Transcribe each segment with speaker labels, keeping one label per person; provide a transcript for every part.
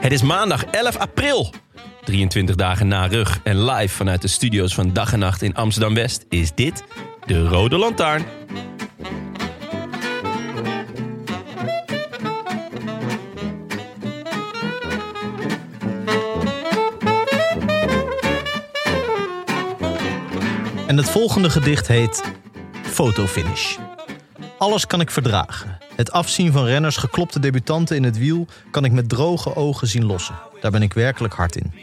Speaker 1: Het is maandag 11 april. 23 dagen na rug en live vanuit de studio's van Dag en Nacht in Amsterdam West is dit de Rode Lantaarn.
Speaker 2: En het volgende gedicht heet Fotofinish. Alles kan ik verdragen. Het afzien van renners, geklopte debutanten in het wiel, kan ik met droge ogen zien lossen. Daar ben ik werkelijk hard in.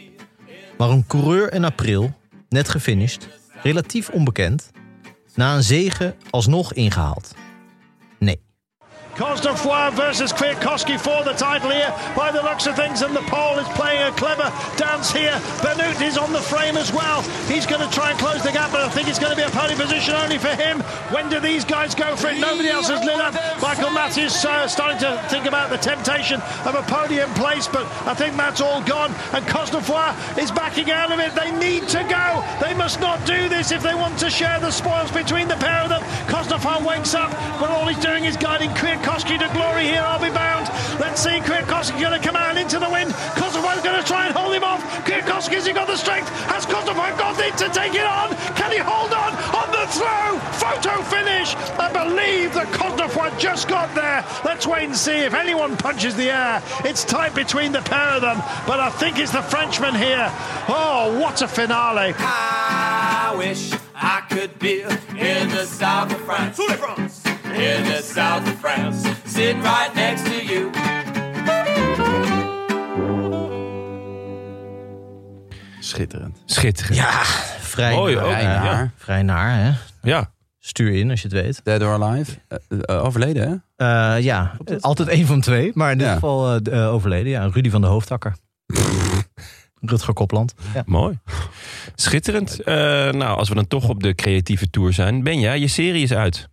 Speaker 2: Maar een coureur in april, net gefinished, relatief onbekend, na een zege alsnog ingehaald. Nee.
Speaker 3: Costa versus Kwiatkowski for the title here. By the looks of things, and the pole is playing a clever dance here. Benut is on the frame as well. He's going to try and close the gap, but I think it's going to be a pony position only for him. When do these guys go for it? Nobody else has lit up. Michael Matthews uh, starting to think about the temptation of a podium place, but I think that's all gone. And Cosnefoy is backing out of it. They need to go. They must not do this if they want to share the spoils between the pair of them. Cosnefoy wakes up, but all he's doing is guiding Kwiatkowski to glory here, I'll be bound. Let's see, Kwiatkowski going to come out into the wind. Kosovo's going to try and hold him off. Kwiatkowski, has he got the strength? Has Kosovo got it to take it on? Can he hold on? On the throw! Photo finish! I believe that Kosovo just got there. Let's wait and see if anyone punches the air. It's tight between the pair of them, but I think it's the Frenchman here. Oh, what a finale.
Speaker 4: I wish I could be in the south of France. In the south of France. Sit right next to you.
Speaker 5: Schitterend.
Speaker 1: Schitterend. Ja.
Speaker 2: Vrij
Speaker 1: Mooi
Speaker 2: naar,
Speaker 1: ook,
Speaker 2: hè?
Speaker 1: ja.
Speaker 2: Vrij naar, hè?
Speaker 1: ja.
Speaker 2: Stuur in als je het weet.
Speaker 5: Dead or Alive. Eh, eh, overleden, hè?
Speaker 2: Eh, ja, altijd één van twee. Maar in dit
Speaker 5: Ja.
Speaker 2: geval eh, d- eh, overleden. Ja, Rudy van de Hoofdakker. Rutger Kopland. Ja.
Speaker 1: Mooi. Schitterend. Eh, nou, als we dan toch op de creatieve tour zijn. Benja, je serie is uit.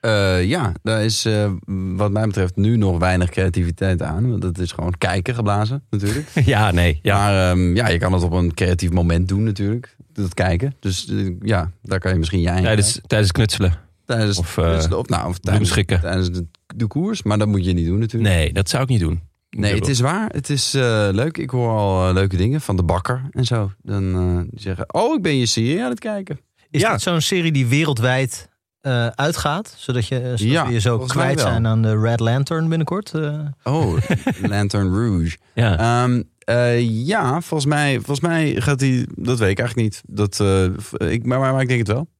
Speaker 5: Eh, ja, daar is eh, wat mij betreft nu nog weinig creativiteit aan. Want het is gewoon kijken geblazen, natuurlijk.
Speaker 1: Ja, nee. Ja.
Speaker 5: Maar ehm, ja, je kan het op een creatief moment doen, natuurlijk. Dat kijken. Dus eh, ja, daar kan je misschien jij
Speaker 1: Tijdens, tijdens knutselen.
Speaker 5: tijdens,
Speaker 1: of,
Speaker 5: tijdens
Speaker 1: eh,
Speaker 5: de, of, nou, of tijdens,
Speaker 1: bloemschikken.
Speaker 5: tijdens de, de koers. Maar dat moet je niet doen, natuurlijk.
Speaker 1: Nee, dat zou ik niet doen.
Speaker 5: Nee, het is waar. Het is eh, leuk. Ik hoor al eh, leuke dingen van de bakker en zo. Dan eh, die zeggen, oh, ik ben je serie aan het kijken.
Speaker 2: Is
Speaker 1: Ja.
Speaker 2: dit zo'n serie die wereldwijd eh, uitgaat? Zodat je, eh, zodat
Speaker 5: Ja,
Speaker 2: we je zo
Speaker 5: volgens mij
Speaker 2: kwijt
Speaker 5: wel.
Speaker 2: zijn aan de Red Lantern binnenkort? eh?
Speaker 5: Oh, Lantern Rouge.
Speaker 1: Ja.
Speaker 5: Ehm, eh, ja, volgens mij, volgens mij gaat hij... Dat weet ik eigenlijk niet. Dat, eh, v- ik, maar, maar, maar ik denk het wel.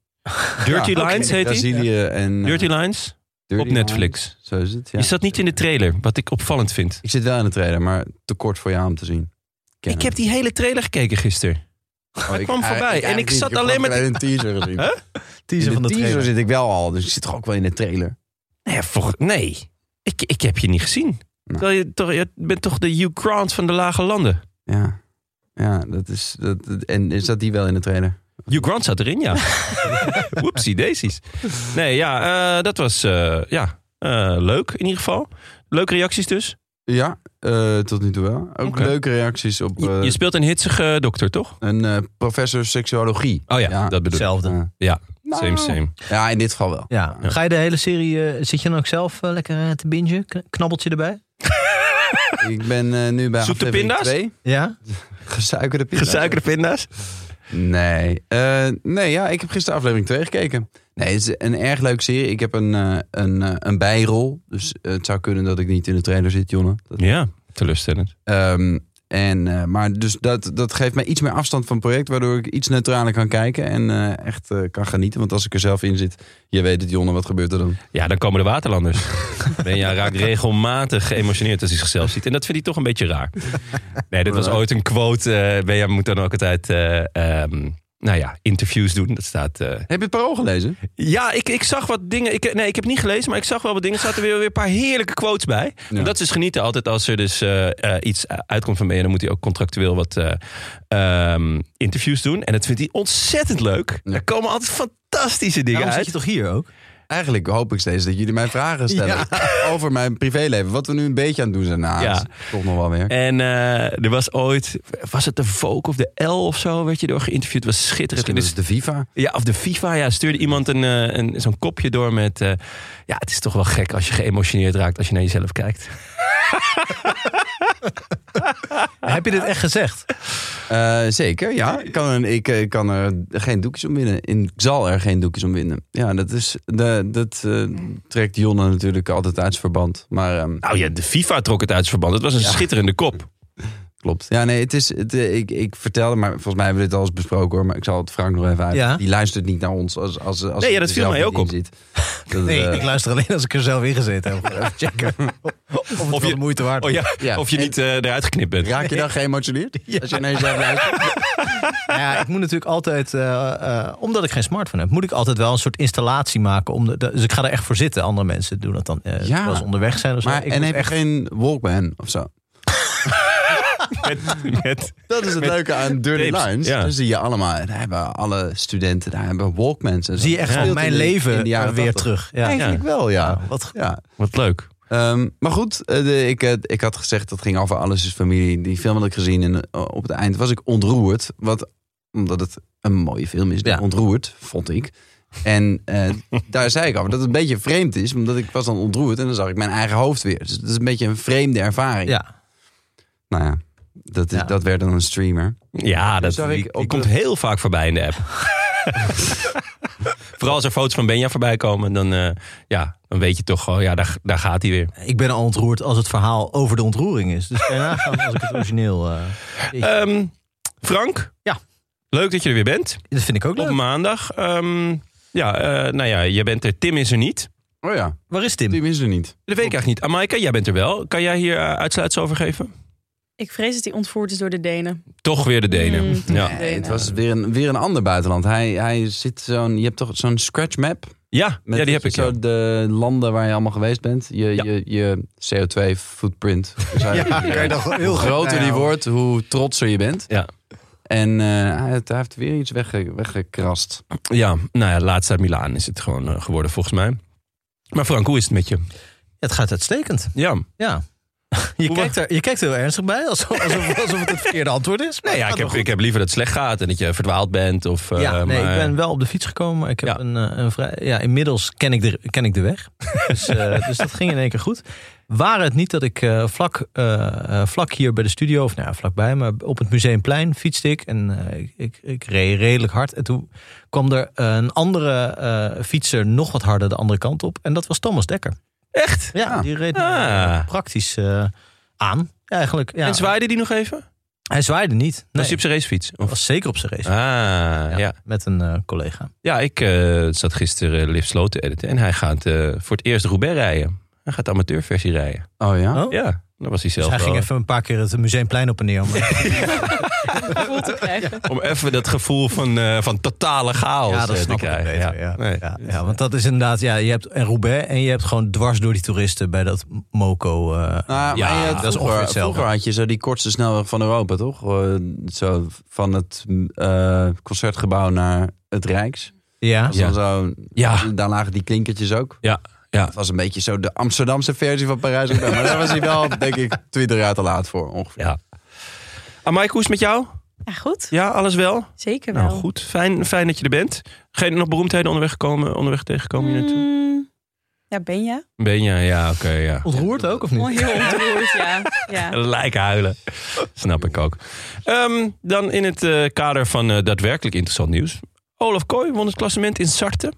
Speaker 1: Dirty
Speaker 5: Ja.
Speaker 1: Lines heet die.
Speaker 5: Brazilië en... eh,
Speaker 1: Dirty Lines
Speaker 5: Dirty
Speaker 1: op Netflix.
Speaker 5: Lines. Zo is het, ja.
Speaker 1: Je zat niet in de trailer, wat ik opvallend vind.
Speaker 5: Ik zit wel in de trailer, maar te kort voor jou om te zien. Ken
Speaker 1: Ik heb die hele trailer gekeken gisteren.
Speaker 5: Oh,
Speaker 1: hij
Speaker 5: ik-
Speaker 1: kwam
Speaker 5: eh,
Speaker 1: voorbij en
Speaker 5: eigenlijk
Speaker 1: ik
Speaker 5: niet.
Speaker 1: zat
Speaker 5: heb
Speaker 1: alleen
Speaker 5: gewoon
Speaker 1: maar-
Speaker 5: alleen een teaser gezien.
Speaker 1: Huh?
Speaker 5: In
Speaker 2: teaser
Speaker 5: de
Speaker 2: van de
Speaker 5: teaser
Speaker 2: trailer.
Speaker 5: zit ik wel al, dus ik zit toch ook wel in de trailer.
Speaker 1: Nee, voor, nee. Ik, ik heb je niet gezien. Terwijl je, toch, je bent toch de Hugh Grant van de lage landen.
Speaker 5: Ja, ja dat is. Dat, dat- en is dat die wel in de trailer?
Speaker 1: Hugh Grant zat erin, ja. Whoopsie daisies. Nee, ja, eh, dat was eh, ja, eh, leuk in ieder geval. Leuke reacties dus.
Speaker 5: Ja, eh, tot nu toe wel. Ook
Speaker 1: Oké.
Speaker 5: leuke reacties op
Speaker 1: Je,
Speaker 5: eh,
Speaker 1: je speelt een hitsige dokter, toch?
Speaker 5: een eh, professor seksuologie.
Speaker 1: Oh ja, dat bedoel ik.
Speaker 2: Hetzelfde.
Speaker 5: Ja.
Speaker 1: Ja,
Speaker 5: Nou.
Speaker 1: same, same.
Speaker 5: Ja, in dit geval wel.
Speaker 2: Ja. Ga je de hele serie, eh, zit je dan ook zelf eh, lekker eh, te bingen? K- Knabbeltje erbij?
Speaker 5: Ik ben eh, nu bij
Speaker 1: Zoete
Speaker 5: aflevering
Speaker 1: pinda's?
Speaker 5: twee.
Speaker 2: Ja?
Speaker 5: Gesuikerde pinda's.
Speaker 1: Gesuikerde pinda's.
Speaker 5: Nee. Eh, nee, ja, ik heb gisteren aflevering 2 gekeken. Nee, het is een erg leuke serie. Ik heb een, eh, een, eh, een bijrol. Dus eh, het zou kunnen dat ik niet in de trailer zit, Jonne. Dat-
Speaker 1: Ja, teleurstellend.
Speaker 5: Ehm, En, eh, maar dus dat, dat geeft mij iets meer afstand van het project, waardoor ik iets neutraler kan kijken en eh, echt eh, kan genieten. Want als ik er zelf in zit, je weet het, Jonne, wat gebeurt er dan?
Speaker 1: Ja, dan komen de waterlanders. Benja raakt regelmatig geëmotioneerd als hij zichzelf ziet. En dat vind hij toch een beetje raar. Nee, dit was ooit een quote. eh Benja moet dan ook altijd eh, ehm, nou ja, interviews doen. Dat staat... eh,
Speaker 5: Heb je het parool gelezen?
Speaker 1: Ja, ik, ik zag wat dingen. Ik, nee, ik heb niet gelezen, maar ik zag wel wat dingen. Er zaten weer, weer een paar heerlijke quotes bij.
Speaker 5: Ja.
Speaker 1: En dat is dus genieten altijd als er dus eh, eh, iets uitkomt van BNN. Dan moet hij ook contractueel wat eh, ehm, interviews doen. En dat vindt hij ontzettend leuk.
Speaker 5: Ja.
Speaker 1: Er komen altijd fantastische dingen
Speaker 2: Daarom zit je
Speaker 1: uit.
Speaker 2: toch hier ook?
Speaker 5: Eigenlijk hoop ik steeds dat jullie mij vragen stellen over mijn privéleven. Wat we nu een beetje aan het doen zijn. Nou,
Speaker 1: Ja.
Speaker 5: dat is toch nog wel meer.
Speaker 1: En eh, er was ooit, was het de Vogue of de L of zo, werd je door geïnterviewd. Het was schitterend.
Speaker 5: Misschien
Speaker 1: En
Speaker 5: is
Speaker 1: dus-
Speaker 5: het de FIFA.
Speaker 1: Ja, of de FIFA. Ja, stuurde iemand een, eh, een, zo'n kopje door met... eh, ja, het is toch wel gek als je geëmotioneerd raakt als je naar jezelf kijkt.
Speaker 2: Heb je dit echt gezegd?
Speaker 5: Eh, zeker, ja. Ik kan, er, ik, eh, kan er geen doekjes om winnen. In- Ik zal er geen doekjes om winnen. Ja, dat, is, de, dat eh, trekt Jonne natuurlijk altijd uit zijn verband. Maar ehm,
Speaker 1: Nou ja, de FIFA trok het uit zijn verband. Het was een schitterende kop.
Speaker 5: klopt. Ja, nee, het is, het, eh, ik, ik vertelde, maar volgens mij hebben we dit al eens besproken hoor. Maar ik zal het Frank nog even uit.
Speaker 2: Ja.
Speaker 5: Die luistert niet naar ons. Als, als, als
Speaker 1: Nee, ja,
Speaker 5: hij
Speaker 1: dat
Speaker 5: er
Speaker 1: viel
Speaker 5: zelf
Speaker 1: mij
Speaker 5: niet
Speaker 1: ook
Speaker 5: in
Speaker 1: op.
Speaker 5: zit. Dat,
Speaker 2: Nee,
Speaker 5: eh,
Speaker 2: ik luister alleen als ik er zelf in gezeten heb. Even checken of het wel
Speaker 1: je-
Speaker 2: de moeite waard
Speaker 1: Oh
Speaker 2: is.
Speaker 1: ja,
Speaker 5: Ja.
Speaker 1: of je niet eh, eruit geknipt bent.
Speaker 5: Raak je dan geëmotioneerd? Als je ineens zelf luistert?
Speaker 2: Nou ja, ik moet natuurlijk altijd, eh, eh, omdat ik geen smartphone heb, moet ik altijd wel een soort installatie maken. Om de, de- dus ik ga er echt voor zitten. Andere mensen doen dat dan eh
Speaker 5: Ja.
Speaker 2: terwijl ze onderweg zijn of zo.
Speaker 5: Maar,
Speaker 2: ik
Speaker 5: en
Speaker 2: moet
Speaker 5: heb je
Speaker 2: echt
Speaker 5: geen Walkman of zo?
Speaker 1: Met, met,
Speaker 5: Dat is het leuke aan Dirty
Speaker 1: tapes,
Speaker 5: Lines.
Speaker 1: ja.
Speaker 5: Dan zie je allemaal, daar hebben alle studenten, daar hebben Walkmans. En zo.
Speaker 2: zie je echt
Speaker 5: Speelt
Speaker 2: gewoon
Speaker 5: in
Speaker 2: mijn
Speaker 5: de-
Speaker 2: leven
Speaker 5: in de jaren
Speaker 2: weer
Speaker 5: 80.
Speaker 2: terug. Ja.
Speaker 5: Eigenlijk wel, ja.
Speaker 2: Ja, wat-
Speaker 5: ja.
Speaker 1: Wat leuk.
Speaker 5: Ehm, maar goed, eh, de- ik, eh, ik had gezegd dat ging over Alles is Familie. Die film had ik gezien en eh, op het eind was ik ontroerd. Wat, omdat het een mooie film is, die
Speaker 2: Ja.
Speaker 5: ontroerd, vond ik. En eh, daar zei ik over dat het een beetje vreemd is, omdat ik was dan ontroerd en dan zag ik mijn eigen hoofd weer. Dus dat is een beetje een vreemde ervaring.
Speaker 2: Ja.
Speaker 5: Nou ja, dat, is,
Speaker 2: Ja.
Speaker 5: dat werd dan een streamer.
Speaker 1: Ja, dat
Speaker 5: zag
Speaker 1: die,
Speaker 5: ik
Speaker 1: die
Speaker 5: op de-
Speaker 1: komt heel vaak voorbij in de app. Vooral als er foto's van Benja voorbij komen, dan, eh, ja, dan weet je toch gewoon, ja, daar, daar gaat hij weer.
Speaker 2: Ik ben al ontroerd als het verhaal over de ontroering is. Dus daarna gaan we als ik het origineel. eh,
Speaker 1: Ehm, Frank?
Speaker 2: Ja.
Speaker 1: Leuk dat je er weer bent.
Speaker 2: dat vind ik ook
Speaker 1: Op
Speaker 2: leuk.
Speaker 1: maandag. Ehm, ja, eh, nou ja, je bent er. Tim is er niet.
Speaker 5: Oh ja,
Speaker 2: Waar is Tim?
Speaker 5: die is er niet.
Speaker 1: Dat weet ik eigenlijk niet. Amaika, jij bent er wel. Kan jij hier eh, uitsluitsel over geven?
Speaker 6: Ik vrees dat hij ontvoerd is door de Denen.
Speaker 1: Toch weer de Denen.
Speaker 6: Mm,
Speaker 1: ja.
Speaker 6: de
Speaker 5: Nee,
Speaker 6: Denen.
Speaker 5: het was weer een, weer een ander buitenland. Hij, hij zit zo'n, je hebt toch zo'n scratch map?
Speaker 1: Ja,
Speaker 5: Met
Speaker 1: ja, die heb ik.
Speaker 5: zo
Speaker 1: ja.
Speaker 5: de landen waar je allemaal geweest bent. Je,
Speaker 1: Ja.
Speaker 5: je, je CO2 footprint. Dus hij-
Speaker 2: kan je dan gewoon heel
Speaker 5: hoe
Speaker 2: goed
Speaker 5: groter die
Speaker 2: bijhouden.
Speaker 5: wordt, hoe trotser je bent.
Speaker 1: Ja.
Speaker 5: En eh, hij, heeft- hij heeft weer iets wegge, weggekrast.
Speaker 1: Ja, nou ja, laatst uit Milaan is het gewoon eh, geworden volgens mij. Maar Frank, hoe is het met je?
Speaker 2: Het gaat uitstekend.
Speaker 1: Ja,
Speaker 2: Ja. Je
Speaker 1: Hoe-
Speaker 2: kijkt, er, je kijkt er heel ernstig bij, alsof, alsof, alsof het het verkeerde antwoord is.
Speaker 1: nee, ja ik, heb, ik heb liever dat het slecht gaat en dat je verdwaald bent. Of, eh,
Speaker 2: ja, nee,
Speaker 1: maar-
Speaker 2: ik ben wel op de fiets gekomen. Maar ik heb
Speaker 1: Ja.
Speaker 2: een, eh, een vrij, ja, inmiddels ken ik de, ken ik de weg. Dus, eh, dus dat ging in één keer goed. Waren het niet dat ik eh, vlak, eh, eh, vlak hier bij de studio, of nou ja, vlakbij, maar op het Museumplein fietste ik. En eh, ik, ik, ik reed redelijk hard. En toen kwam er een andere eh, fietser nog wat harder de andere kant op. En dat was Thomas Dekker.
Speaker 1: Echt?
Speaker 2: Ja,
Speaker 5: Ah.
Speaker 2: die reed me,
Speaker 1: Ah.
Speaker 2: eh, praktisch eh, aan. Ja, eigenlijk. Ja.
Speaker 1: En zwaaide die nog even?
Speaker 2: Hij zwaaide niet. Nee.
Speaker 1: Was hij op zijn racefiets?
Speaker 2: Dat
Speaker 1: Of?
Speaker 2: was zeker op zijn race.
Speaker 1: Ah, ja.
Speaker 2: Ja,
Speaker 1: Ja,
Speaker 2: Met een eh, collega.
Speaker 1: ik eh, zat gisteren Liv Sloot te editen en hij gaat eh, voor het eerst Roubaix rijden. Hij gaat de amateurversie rijden.
Speaker 5: Oh ja?
Speaker 2: Oh?
Speaker 1: Ja, dat was hij zelf
Speaker 2: Dus hij
Speaker 1: wel.
Speaker 2: ging even een paar keer het museumplein op en neer. om-
Speaker 6: Gevoel te krijgen.
Speaker 1: Om even dat gevoel van, eh, van totale chaos
Speaker 2: ja, dat
Speaker 1: eh, te
Speaker 2: snap ik
Speaker 1: krijgen.
Speaker 2: beter. Ja.
Speaker 1: Nee.
Speaker 2: Ja, ja, want dat is inderdaad, ja, je hebt en Roubaix en je hebt gewoon dwars door die toeristen bij dat Moco. eh,
Speaker 5: Nou,
Speaker 1: Ja,
Speaker 5: maar je had
Speaker 2: dat is ongeveer
Speaker 5: vroeger,
Speaker 2: hetzelfde.
Speaker 5: vroeger had je zo die kortste snelweg van Europa, toch? Eh, zo van het eh, concertgebouw naar het Rijks.
Speaker 2: ja.
Speaker 5: Dat was dan zo,
Speaker 1: Ja.
Speaker 5: Daar lagen die klinkertjes ook.
Speaker 1: Ja, ja.
Speaker 5: Het was een beetje zo de Amsterdamse versie van Parijs. Maar daar was hij wel, denk ik, 20 jaar te laat voor ongeveer.
Speaker 1: ja. Amaike, hoe is het met jou?
Speaker 6: Ja, goed.
Speaker 1: Ja, alles wel?
Speaker 6: Zeker wel.
Speaker 1: Nou goed, fijn, fijn dat je er bent. Geen nog beroemdheden onderweg, komen, onderweg tegenkomen hier naartoe?
Speaker 6: Mm, ja, ben je?
Speaker 2: Mm.
Speaker 1: Ben je? Ja, oké, ja.
Speaker 2: Ontroerd ook of
Speaker 6: Oh,
Speaker 2: niet?
Speaker 6: heel ontroerd, ja. ja.
Speaker 1: Lijken huilen. Snap ik ook. Ehm, dan in het eh, kader van eh, daadwerkelijk interessant nieuws. Olaf Kooi won het klassement in Sarten.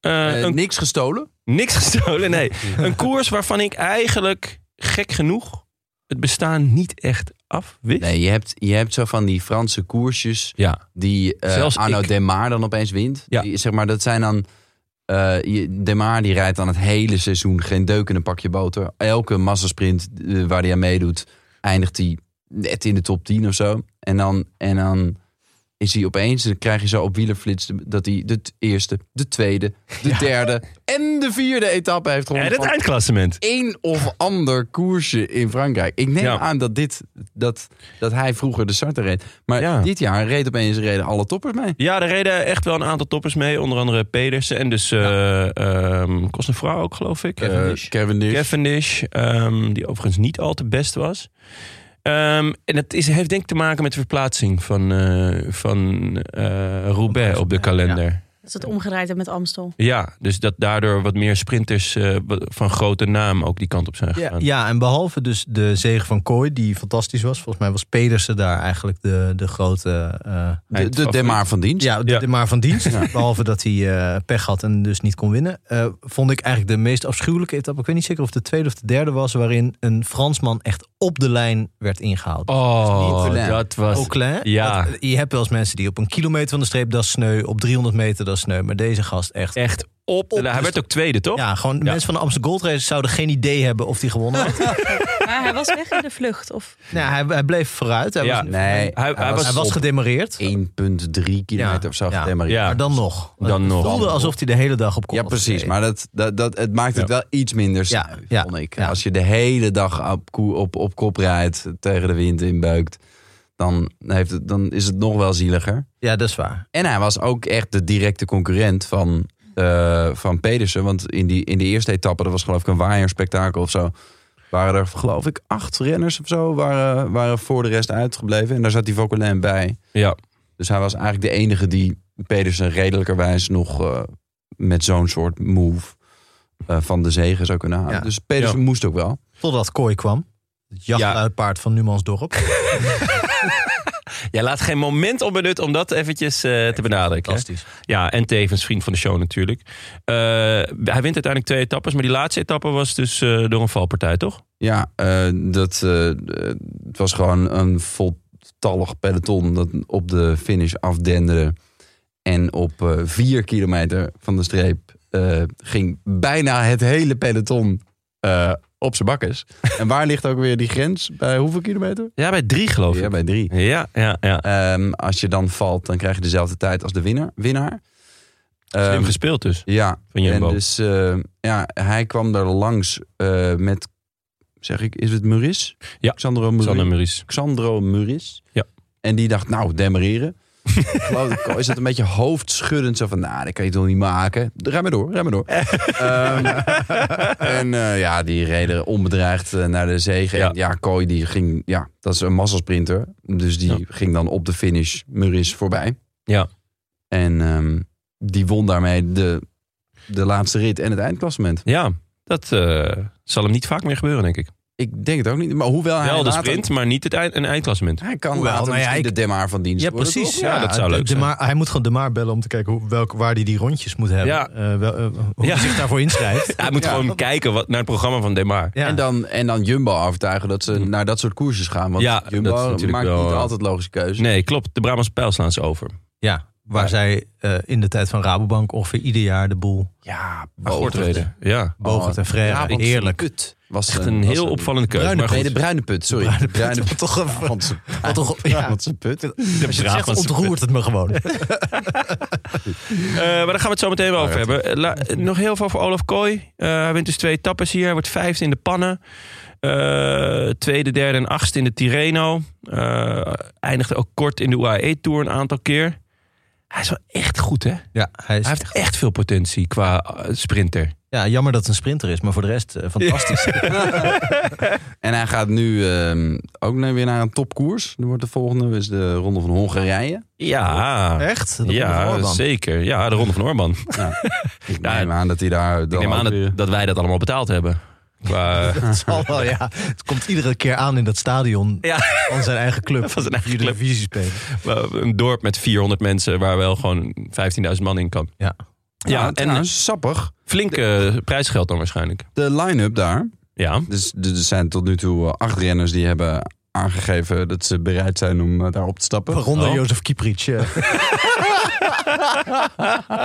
Speaker 1: Eh,
Speaker 5: Eh,
Speaker 1: een-
Speaker 5: niks gestolen.
Speaker 1: niks gestolen, nee. Een koers waarvan ik eigenlijk gek genoeg het bestaan niet echt afwist.
Speaker 5: Nee, je hebt, je hebt zo van die Franse koersjes
Speaker 1: Ja,
Speaker 5: die eh,
Speaker 1: Zelfs
Speaker 5: Arno
Speaker 1: ik.
Speaker 5: Demar dan opeens wint.
Speaker 1: Ja.
Speaker 5: Die, zeg maar, dat zijn dan... eh, je- Demar die rijdt dan het hele seizoen geen deuk in een pakje boter. Elke massasprint eh, waar hij aan meedoet, eindigt hij net in de top 10 of zo. En dan, en dan is hij opeens, dan krijg je zo op wielerflits... de- dat hij de t- eerste, de tweede, de derde en de vierde etappe heeft
Speaker 1: ja
Speaker 5: gewonnen.
Speaker 1: dat
Speaker 5: van
Speaker 1: eindklassement.
Speaker 5: een of ander koersje in Frankrijk. Ik neem
Speaker 1: Ja.
Speaker 5: aan dat, dit, dat, dat hij vroeger de starter reed. Maar
Speaker 1: Ja.
Speaker 5: dit jaar reed opeens reden alle toppers mee.
Speaker 1: Ja, er reden echt wel een aantal toppers mee. Onder andere Pedersen en dus eh ehm, Cosnefroid ook, geloof ik. Eh,
Speaker 5: Eh, Cavendish.
Speaker 1: Cavendish, ehm, die overigens niet al te best was. Ehm, en dat is, heeft denk ik te maken met de verplaatsing van, eh, van eh, Roubaix op de kalender.
Speaker 6: Dat is het omgedraaid hebben met Amstel.
Speaker 1: Ja, dus dat daardoor wat meer sprinters eh, wa- van grote naam ook die kant op zijn
Speaker 2: Ja,
Speaker 1: gegaan.
Speaker 2: ja, en behalve dus de zege van Kooi, die fantastisch was. Volgens mij was Pedersen daar eigenlijk de, de grote... eh,
Speaker 5: de de Demar van dienst.
Speaker 2: ja, de-
Speaker 1: Ja.
Speaker 2: de maar van dienst. Behalve dat hij eh, pech had en dus niet kon winnen. eh, vond ik eigenlijk de meest afschuwelijke etappe. Ik weet niet zeker of de tweede of de derde was... waarin een Fransman echt op de lijn werd ingehaald.
Speaker 1: Oh,
Speaker 5: Niet
Speaker 1: dat was...
Speaker 2: Auclin.
Speaker 1: ja.
Speaker 2: Dat- je hebt wel eens mensen die op een kilometer van de streep dat is sneu. Op 300 meter dat is sneu. Maar deze gast echt...
Speaker 1: Echt op.
Speaker 2: Op-
Speaker 1: hij werd ook tweede, toch?
Speaker 2: Ja, gewoon de
Speaker 1: Ja.
Speaker 2: mensen van de Amsterdam Gold Race zouden geen idee hebben of die gewonnen had.
Speaker 6: Maar hij was weg in de vlucht. Of
Speaker 2: nou, hij, hij bleef vooruit. Hij
Speaker 1: Ja.
Speaker 2: was,
Speaker 5: Nee,
Speaker 1: Hij-
Speaker 5: hij,
Speaker 1: hij
Speaker 5: was,
Speaker 2: hij was
Speaker 5: op
Speaker 2: gedemareerd.
Speaker 5: 1,3 kilometer
Speaker 2: Ja,
Speaker 5: of zo.
Speaker 2: ja.
Speaker 5: gedemareerd.
Speaker 1: Ja.
Speaker 2: Maar dan nog.
Speaker 1: Dan
Speaker 2: het
Speaker 1: nog.
Speaker 2: voelde alsof hij de hele dag op kop
Speaker 5: Ja,
Speaker 2: had
Speaker 5: precies.
Speaker 2: gezeten.
Speaker 5: Maar dat, dat, dat, het maakt het
Speaker 1: Ja.
Speaker 5: wel iets minder
Speaker 2: Ja,
Speaker 5: sneu,
Speaker 2: ja,
Speaker 5: vond ik.
Speaker 2: ja.
Speaker 5: Als je de hele dag op, koe- op, op kop rijdt, tegen de wind inbeukt, dan, heeft het, dan is het nog wel zieliger.
Speaker 2: Ja, dat is waar.
Speaker 5: En hij was ook echt de directe concurrent van, eh, van Pedersen. Want in, die, in de eerste etappe, dat was geloof ik een waaierspektakel of zo. Waren er geloof ik acht renners of zo, waren, waren voor de rest uitgebleven. En daar zat die Vauquelin bij.
Speaker 1: Ja.
Speaker 5: Dus hij was eigenlijk de enige die Pedersen redelijkerwijs nog eh, met zo'n soort move eh, van de zegen zou kunnen halen.
Speaker 2: Ja.
Speaker 5: Dus Pedersen
Speaker 1: Ja.
Speaker 5: moest ook wel.
Speaker 2: Totdat Kooi kwam. Het jachtluipaard van Numansdorp.
Speaker 1: Jij laat geen moment onbenut om dat eventjes eh, te benadrukken. hè?
Speaker 2: Fantastisch.
Speaker 1: Ja, en tevens vriend van de show natuurlijk. Eh, hij wint uiteindelijk twee etappes, maar die laatste etappe was dus eh, door een valpartij, toch?
Speaker 5: Ja, eh, dat, eh, eh, het was gewoon een voltallig peloton dat op de finish afdenderde. En op eh, vier kilometer van de streep eh, ging bijna het hele peloton eh, op zijn bakkes. en waar ligt ook weer die grens? Bij hoeveel kilometer?
Speaker 1: Ja, bij drie geloof
Speaker 5: Ja,
Speaker 1: ik.
Speaker 5: bij drie.
Speaker 1: Ja, ja, ja.
Speaker 5: Ehm, als je dan valt, dan krijg je dezelfde tijd als de winnaar. winnaar. Ehm,
Speaker 1: Slim gespeeld dus.
Speaker 5: ja,
Speaker 1: Van Jumbo.
Speaker 5: en dus eh, ja, hij kwam er langs eh, met, zeg ik, is het Muris?
Speaker 1: Ja,
Speaker 5: Xandro Muris.
Speaker 1: Sanne Maurice.
Speaker 5: Xandro Muris.
Speaker 1: Ja.
Speaker 5: En die dacht, nou, demereren. Geloof ik, is dat een beetje hoofdschuddend? Zo van, nou, dat kan je toch niet maken? Rij maar door, rij maar door. Ehm, en eh, ja, die reden onbedreigd eh, naar de zege.
Speaker 1: Ja.
Speaker 5: Ja, ja Kooi, die ging, ja, dat is een massasprinter. Dus die
Speaker 1: Ja.
Speaker 5: ging dan op de finish Muris voorbij.
Speaker 1: Ja.
Speaker 5: En ehm, die won daarmee de, de laatste rit en het eindklassement.
Speaker 1: Ja, dat eh, zal hem niet vaak meer gebeuren, denk ik.
Speaker 5: Ik denk het ook niet, maar hoewel hij
Speaker 1: Wel de
Speaker 5: Ah, later-
Speaker 1: sprint, maar niet het eind, een eindklassement.
Speaker 5: Hij kan
Speaker 2: Hoewel,
Speaker 5: later
Speaker 2: nou ja,
Speaker 5: misschien
Speaker 2: ik-
Speaker 5: de Demar van dienst
Speaker 2: Ja,
Speaker 5: worden,
Speaker 2: precies.
Speaker 5: toch?
Speaker 1: Ja, dat zou
Speaker 2: de-
Speaker 1: leuk
Speaker 2: de
Speaker 1: zijn.
Speaker 2: Maar, hij moet gewoon de maar bellen om te kijken hoe, welk, waar hij die rondjes moet hebben.
Speaker 1: Ja.
Speaker 2: Eh, wel, eh, hoe
Speaker 1: Ja.
Speaker 2: hij zich daarvoor inschrijft.
Speaker 1: Ja, hij moet
Speaker 5: Ja.
Speaker 1: gewoon kijken wat, naar het programma van Demar.
Speaker 2: Ja.
Speaker 5: En, dan, en dan Jumbo overtuigen dat ze naar dat soort koersjes gaan. Want
Speaker 1: Mm. Ja, dat is
Speaker 5: Jumbo
Speaker 1: natuurlijk
Speaker 5: maakt
Speaker 1: wel,
Speaker 5: niet
Speaker 1: eh,
Speaker 5: altijd logische keuzes.
Speaker 1: Nee, klopt. De Brabants pijl slaan ze over.
Speaker 2: ja, waar zij eh, in de tijd van Rabobank ongeveer ieder jaar de boel
Speaker 5: Ja,
Speaker 1: Voortreden. Ja.
Speaker 2: Bogert en Frère. Heerlijk.
Speaker 5: Put was
Speaker 1: Echt een heel opvallende keuze.
Speaker 5: Bruine,
Speaker 1: maar goed.
Speaker 5: nee, de bruine put, sorry. De bruine put.
Speaker 2: Toch een-
Speaker 5: Brabantse-
Speaker 2: Wat toch- ja.
Speaker 5: Brabantse put.
Speaker 2: Als je het zegt,
Speaker 1: Brabantse
Speaker 2: ontroert het me gewoon.
Speaker 1: Eh, maar daar gaan we het zo meteen wel over hebben. Eh, la- eh, nog heel veel over Olaf Kooi. Eh, hij wint dus twee tappes hier. Hij wordt vijfde in de pannen. Eh, tweede, derde en achtste in de Tirreno. Eh eindigde ook kort in de UAE-tour een aantal keer. Hij is wel echt goed, hè? Hij
Speaker 2: Ja, hij is,
Speaker 1: heeft echt veel potentie qua eh, sprinter.
Speaker 2: ja, jammer dat het een sprinter is, maar voor de rest eh, fantastisch.
Speaker 5: En hij gaat nu ehm, ook naar- weer naar een topkoers. Dan wordt de volgende is de Ronde van Hongarije.
Speaker 1: Ja,
Speaker 2: Echt? Dat komt
Speaker 1: ja
Speaker 2: voor dan.
Speaker 1: zeker. Ja, de Ronde van Orban.
Speaker 5: Ik neem aan dat hij daar
Speaker 1: Ik
Speaker 5: dan
Speaker 1: neem aan
Speaker 5: ook weer-
Speaker 1: dat, dat wij dat allemaal betaald hebben. Qua,
Speaker 2: Het zal wel, ja. Het komt iedere keer aan in dat stadion
Speaker 1: ja,
Speaker 2: van zijn eigen club.
Speaker 1: Van zijn eigen
Speaker 2: Die de
Speaker 1: club.
Speaker 2: divisie spelen.
Speaker 1: Eh, een dorp met 400 mensen waar wel gewoon 15.000 man in kan.
Speaker 2: Ja.
Speaker 5: Ja,
Speaker 1: Ja, en
Speaker 5: trouwens, sappig.
Speaker 1: Flink eh, prijsgeld dan waarschijnlijk.
Speaker 5: De line-up daar
Speaker 1: Ja.
Speaker 5: Dus er er zijn tot nu toe eh, acht renners die hebben aangegeven dat ze bereid zijn om eh, daarop te stappen.
Speaker 2: Waaronder
Speaker 1: Oh.
Speaker 2: Jozef Kieprits. eh, ja.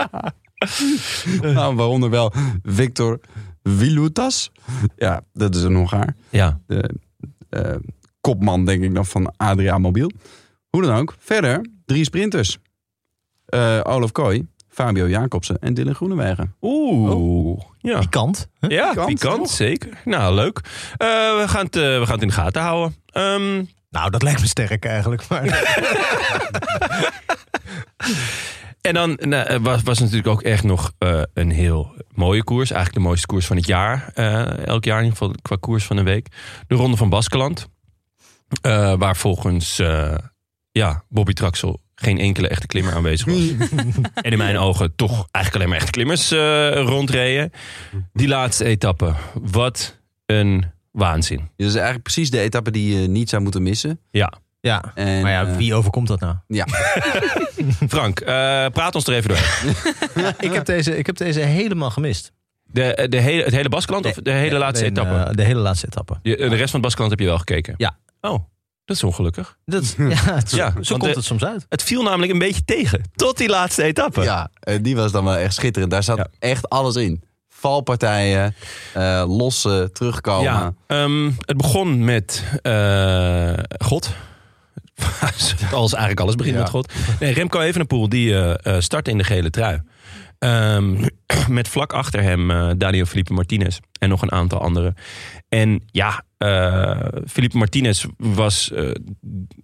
Speaker 5: Nou, waaronder wel Victor Wilutas. Ja, dat is een Hongaar.
Speaker 1: Ja.
Speaker 5: De eh, kopman, denk ik dan, van Adria Mobiel. Hoe dan ook. Verder, drie sprinters. Eh, Olaf Kooi, Fabio Jacobsen en Dylan Groenewegen.
Speaker 1: Oeh. Ja.
Speaker 2: Die kant. hè?
Speaker 1: Ja,
Speaker 5: Oh. Pikant,
Speaker 1: pikant,
Speaker 5: toch?
Speaker 1: zeker. Nou, leuk. Eh, we, gaan het, eh, we gaan het in de gaten houden. Ehm,
Speaker 2: Nou, dat lijkt me sterk eigenlijk. Maar
Speaker 1: en dan nou, eh, was, was natuurlijk ook echt nog eh, een heel mooie koers. Eigenlijk de mooiste koers van het jaar. eh, elk jaar in ieder geval qua koers van de week. De Ronde van Baskeland. Eh, waar volgens eh, ja, Bobby Traxel geen enkele echte klimmer aanwezig was. en in mijn ogen toch eigenlijk alleen maar echte klimmers eh, rondreden. Die laatste etappe. Wat een waanzin.
Speaker 5: Dit Dus is eigenlijk precies de etappe die je niet zou moeten missen.
Speaker 1: Ja.
Speaker 2: ja.
Speaker 5: En,
Speaker 2: maar ja,
Speaker 5: eh,
Speaker 2: wie overkomt dat nou?
Speaker 1: Frank, eh, praat ons er even door.
Speaker 2: Ik heb deze, ik heb deze helemaal gemist.
Speaker 1: De, de hele, het hele Baskeland of de hele
Speaker 2: Ja,
Speaker 1: laatste
Speaker 2: alleen,
Speaker 1: etappe?
Speaker 2: eh, de hele laatste etappe.
Speaker 1: Je- de rest van het Baskeland heb je wel gekeken?
Speaker 2: Ja.
Speaker 1: Oh, dat is ongelukkig.
Speaker 2: Dat, ja, het-
Speaker 1: Ja,
Speaker 2: zo
Speaker 1: want,
Speaker 2: komt
Speaker 1: eh,
Speaker 2: het soms uit.
Speaker 1: Het viel namelijk een beetje tegen. Tot die laatste etappe.
Speaker 5: Ja, eh, die was dan wel echt schitterend. Daar zat
Speaker 1: Ja.
Speaker 5: echt alles in. Valpartijen, eh lossen, terugkomen.
Speaker 1: Ja, ehm, het begon met eh, God. Als eigenlijk alles begint
Speaker 5: Ja.
Speaker 1: met God. Nee, Remco Evenepoel die eh eh, startte in de gele trui. Ehm, met vlak achter hem eh Daniel Felipe Martinez en nog een aantal anderen. En ja, eh Felipe Martinez was eh,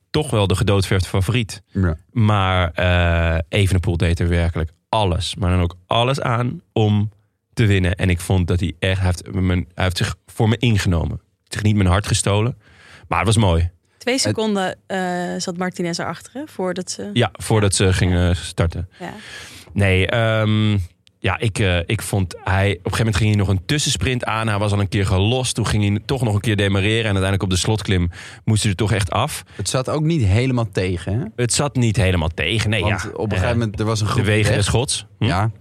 Speaker 1: toch wel de gedoodverfde favoriet.
Speaker 5: Ja.
Speaker 1: Maar eh Evenepoel deed er werkelijk alles, maar dan ook alles aan om te winnen. En ik vond dat hij echt, hij heeft, mijn, hij heeft zich voor me ingenomen. Hij heeft zich niet mijn hart gestolen. Maar het was mooi.
Speaker 6: Twee seconden eh, zat Martinez erachter hè, voordat ze...
Speaker 1: Ja, voordat ze gingen starten.
Speaker 6: Ja.
Speaker 1: Nee, ehm, ja, ik, eh, ik vond hij. Op een gegeven moment ging hij nog een tussensprint aan. Hij was al een keer gelost. Toen ging hij toch nog een keer demareren. En uiteindelijk op de slotklim moest hij er toch echt af.
Speaker 5: Het zat ook niet helemaal tegen. Hè?
Speaker 1: Het zat niet helemaal tegen. Nee,
Speaker 5: Want
Speaker 1: ja.
Speaker 5: op een gegeven moment, er was een
Speaker 1: Eh, De
Speaker 5: groep
Speaker 1: wegen
Speaker 5: weg.
Speaker 1: des gods. Hm?
Speaker 5: Ja, er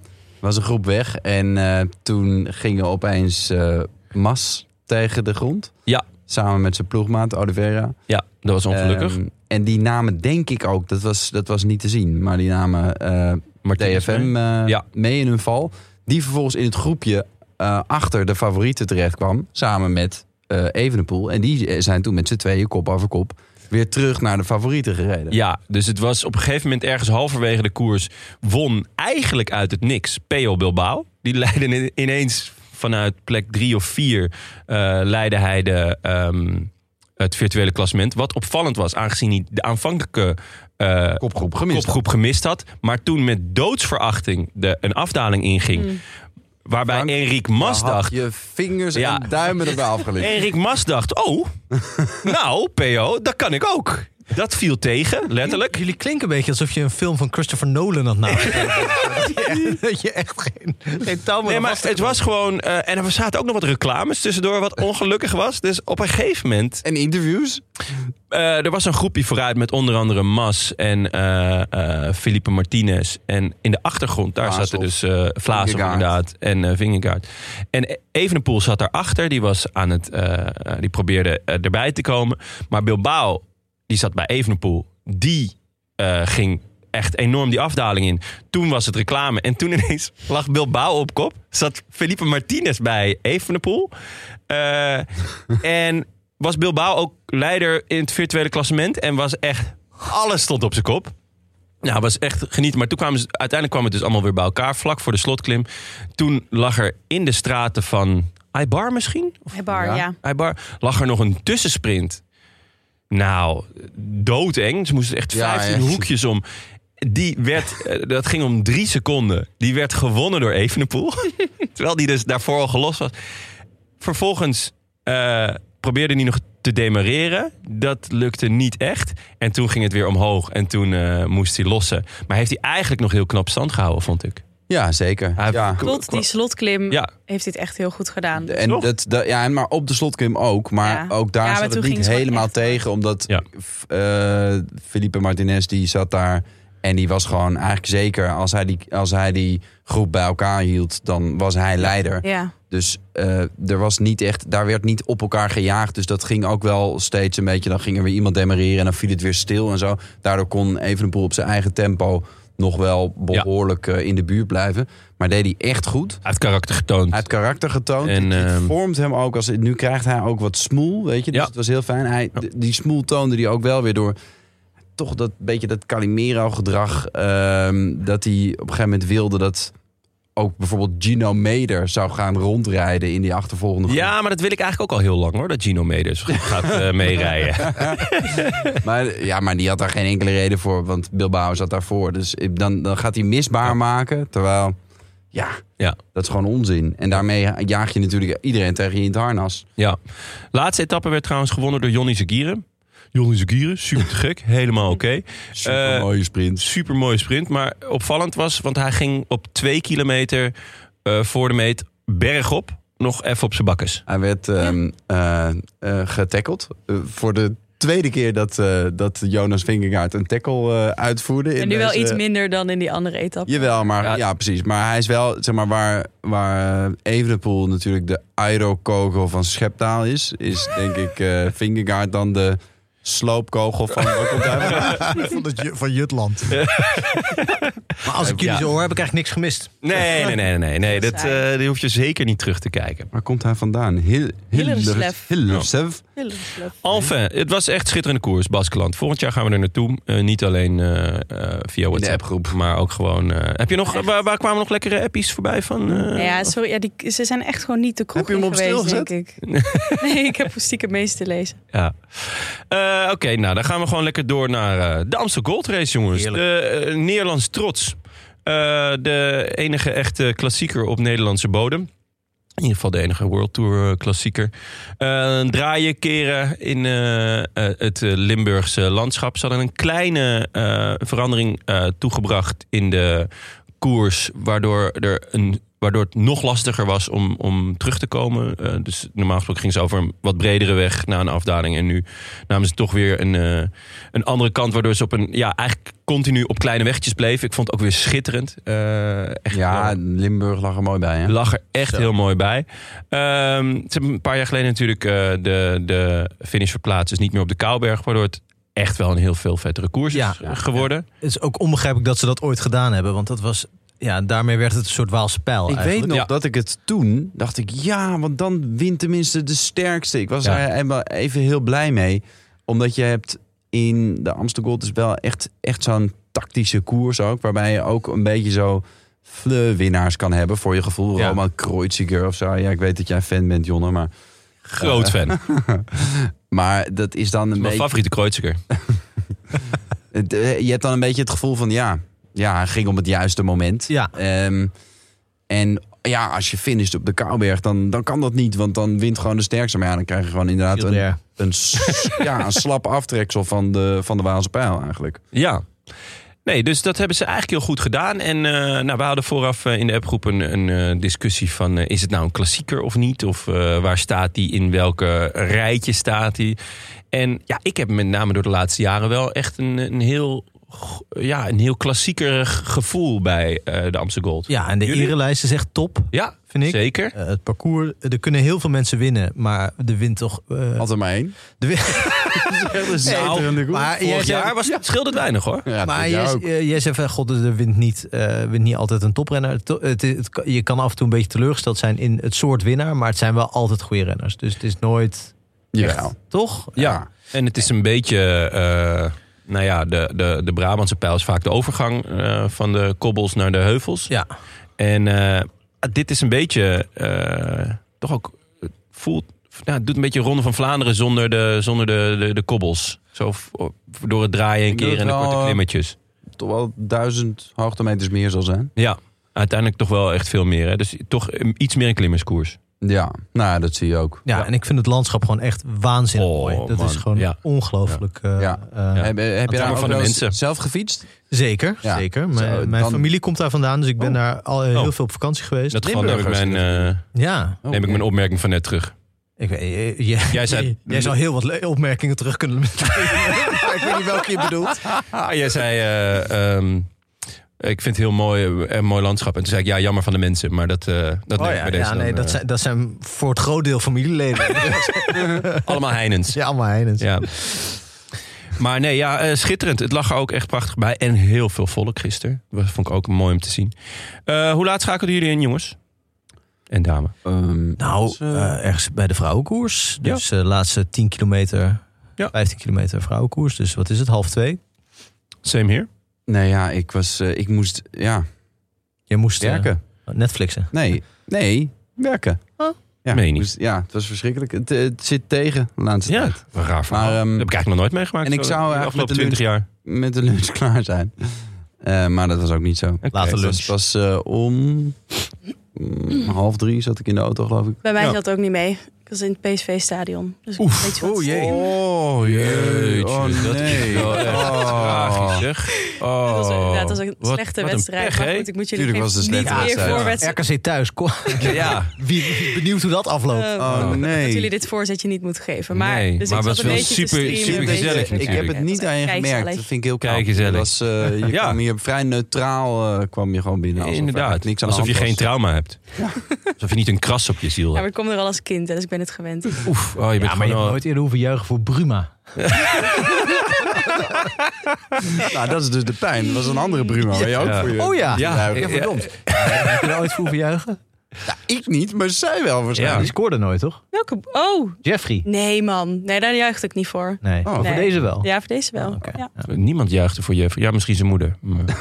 Speaker 5: was een groep weg. En eh, toen gingen opeens eh, Mas tegen de grond.
Speaker 1: Ja.
Speaker 5: Samen met zijn ploegmaat Oliveira.
Speaker 1: ja, dat was ongelukkig.
Speaker 5: Ehm, en die namen denk ik ook, dat was, dat was niet te zien. Maar die namen eh,
Speaker 1: Martinez
Speaker 5: DFM
Speaker 1: mee.
Speaker 5: eh,
Speaker 1: Ja.
Speaker 5: mee in hun val. Die vervolgens in het groepje eh, achter de favorieten terecht kwam. Samen met eh Evenepoel. En die eh, zijn toen met z'n tweeën kop over kop weer terug naar de favorieten gereden.
Speaker 1: Ja, dus het was op een gegeven moment ergens halverwege de koers. Won eigenlijk uit het niks Peo Bilbao. Die leidde in- ineens vanuit plek drie of vier. eh leidde hij de, ehm, het virtuele klassement. Wat opvallend was, aangezien hij de aanvankelijke eh,
Speaker 5: Kopgroep gemist.
Speaker 1: kopgroep gemist had. Maar toen met doodsverachting de, een afdaling inging. Waarbij
Speaker 5: Frank,
Speaker 1: Enrique Mas
Speaker 5: Daar had
Speaker 1: dacht...
Speaker 5: Je vingers
Speaker 1: Ja.
Speaker 5: en duimen erbij afgelicht.
Speaker 1: Erik Mas dacht, oh, nou, PO, dat kan ik ook. Dat viel tegen, letterlijk.
Speaker 2: Jullie klinken een beetje alsof je een film van Christopher Nolan had nagedacht. dat je echt geen, geen touw meer
Speaker 1: Nee,
Speaker 2: aan
Speaker 1: maar
Speaker 2: vast te
Speaker 1: het was gewoon... eh, en er zaten ook nog wat reclames tussendoor, wat ongelukkig was. Dus op een gegeven moment...
Speaker 5: En interviews.
Speaker 1: eh, er was een groepje vooruit met onder andere Mas en eh eh, Felipe Martinez. En in de achtergrond, daar
Speaker 5: Vlaashoff.
Speaker 1: zaten dus eh Vlaas
Speaker 5: Vingegaard.
Speaker 1: inderdaad en eh, Vingegaard. En Evenepoel zat daarachter. Die, was aan het, eh, eh, die probeerde eh, erbij te komen. Maar Bilbao, die zat bij Evenepoel. Die eh, ging echt enorm die afdaling in. Toen was het reclame. En toen ineens lag Bilbao op kop. Zat Felipe Martinez bij Evenepoel. Eh, en was Bilbao ook leider in het virtuele klassement. En was echt... Alles stond op zijn kop. Nou, was echt genieten. Maar toen kwamen ze, uiteindelijk kwam het dus allemaal weer bij elkaar. Vlak voor de slotklim. Toen lag er in de straten van Ibar misschien? Of
Speaker 6: Hey, Bar, ja.
Speaker 1: Ibar lag er nog een tussensprint. Nou, doodeng. Ze moesten echt
Speaker 5: Ja,
Speaker 1: 15
Speaker 5: ja.
Speaker 1: hoekjes om. Die werd, eh, dat ging om drie seconden. Die werd gewonnen door Evenepoel. Terwijl die dus daarvoor al gelost was. Vervolgens eh, probeerde hij nog te demareren. Dat lukte niet echt. En toen ging het weer omhoog. En toen eh, moest hij lossen. Maar heeft hij eigenlijk nog heel knap stand gehouden, vond ik.
Speaker 5: Ja, zeker.
Speaker 1: Hij
Speaker 5: ja.
Speaker 6: Tot die slotklim
Speaker 1: Ja.
Speaker 6: heeft dit echt heel goed gedaan.
Speaker 5: En
Speaker 1: Nog?
Speaker 5: dat, dat- ja, en maar op de slotklim ook. Maar
Speaker 6: Ja.
Speaker 5: ook daar
Speaker 6: Ja, maar
Speaker 5: zat
Speaker 6: toen
Speaker 5: het niet
Speaker 6: ging het
Speaker 5: helemaal
Speaker 6: gewoon echt
Speaker 5: tegen. Omdat
Speaker 1: Ja.
Speaker 5: f- eh, Felipe Martinez die zat daar. En die was gewoon eigenlijk zeker. Als hij die, als hij die groep bij elkaar hield, dan was hij leider.
Speaker 6: Ja.
Speaker 5: Dus eh, er was niet echt, daar werd niet op elkaar gejaagd. Dus dat ging ook wel steeds een beetje. Dan ging er weer iemand demareren en dan viel het weer stil en zo. Daardoor kon Evenepoel op zijn eigen tempo nog wel behoorlijk eh, in de buurt blijven. Maar deed hij echt goed.
Speaker 1: Hij heeft karakter getoond.
Speaker 5: Hij heeft karakter getoond.
Speaker 1: En,
Speaker 5: het
Speaker 1: ehm,
Speaker 5: vormt hem ook als. Nu krijgt hij ook wat smoel, weet je. Dus
Speaker 1: Ja.
Speaker 5: het was heel fijn. Hij,
Speaker 1: Ja.
Speaker 5: d- Die smoel toonde hij ook wel weer door. Toch dat beetje dat Calimero-gedrag. ehm, dat hij op een gegeven moment wilde dat ook bijvoorbeeld Gino Meder zou gaan rondrijden in die achtervolgende groep.
Speaker 1: Ja, maar dat wil ik eigenlijk ook al heel lang hoor. Dat Gino Medus gaat eh, meerijden.
Speaker 5: Maar, ja, maar die had daar geen enkele reden voor, want Bilbao zat daarvoor. Dus ik- dan, dan gaat hij misbaar maken, terwijl... Ja,
Speaker 1: Ja.
Speaker 5: dat is gewoon onzin. En daarmee jaag je natuurlijk iedereen tegen je in het harnas.
Speaker 1: ja. Laatste etappe werd trouwens gewonnen door Jonny Zagieren. Jonny Zagieren, super te gek. Helemaal oké. Eh,
Speaker 5: Super mooie sprint.
Speaker 1: Super mooie sprint. Maar opvallend was, want hij ging op twee kilometer eh, voor de meet bergop nog even op zijn bakkes.
Speaker 5: Hij werd ehm eh, eh, getackeld. Eh, voor de tweede keer dat, eh, dat Jonas Vingegaard een tackle eh, uitvoerde. in
Speaker 6: En nu wel
Speaker 5: deze-
Speaker 6: iets minder dan in die andere etappe.
Speaker 5: Jawel, maar ja.
Speaker 1: Ja.
Speaker 5: precies. Maar hij is wel, zeg maar, waar, waar eh, Evenepoel natuurlijk de aerokogel van Scheptaal is, is denk ik eh Vingegaard dan de sloopkogel van... waar komt hij vandaan?
Speaker 2: Van, het Ju- van Jutland. maar als ik jullie
Speaker 5: Ja.
Speaker 2: zo hoor, heb ik eigenlijk niks gemist.
Speaker 1: Nee, nee, nee, nee, nee. nee.
Speaker 6: Dat
Speaker 1: Dat,
Speaker 6: zei-
Speaker 1: eh, die hoef je zeker niet terug te kijken.
Speaker 5: Waar komt hij vandaan? Hil-
Speaker 6: Hillerslev.
Speaker 5: Hillerslev.
Speaker 6: Heel leuk.
Speaker 1: Enfin, het was echt schitterende koers, Baskeland. Volgend jaar gaan we er naartoe. Eh, niet alleen eh, eh, via WhatsApp-groep, maar ook gewoon... eh, heb je nog, waar, waar kwamen nog lekkere appies voorbij van? eh?
Speaker 6: Nou ja, sorry. Ja, die, ze zijn echt gewoon niet te kroeg
Speaker 5: Heb je hem
Speaker 6: in
Speaker 5: op
Speaker 6: geweest,
Speaker 5: stilgezet?
Speaker 6: denk ik. Nee, ik heb stiekem meest te lezen.
Speaker 1: Ja. Eh, Oké, nou dan gaan we gewoon lekker door naar eh, de Amsterdam Gold Race, jongens. De eh, Nederlands trots. Eh, de enige echte klassieker op Nederlandse bodem. In ieder geval de enige World Tour eh, klassieker. Eh, draaien, keren in eh, eh, het eh, Limburgse landschap. Ze hadden een kleine eh, verandering eh, toegebracht in de koers. Waardoor, er een, waardoor het nog lastiger was om, om terug te komen. Eh, dus normaal gesproken ging ze over een wat bredere weg naar een afdaling. En nu namen ze toch weer een, eh, een andere kant. Waardoor ze op een, ja, eigenlijk continu op kleine wegjes bleven. Ik vond het ook weer schitterend. Eh, echt
Speaker 5: Ja, Limburg lag er mooi bij. Hè?
Speaker 1: lag er echt
Speaker 2: Zo.
Speaker 1: heel mooi bij. Ehm, ze hebben een paar jaar geleden natuurlijk eh, de, de finish verplaatst. Dus niet meer op de Kouwberg. Waardoor het echt wel een heel veel vettere koers
Speaker 2: Ja.
Speaker 1: is eh, geworden.
Speaker 2: Het is ook onbegrijpelijk dat ze dat ooit gedaan hebben. Want dat was, ja, daarmee werd het een soort Waalse pijl.
Speaker 5: Ik
Speaker 2: eigenlijk.
Speaker 5: weet nog
Speaker 1: Ja.
Speaker 5: dat ik het toen dacht ik, ja, want dan wint tenminste de sterkste. Ik was
Speaker 1: Ja.
Speaker 5: daar helemaal even heel blij mee. Omdat je hebt in de Amsterdam Gold is wel echt, echt zo'n tactische koers ook. Waarbij je ook een beetje zo fleur winnaars kan hebben voor je gevoel.
Speaker 1: Ja.
Speaker 5: Roman Kreuziger of zo. Ja, ik weet dat jij fan bent, Jonne. Maar,
Speaker 1: Groot fan. Dat
Speaker 5: maar dat is dan
Speaker 1: is
Speaker 5: een
Speaker 1: Mijn
Speaker 5: beetje...
Speaker 1: favoriete kreuziger.
Speaker 5: Het, eh, Je hebt dan een beetje het gevoel van ja, ja hij ging op het juiste moment.
Speaker 2: Ja.
Speaker 5: Ehm, en ja, als je finisht op de Kouwberg, dan, dan kan dat niet. Want dan wint gewoon de sterkste. Maar ja, dan krijg je gewoon inderdaad een,
Speaker 2: Gilbert.
Speaker 5: een, s- ja, een slap aftreksel van de, van de Waalse pijl eigenlijk.
Speaker 1: Ja. Nee, dus dat hebben ze eigenlijk heel goed gedaan. En eh, nou, we hadden vooraf eh, in de appgroep een, een eh, discussie van... eh, is het nou een klassieker of niet? Of eh, waar staat die? In welke rijtje staat die? En ja, ik heb met name door de laatste jaren wel echt een, een heel... go- Ja, een heel klassiekerig gevoel bij eh, de Amsterdam Gold.
Speaker 2: Ja, en de
Speaker 1: Jullie?
Speaker 2: erenlijst is echt top,
Speaker 1: Ja,
Speaker 2: vind ik.
Speaker 1: zeker.
Speaker 2: Eh, het parcours, er kunnen heel veel mensen winnen, maar de wint toch... eh,
Speaker 5: Had er maar één.
Speaker 2: de win-
Speaker 5: Schitterende koers.
Speaker 2: maar jij
Speaker 1: Vorig
Speaker 2: zegt-
Speaker 1: jaar was, het scheelde weinig hoor.
Speaker 5: Ja,
Speaker 2: maar
Speaker 5: dit
Speaker 2: jij,
Speaker 5: jaar
Speaker 2: z-
Speaker 5: ook.
Speaker 2: eh, jij zegt, van, god, er wint niet, eh, wint niet altijd een toprenner. To- het, is- het kan- je kan af en toe een beetje teleurgesteld zijn in het soort winnaar, maar het zijn wel altijd goede renners. Dus het is nooit,
Speaker 5: Jawel.
Speaker 2: toch?
Speaker 1: Ja, en het is een beetje. eh, nou ja, de, de, de Brabantse pijl is vaak de overgang eh, van de kobbels naar de heuvels.
Speaker 2: Ja.
Speaker 1: En eh, dit is een beetje. eh, toch ook. Het voelt. Nou, het doet een beetje Ronde van Vlaanderen zonder de, zonder de, de, de kobbels. Zo v- door het draaien en
Speaker 5: Ik doe
Speaker 1: keren en de
Speaker 5: het wel,
Speaker 1: korte
Speaker 5: eh,
Speaker 1: klimmetjes.
Speaker 5: Toch wel duizend hoogtemeters meer zal zijn.
Speaker 1: Ja, uiteindelijk toch wel echt veel meer. Hè? Dus toch eh, iets meer een klimmerskoers.
Speaker 5: Ja, nou dat zie je ook.
Speaker 2: Ja, en ik vind het landschap gewoon echt waanzinnig
Speaker 1: Oh,
Speaker 2: mooi. Dat
Speaker 1: man.
Speaker 2: is gewoon
Speaker 1: Ja.
Speaker 2: ongelooflijk. eh,
Speaker 5: Ja.
Speaker 2: eh,
Speaker 5: Heb, heb je
Speaker 1: hangt
Speaker 5: daar ook
Speaker 1: van de
Speaker 5: wel eens
Speaker 1: mensen.
Speaker 5: zelf gefietst?
Speaker 2: Zeker,
Speaker 5: Ja.
Speaker 2: zeker.
Speaker 5: Zo,
Speaker 2: Mijn, mijn
Speaker 5: dan-
Speaker 2: familie komt daar vandaan, dus ik ben
Speaker 5: Oh.
Speaker 2: daar al eh, heel
Speaker 1: Oh.
Speaker 2: veel op vakantie geweest.
Speaker 1: Dat geval neem ik
Speaker 5: Limburgers
Speaker 1: mijn,
Speaker 5: in
Speaker 1: eh,
Speaker 2: Ja.
Speaker 5: Oh,
Speaker 1: neem ik
Speaker 5: ja.
Speaker 1: mijn opmerking van net terug.
Speaker 2: Ik weet, eh, jij,
Speaker 1: Jij zei-
Speaker 2: jij zou heel wat le- opmerkingen terug kunnen. maar ik weet niet welke je bedoelt.
Speaker 1: Ah, jij zei. eh, ehm, Ik vind het heel mooi, eh, een mooi landschap. En toen zei ik, ja, jammer van de mensen. Maar dat, eh, dat
Speaker 2: Oh
Speaker 1: neem ik
Speaker 2: ja,
Speaker 1: bij deze
Speaker 2: ja,
Speaker 1: dan,
Speaker 2: nee, dat,
Speaker 1: eh,
Speaker 2: zijn, dat zijn voor het groot deel familieleden.
Speaker 1: Allemaal Heinens.
Speaker 2: ja, allemaal Heinens.
Speaker 1: Ja. Maar nee, ja, eh, schitterend. Het lag er ook echt prachtig bij. En heel veel volk gisteren. Dat vond ik ook mooi om te zien. Eh, hoe laat schakelden jullie in, jongens? En dame.
Speaker 5: Ehm,
Speaker 2: Nou,
Speaker 5: Dus, eh,
Speaker 2: eh, ergens bij de vrouwenkoers. Dus de laatste 10 kilometer,
Speaker 1: Ja.
Speaker 2: 15 kilometer vrouwenkoers. Dus wat is het, half twee?
Speaker 1: Same hier.
Speaker 5: nee, ja, ik, was, eh, ik moest ja,
Speaker 2: Je moest eh,
Speaker 5: werken.
Speaker 2: Netflixen.
Speaker 5: Nee, nee, werken. Oh. Ja,
Speaker 1: Meen je
Speaker 5: ik
Speaker 1: niet?
Speaker 5: moest- ja, het was verschrikkelijk. Het, eh, het zit tegen de laatste
Speaker 1: Ja,
Speaker 5: tijd.
Speaker 1: een raar verhaal.
Speaker 5: Maar, ehm,
Speaker 1: dat heb ik eigenlijk nog nooit meegemaakt.
Speaker 5: en ik
Speaker 1: zo
Speaker 5: zou
Speaker 1: in de
Speaker 5: eigenlijk
Speaker 1: afgelopen
Speaker 5: met de
Speaker 1: 20 jaar.
Speaker 5: Met de lunch klaar zijn. Eh, maar dat was ook niet zo.
Speaker 2: Later
Speaker 1: Oké.
Speaker 2: lunch.
Speaker 5: Het was eh, om mm, half drie zat ik in de auto, geloof ik.
Speaker 6: Bij mij
Speaker 1: Ja.
Speaker 6: zat ook niet mee. Ik was in het PSV-stadion. Dus ik weet je wat.
Speaker 5: Oh jee.
Speaker 1: Oh,
Speaker 5: Oh
Speaker 1: dat is
Speaker 5: nee.
Speaker 1: wel echt tragisch, zeg. Oh.
Speaker 6: Het was, inderdaad, het was een
Speaker 1: Wat-
Speaker 6: slechte
Speaker 1: wat een
Speaker 6: wedstrijd.
Speaker 1: pech,
Speaker 6: maar
Speaker 1: hè?
Speaker 6: goed, ik moet jullie
Speaker 5: Tuurlijk
Speaker 6: geen-
Speaker 5: was het een
Speaker 6: niet
Speaker 5: slechte
Speaker 6: weer
Speaker 5: wedstrijd.
Speaker 6: voor wedstrijd.
Speaker 2: RKC thuis. Kom-
Speaker 1: Ja,
Speaker 2: Wie, benieuwd hoe dat afloopt.
Speaker 6: eh,
Speaker 5: Oh
Speaker 6: Dat
Speaker 5: nee.
Speaker 6: jullie dit voorzetje niet moeten geven. Maar,
Speaker 1: Nee,
Speaker 6: dus
Speaker 1: maar het
Speaker 6: ik zat
Speaker 1: was
Speaker 6: een
Speaker 1: wel
Speaker 6: beetje
Speaker 1: super-
Speaker 6: te streamen,
Speaker 1: super
Speaker 6: een beetje-
Speaker 1: gezellig
Speaker 5: Ik heb
Speaker 1: natuurlijk.
Speaker 5: het niet aan je gemerkt. Dat vind ik heel knap.
Speaker 1: Kijkgezellig.
Speaker 5: Was, eh, je
Speaker 1: Ja.
Speaker 5: kwam hier vrij neutraal eh, kwam je gewoon binnen. Alsof er
Speaker 1: inderdaad.
Speaker 5: echt niks aan de
Speaker 1: Alsof je
Speaker 5: hand
Speaker 1: geen
Speaker 5: was.
Speaker 1: trauma hebt. Alsof je niet een kras op je ziel
Speaker 6: Ja, maar
Speaker 1: hebt.
Speaker 6: ik kom er al als kind, hè, dus ik ben het gewend.
Speaker 1: Oef, oh, je bent
Speaker 2: ja, maar je
Speaker 1: gewoon
Speaker 2: hebt
Speaker 1: al-
Speaker 2: nooit eerder hoeven juichen voor Bruma.
Speaker 5: Nou, dat is dus de pijn. Dat was een andere Bruno. waar je ook
Speaker 1: Ja.
Speaker 5: voor je-
Speaker 2: Oh ja.
Speaker 5: Ja,
Speaker 1: Ja, ja,
Speaker 2: verdomd. Heb je er ooit voor hoeven juichen?
Speaker 5: Ik niet, maar zij wel
Speaker 2: Ja. Die
Speaker 5: waarschijnlijk.
Speaker 2: scoorde nooit, toch?
Speaker 6: Welke? Oh,
Speaker 2: Jeffrey?
Speaker 6: nee man. Nee, daar juicht ik niet voor.
Speaker 2: Nee.
Speaker 5: Oh.
Speaker 2: Voor
Speaker 6: Nee.
Speaker 2: deze wel.
Speaker 6: Ja, voor deze wel.
Speaker 2: Oké.
Speaker 6: Ja.
Speaker 1: Niemand juichte voor Jeff. Ja, misschien zijn moeder. maar- Eh,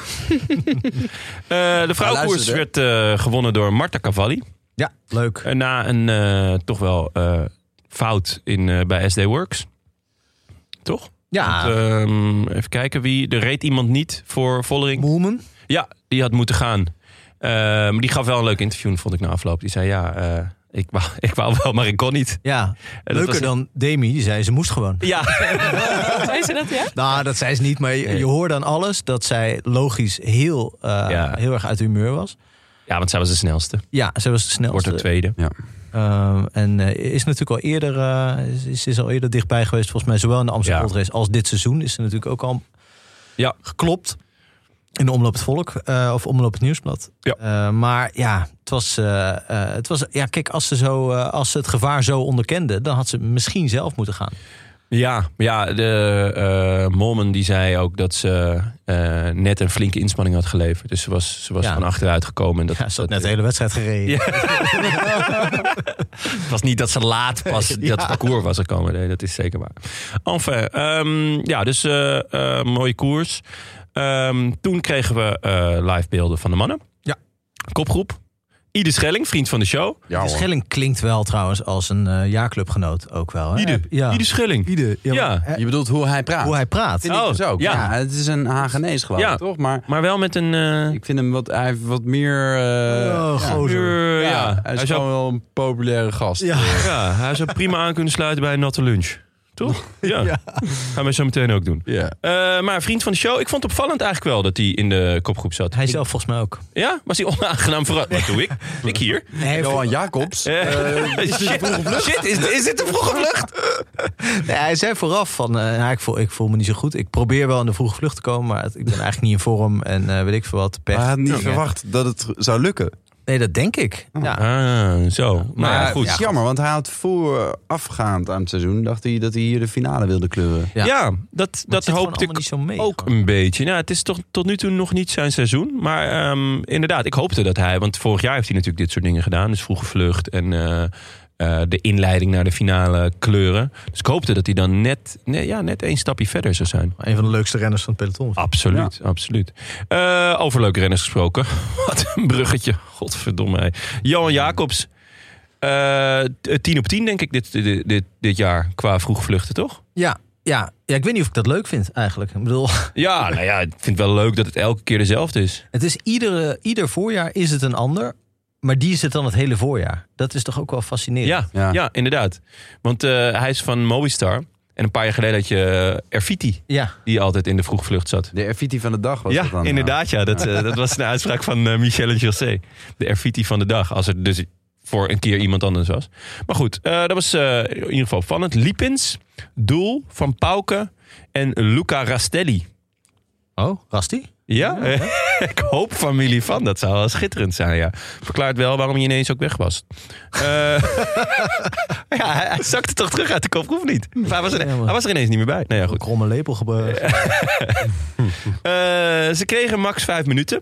Speaker 1: de vrouwenkoers
Speaker 5: luister, hè.
Speaker 1: werd eh, gewonnen door Marta Cavalli.
Speaker 2: Ja, leuk.
Speaker 1: Eh, Na een eh, toch wel eh, fout in, eh, bij SD Works. Toch?
Speaker 5: Ah.
Speaker 2: Ja,
Speaker 1: Want, ehm, even kijken wie. Er reed iemand niet voor Vollering.
Speaker 2: Moemen.
Speaker 1: Ja, die had moeten gaan. Eh, maar die gaf wel een leuk interview, vond ik na afloop. Die zei: Ja, eh, ik, wou, ik wou wel, maar ik kon niet.
Speaker 2: Ja,
Speaker 1: dat
Speaker 2: leuker
Speaker 1: was-
Speaker 2: dan Demi. Die zei, ze moest gewoon.
Speaker 1: Ja,
Speaker 6: Zei ze Oh, dat, ja?
Speaker 2: Nou, dat zei ze niet, maar je, je hoorde aan alles dat zij logisch heel, eh,
Speaker 1: Ja.
Speaker 2: heel erg uit hun humeur was.
Speaker 1: ja want zij was de snelste.
Speaker 2: Ja, ze was de
Speaker 1: Wordt
Speaker 2: snelste.
Speaker 1: er tweede.
Speaker 2: Ehm, en eh, is natuurlijk al eerder, eh, is- is, is al eerder dichtbij geweest, volgens mij, zowel in de Amsterdam
Speaker 1: Ja.
Speaker 2: Gold Race als dit seizoen. Is ze natuurlijk ook al
Speaker 1: Ja.
Speaker 2: geklopt in de Omloop het Volk eh, of Omloop het Nieuwsblad.
Speaker 1: Ja.
Speaker 2: Eh, maar ja, het was, eh, eh, het was, ja, kijk, als ze, zo, eh, als ze het gevaar zo onderkende, dan had ze misschien zelf moeten gaan.
Speaker 1: Ja, ja de eh Molman die zei ook dat ze eh, net een flinke inspanning had geleverd. Dus ze was, ze was
Speaker 2: Ja.
Speaker 1: van achteruit gekomen. En dat,
Speaker 2: Ja, ze
Speaker 1: dat-
Speaker 2: had
Speaker 1: eh,
Speaker 2: net de hele wedstrijd gereden.
Speaker 1: Ja. Het was niet dat ze laat pas dat het parcours was gekomen. Nee, dat is zeker waar. Enfin, ehm, ja, dus eh, eh, mooie koers. Ehm, toen kregen we eh, live beelden van de mannen.
Speaker 2: Ja.
Speaker 1: Kopgroep. Ide Schelling, vriend van de show.
Speaker 5: Ja,
Speaker 2: De
Speaker 5: hoor.
Speaker 2: Schelling klinkt wel trouwens als een eh, jaarclubgenoot ook wel. Hè?
Speaker 1: Ide,
Speaker 2: Ja.
Speaker 1: Ide Schelling.
Speaker 2: Ieder. Ja.
Speaker 1: Ja.
Speaker 2: maar, eh,
Speaker 5: Je bedoelt hoe hij praat.
Speaker 2: Hoe hij praat.
Speaker 5: Vind ik
Speaker 1: Oh,
Speaker 5: dus ook.
Speaker 1: ja.
Speaker 5: Ja. het is een Hagenees geloof ik,
Speaker 1: Ja.
Speaker 5: toch? Maar
Speaker 1: Maar wel met een... eh,
Speaker 5: ik vind hem wat, hij heeft wat meer... eh,
Speaker 2: Oh,
Speaker 5: ja.
Speaker 2: gozer.
Speaker 1: puur-
Speaker 5: Ja,
Speaker 1: ja,
Speaker 5: hij is
Speaker 1: zou-
Speaker 5: gewoon wel een populaire gast.
Speaker 2: Ja.
Speaker 1: Ja, hij zou prima aan kunnen sluiten bij een natte lunch. Toch? Ja. Gaan we zo meteen ook doen.
Speaker 5: Ja.
Speaker 1: Eh, maar vriend van de show, ik vond het opvallend eigenlijk wel dat hij in de kopgroep zat.
Speaker 2: Hij
Speaker 1: Ik-
Speaker 2: zelf volgens mij ook.
Speaker 1: Ja? Was hij onaangenaam verrast? Wat doe ik? Ik hier?
Speaker 2: Nee,
Speaker 5: Johan Jacobs.
Speaker 1: Eh, shit, shit, is, is dit de vroege vlucht?
Speaker 2: Nee, hij zei vooraf van, eh, nou, ik, voel, ik voel me niet zo goed. Ik probeer wel aan de vroege vlucht te komen, maar het- ik ben eigenlijk niet in vorm. En eh, weet ik veel wat, pech.
Speaker 5: Maar hij had niet
Speaker 2: Ja.
Speaker 5: verwacht dat het zou lukken.
Speaker 2: Nee, dat denk ik. Ja.
Speaker 1: Ah, zo. Maar,
Speaker 5: Maar
Speaker 1: ja,
Speaker 5: Eh, het
Speaker 1: goed.
Speaker 5: is jammer, want hij had voorafgaand aan het seizoen... dacht hij dat hij hier de finale wilde kleuren.
Speaker 1: Ja,
Speaker 2: Ja.
Speaker 1: dat,
Speaker 2: Maar het
Speaker 1: dat
Speaker 2: zit gewoon
Speaker 1: hoopte
Speaker 2: allemaal
Speaker 1: ik
Speaker 2: niet zo mee.
Speaker 1: ook een beetje. Nou, het is toch tot nu toe nog niet zijn seizoen. Maar ehm, inderdaad, ik hoopte dat hij... Want vorig jaar heeft hij natuurlijk dit soort dingen gedaan. Dus vroege vlucht en eh, eh, de inleiding naar de finale kleuren. Dus ik hoopte dat hij dan net, nee, ja, net één stapje verder zou zijn.
Speaker 2: Een van de leukste renners van het peloton.
Speaker 1: Absoluut, absoluut. Eh, over leuke renners gesproken. Wat een bruggetje. Godverdomme. hé. Johan Jacobs. Eh, t- 10 op 10 denk ik dit, dit, dit, dit jaar qua vroeg vluchten, toch?
Speaker 2: Ja, ja. ja, ik weet niet of ik dat leuk vind eigenlijk. Ik bedoel,
Speaker 1: Ja, nou ja, ik vind het wel leuk dat het elke keer dezelfde is.
Speaker 2: het is iedere, ieder voorjaar is het een ander. Maar die is het dan het hele voorjaar. Dat is toch ook wel fascinerend.
Speaker 1: Ja, ja.
Speaker 5: Ja.
Speaker 1: inderdaad. Want eh, hij is van Movistar. En een paar jaar geleden had je eh, Erfiti,
Speaker 2: Ja.
Speaker 1: die altijd in de vroegvlucht zat.
Speaker 5: De Erfiti van de dag was dat
Speaker 1: ja,
Speaker 5: dan.
Speaker 1: inderdaad. Ja. Dat, eh, dat was een uitspraak van eh, Michel en José. De Erfiti van de dag. Als er dus voor een keer iemand anders was. Maar goed, eh, dat was eh, in ieder geval van het. Liepins, Doel, Van Pauken en Luca Rastelli.
Speaker 2: Oh, Rasti?
Speaker 1: Ja, ik hoop familie van. Dat zou wel schitterend zijn, ja. Verklaart wel waarom hij ineens ook weg was. Eh, ja, hij, hij zakte toch terug uit de kop, of niet? Of hij, was er, hij was er ineens niet meer bij. Nou ja, goed.
Speaker 2: Kromme lepel gebeuren.
Speaker 1: Eh, ze kregen max vijf minuten.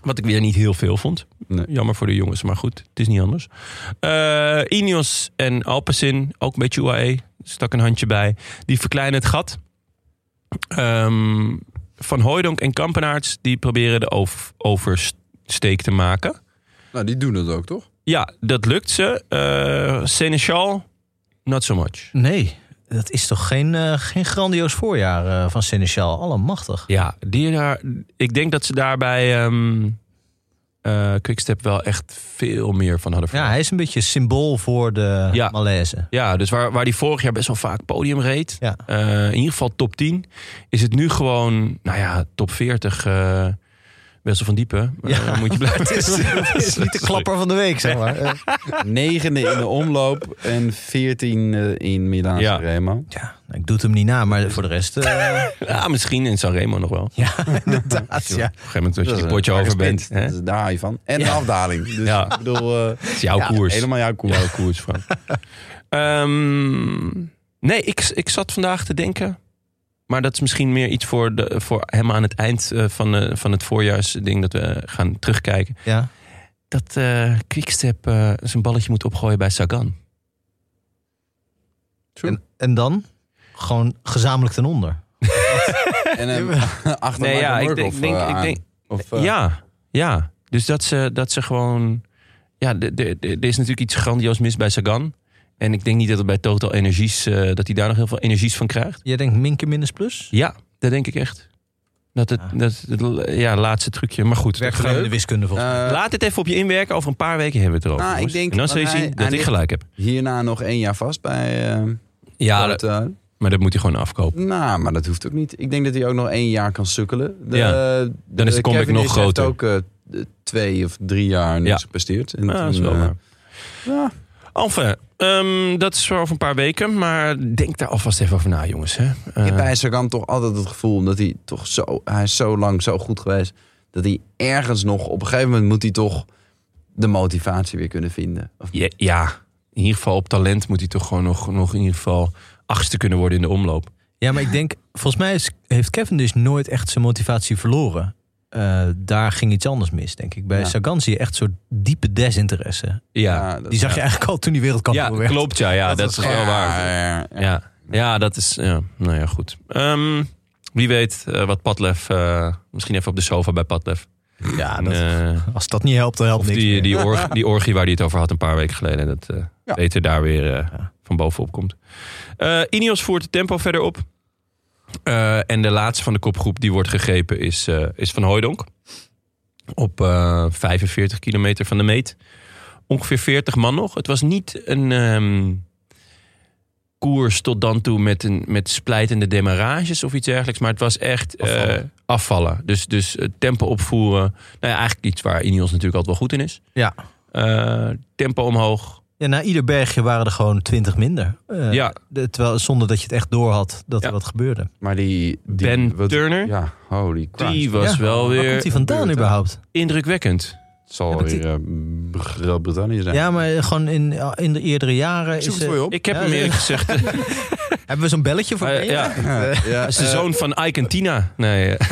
Speaker 1: Wat ik weer niet heel veel vond.
Speaker 5: Nee.
Speaker 1: Jammer voor de jongens, maar goed, het is niet anders. Eh Ineos en Alpecin, ook een beetje UAE, stak een handje bij. Die verkleinen het gat. Ehm, Van Hooydonk en Kampenaerts, die proberen de ov- oversteek te maken.
Speaker 5: Nou, die doen dat ook, toch?
Speaker 1: Ja, dat lukt ze. Eh Seneschal, not so much.
Speaker 2: Nee, dat is toch geen, eh, geen grandioos voorjaar eh, van Seneschal. Allemachtig.
Speaker 1: Ja, die daar, ik denk dat ze daarbij ehm eh, Quickstep wel echt veel meer van hadden
Speaker 2: Ja, hij is een beetje symbool voor de
Speaker 1: Ja.
Speaker 2: malaise.
Speaker 1: Ja, dus waar, waar die vorig jaar best wel vaak podium reed.
Speaker 2: Ja.
Speaker 1: eh, in ieder geval top 10. Is het nu gewoon, nou ja, top 40. eh Wessel van Diepen. Eh,
Speaker 2: Ja.
Speaker 1: moet je blijven.
Speaker 2: Het is, het is niet de klapper van de week, zeg maar. Eh,
Speaker 5: Negende in de omloop en veertiende in Milaan
Speaker 1: Ja.
Speaker 5: Remo.
Speaker 2: Ja, nou, ik doe het hem niet na, maar voor de rest... eh,
Speaker 1: Ja, misschien in Sanremo nog wel. Op
Speaker 2: ja, inderdaad. Ja.
Speaker 1: een gegeven moment als
Speaker 5: Dat
Speaker 1: je
Speaker 5: is
Speaker 1: een
Speaker 5: een
Speaker 1: potje
Speaker 5: harde
Speaker 1: over bent.
Speaker 5: sprint.
Speaker 1: Hè?
Speaker 5: Dat is- dus Daar haal je van. En de
Speaker 1: Ja.
Speaker 5: afdaling. Dus
Speaker 1: Ja.
Speaker 5: ik bedoel, eh,
Speaker 1: Het is jouw koers.
Speaker 5: helemaal jouw koers.
Speaker 1: Jouw koers, Frank. Ehm, nee, ik, ik zat vandaag te denken. Maar dat is misschien meer iets voor, de, voor helemaal aan het eind eh, van, eh, van het voorjaarsding dat we gaan terugkijken.
Speaker 2: Ja.
Speaker 1: dat eh Quickstep eh, zijn balletje moet opgooien bij Sagan.
Speaker 2: En, en dan? Gewoon gezamenlijk ten onder.
Speaker 5: En hem achter
Speaker 1: Nee, ja,
Speaker 5: Michael
Speaker 1: ik
Speaker 5: Murkoff,
Speaker 1: denk- denk-
Speaker 5: eh,
Speaker 1: ik
Speaker 5: aan.
Speaker 1: denk-
Speaker 5: Of, eh,
Speaker 1: Ja, ja. Dus dat ze, dat ze gewoon... Ja, d- d- d- er is natuurlijk iets grandioos mis bij Sagan. En ik denk niet dat het bij Total Energies... eh, dat hij daar nog heel veel energies van krijgt.
Speaker 2: Jij denkt minke minus plus?
Speaker 1: Ja, dat denk ik echt. Dat het,
Speaker 2: Ja.
Speaker 1: dat het ja, laatste trucje. Maar goed,
Speaker 2: Werkt gewoon in de wiskunde volgens mij.
Speaker 5: eh,
Speaker 1: laat het even op je inwerken. Over een paar weken hebben we het erover.
Speaker 5: Nou, ik
Speaker 1: jongens.
Speaker 5: denk-
Speaker 1: en dan zul je
Speaker 5: want hij-
Speaker 1: zien dat
Speaker 5: hij
Speaker 1: ik
Speaker 5: ligt-
Speaker 1: geleid heb.
Speaker 5: hierna nog één jaar vast bij... eh,
Speaker 1: Ja,
Speaker 5: Port, eh,
Speaker 1: maar dat moet hij gewoon afkopen.
Speaker 5: Nou, maar dat hoeft ook niet. Ik denk dat hij ook nog één jaar kan sukkelen. De,
Speaker 1: Ja.
Speaker 5: de
Speaker 1: Dan is de comeback
Speaker 5: Cavendish
Speaker 1: nog groter.
Speaker 5: heeft ook eh, twee of drie jaar niks
Speaker 1: Ja.
Speaker 5: gepresteerd. En
Speaker 1: Ja, dat is
Speaker 5: toen,
Speaker 1: wel
Speaker 5: eh,
Speaker 1: waar.
Speaker 5: ja.
Speaker 1: Enfin, ehm, dat is voor over een paar weken. Maar denk daar alvast even over na, jongens. Hè?
Speaker 5: Ik heb
Speaker 1: Eh,
Speaker 5: bij Sagan toch altijd het gevoel, omdat hij toch zo, hij is zo lang zo goed geweest, dat hij ergens nog, op een gegeven moment moet hij toch de motivatie weer kunnen vinden. Of,
Speaker 1: Ja, ja, in ieder geval op talent moet hij toch gewoon nog, nog in ieder geval achtste kunnen worden in de omloop.
Speaker 2: Ja, maar ik denk, volgens mij is, heeft Cavendish nooit echt zijn motivatie verloren. Eh, daar ging iets anders mis, denk ik. Bij
Speaker 5: Ja.
Speaker 2: Sagan zie je echt zo'n diepe desinteresse.
Speaker 1: Ja,
Speaker 5: dat-
Speaker 2: Die zag je eigenlijk al toen hij
Speaker 1: ja
Speaker 2: wereldkampioen werd.
Speaker 1: klopt. Ja, ja dat, is wel waar.
Speaker 5: Ja, ja.
Speaker 1: Ja, ja dat is. Ja, nou ja, goed. Ehm, wie weet eh, wat Padlef. eh, misschien even op de sofa bij Padlef.
Speaker 2: Ja,
Speaker 1: En,
Speaker 2: dat,
Speaker 1: eh,
Speaker 2: als dat niet helpt, dan helpt
Speaker 1: of
Speaker 2: niks
Speaker 1: die,
Speaker 2: meer.
Speaker 1: die, org- die orgie waar hij het over had een paar weken geleden. Dat eh
Speaker 5: Ja.
Speaker 1: beter daar weer eh, van bovenop komt. Eh Ineos voert het tempo verder op. Eh, en de laatste van de kopgroep die wordt gegrepen is, eh, is Van Hooijdonk. Op eh, 45 kilometer van de meet. Ongeveer 40 man nog. Het was niet een ehm, koers tot dan toe met, een, met splijtende demarages of iets dergelijks. Maar het was echt eh, afvallen. Dus, dus het tempo opvoeren. Nou ja, eigenlijk iets waar Ineos natuurlijk altijd wel goed in is.
Speaker 2: Ja.
Speaker 1: Eh, tempo omhoog.
Speaker 2: Ja, na ieder bergje waren er gewoon twintig minder. Eh,
Speaker 1: ja,
Speaker 2: de- terwijl, zonder dat je het echt door had dat
Speaker 1: Ja.
Speaker 2: er wat gebeurde.
Speaker 5: Maar die, die
Speaker 1: Ben
Speaker 5: wat-
Speaker 1: Turner.
Speaker 5: Ja, holy crap.
Speaker 1: Die was
Speaker 2: Ja,
Speaker 1: wel
Speaker 2: Waar komt
Speaker 1: weer
Speaker 2: hij vandaan
Speaker 5: gebeurd, hè?
Speaker 2: überhaupt?
Speaker 1: indrukwekkend.
Speaker 5: Het zal
Speaker 2: Ja, dat die-
Speaker 5: weer eh, B- Groot-Brittannië zijn.
Speaker 2: Ja, maar gewoon in, in de eerdere jaren...
Speaker 5: Zoek
Speaker 2: Is,
Speaker 5: het voor
Speaker 2: eh,
Speaker 5: je op.
Speaker 1: Ik heb
Speaker 2: Ja,
Speaker 1: hem
Speaker 2: dat-
Speaker 1: eerlijk gezegd. eh,
Speaker 2: hebben we zo'n belletje voor
Speaker 1: eh,
Speaker 2: je?
Speaker 1: ja,
Speaker 5: Ja,
Speaker 1: dat is de zoon van Ike en Tina. Eh, Nee, eh,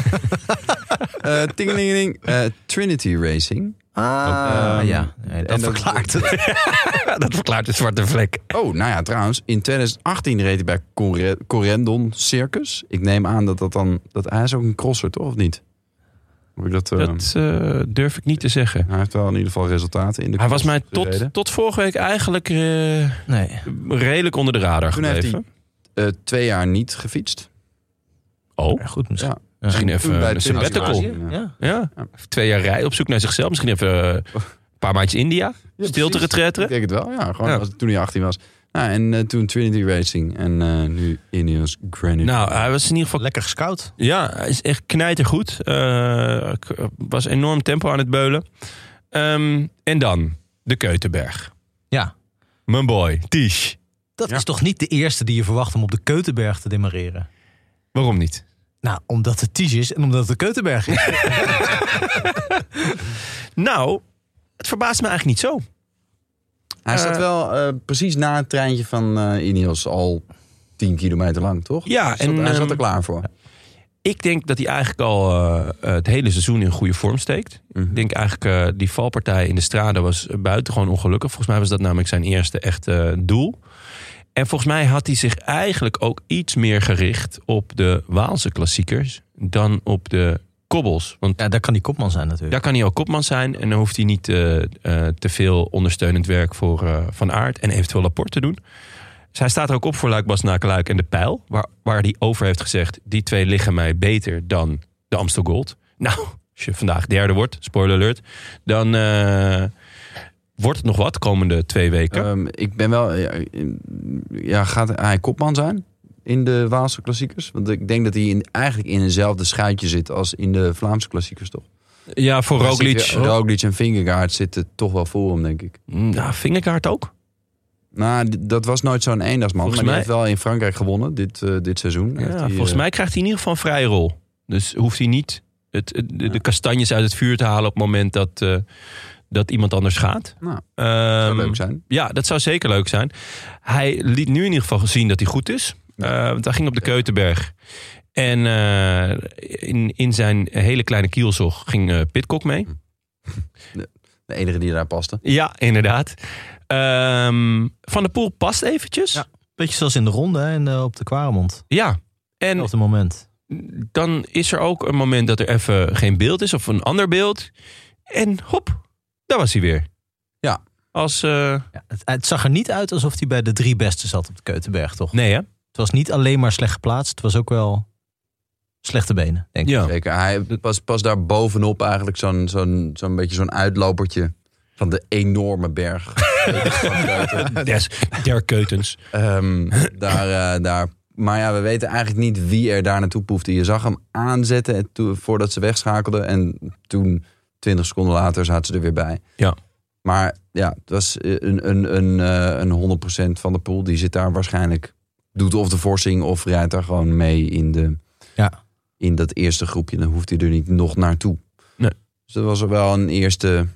Speaker 5: eh, eh, tingelingeling, eh, Trinity Racing.
Speaker 2: Ah,
Speaker 5: Ehm,
Speaker 2: ja. Nee, dat
Speaker 5: en dat-
Speaker 2: verklaart het.
Speaker 1: dat verklaart de zwarte vlek.
Speaker 5: Oh, nou ja, trouwens, in 2018 reed hij bij Corre- Corendon Circus. Ik neem aan dat dat dan... Dat, hij is ook een crosser, toch? Of niet? Heb ik dat... eh,
Speaker 1: Dat eh, durf ik niet te zeggen.
Speaker 5: Hij heeft wel in ieder geval resultaten in de
Speaker 1: Hij was
Speaker 5: cross
Speaker 1: mij
Speaker 5: gereden.
Speaker 1: tot, tot vorige week eigenlijk eh,
Speaker 2: Nee.
Speaker 1: redelijk onder de radar
Speaker 5: Toen heeft
Speaker 1: gebleven.
Speaker 5: Eh, twee jaar niet gefietst.
Speaker 1: Oh,
Speaker 2: Ja, goed, misschien.
Speaker 5: Ja.
Speaker 1: misschien
Speaker 5: Toen
Speaker 1: even
Speaker 5: bij
Speaker 1: een
Speaker 5: Trinity
Speaker 1: sabbatical.
Speaker 5: Racing, ja.
Speaker 2: Ja.
Speaker 1: Ja. Even Twee jaar rij op zoek naar zichzelf. Misschien even eh, een paar maandjes India.
Speaker 5: Ja,
Speaker 1: Stilte
Speaker 5: precies.
Speaker 1: retreateren.
Speaker 5: Ik denk het wel, ja. Gewoon
Speaker 1: Ja.
Speaker 5: Als, toen hij 18 was. Nou, en eh, toen Trinity Racing en eh, nu Ineos Granite.
Speaker 1: Nou, hij was in ieder geval
Speaker 2: Lekker gescout.
Speaker 1: Ja, hij is echt knijtergoed. Eh, k- was enorm tempo aan het beulen. Ehm, en dan de Keutenberg.
Speaker 2: Ja.
Speaker 1: Mijn boy, Tisch.
Speaker 2: Dat
Speaker 5: Ja.
Speaker 2: is toch niet de eerste die je verwacht om op de Keutenberg te demareren?
Speaker 1: Waarom niet?
Speaker 2: Nou, omdat het Ties is en omdat het Keutenberg is.
Speaker 1: Nou, het verbaast me eigenlijk niet zo.
Speaker 5: Hij staat wel eh, precies na het treintje van eh Ineos al 10 kilometer lang, toch?
Speaker 1: Ja,
Speaker 5: Hij zat-
Speaker 1: en,
Speaker 5: hij zat er
Speaker 1: ehm,
Speaker 5: klaar voor.
Speaker 1: Ik denk dat hij eigenlijk al eh, eh, het hele seizoen in goede vorm steekt. Ik denk eigenlijk eh, die valpartij in de strade was buitengewoon ongelukkig. Volgens mij was dat namelijk zijn eerste echte eh, doel. En volgens mij had hij zich eigenlijk ook iets meer gericht op de Waalse klassiekers dan op de kobbels. Want
Speaker 2: Ja, daar kan die kopman zijn natuurlijk.
Speaker 1: daar kan hij al kopman zijn. En dan hoeft hij niet eh, eh, te veel ondersteunend werk voor eh, Van Aert en eventueel rapport te doen. Dus hij staat er ook op voor Luik, Bas, Luik en de Pijl. Waar, waar hij over heeft gezegd, die twee liggen mij beter dan de Amstel Gold. Nou, als je vandaag derde wordt, spoiler alert, dan eh, wordt het nog wat komende twee weken.
Speaker 5: Ehm, ik ben wel. Ja, ja, gaat hij kopman zijn in de Waalse klassiekers? Want ik denk dat hij in, eigenlijk in eenzelfde schuitje zit als in de Vlaamse klassiekers, toch?
Speaker 1: Eh, ja, voor Roglic.
Speaker 5: Zit- Roglic en Vingegaard zitten toch wel voor hem, denk ik.
Speaker 1: Nou, Vingerkaart ook.
Speaker 5: Nou, d- dat was nooit zo'n eendagsman.
Speaker 1: Volgens
Speaker 5: maar
Speaker 1: mij-
Speaker 5: die heeft wel in Frankrijk gewonnen dit, eh, dit seizoen.
Speaker 1: Ja,
Speaker 5: Heeft hij,
Speaker 1: volgens
Speaker 5: eh,
Speaker 1: mij krijgt hij in ieder geval een vrije rol. Dus hoeft hij niet het, het- de, de kastanjes uit het vuur te halen op het moment dat, eh, dat iemand anders gaat.
Speaker 5: Nou,
Speaker 1: Ehm,
Speaker 5: zou leuk zijn.
Speaker 1: Ja, dat zou zeker leuk zijn. Hij liet nu in ieder geval zien dat hij goed is. Eh, want hij ging op de Keutenberg. En eh, in, in zijn hele kleine kielzog ging eh Pitcock mee.
Speaker 5: Hm. De enige die daar paste.
Speaker 1: Ja, inderdaad. Ehm, Van der Poel past eventjes. Ja.
Speaker 2: Ja. Beetje zoals in de ronde hè, in de- op de Quaremont.
Speaker 1: En
Speaker 2: Op het moment.
Speaker 1: dan is er ook een moment dat er even geen beeld is of een ander beeld. En hop, daar was hij weer.
Speaker 5: Ja.
Speaker 1: Als, eh,
Speaker 2: Ja, het, het zag er niet uit alsof hij bij de drie beste zat op de Keutenberg, toch?
Speaker 1: nee hè?
Speaker 2: Het was niet alleen maar slecht geplaatst. Het was ook wel slechte benen, denk ik.
Speaker 1: Ja.
Speaker 5: Zeker. Hij was pas daar bovenop eigenlijk zo'n zo'n zo'n beetje zo'n uitlopertje van de enorme berg.
Speaker 1: Des, der keutens.
Speaker 5: Ehm, daar, eh, daar. Maar ja, we weten eigenlijk niet wie er daar naartoe poefde. Je zag hem aanzetten en toen- voordat ze wegschakelde. En toen, 20 seconden later, zaten ze er weer bij.
Speaker 1: Ja.
Speaker 5: Maar ja, het was een, een, een, eh, een 100% van de pool. Die zit daar waarschijnlijk, doet of de forsing of rijdt daar gewoon mee in, de,
Speaker 2: Ja.
Speaker 5: in dat eerste groepje. Dan hoeft hij er niet nog naartoe.
Speaker 1: Nee.
Speaker 5: Dus dat was wel een eerste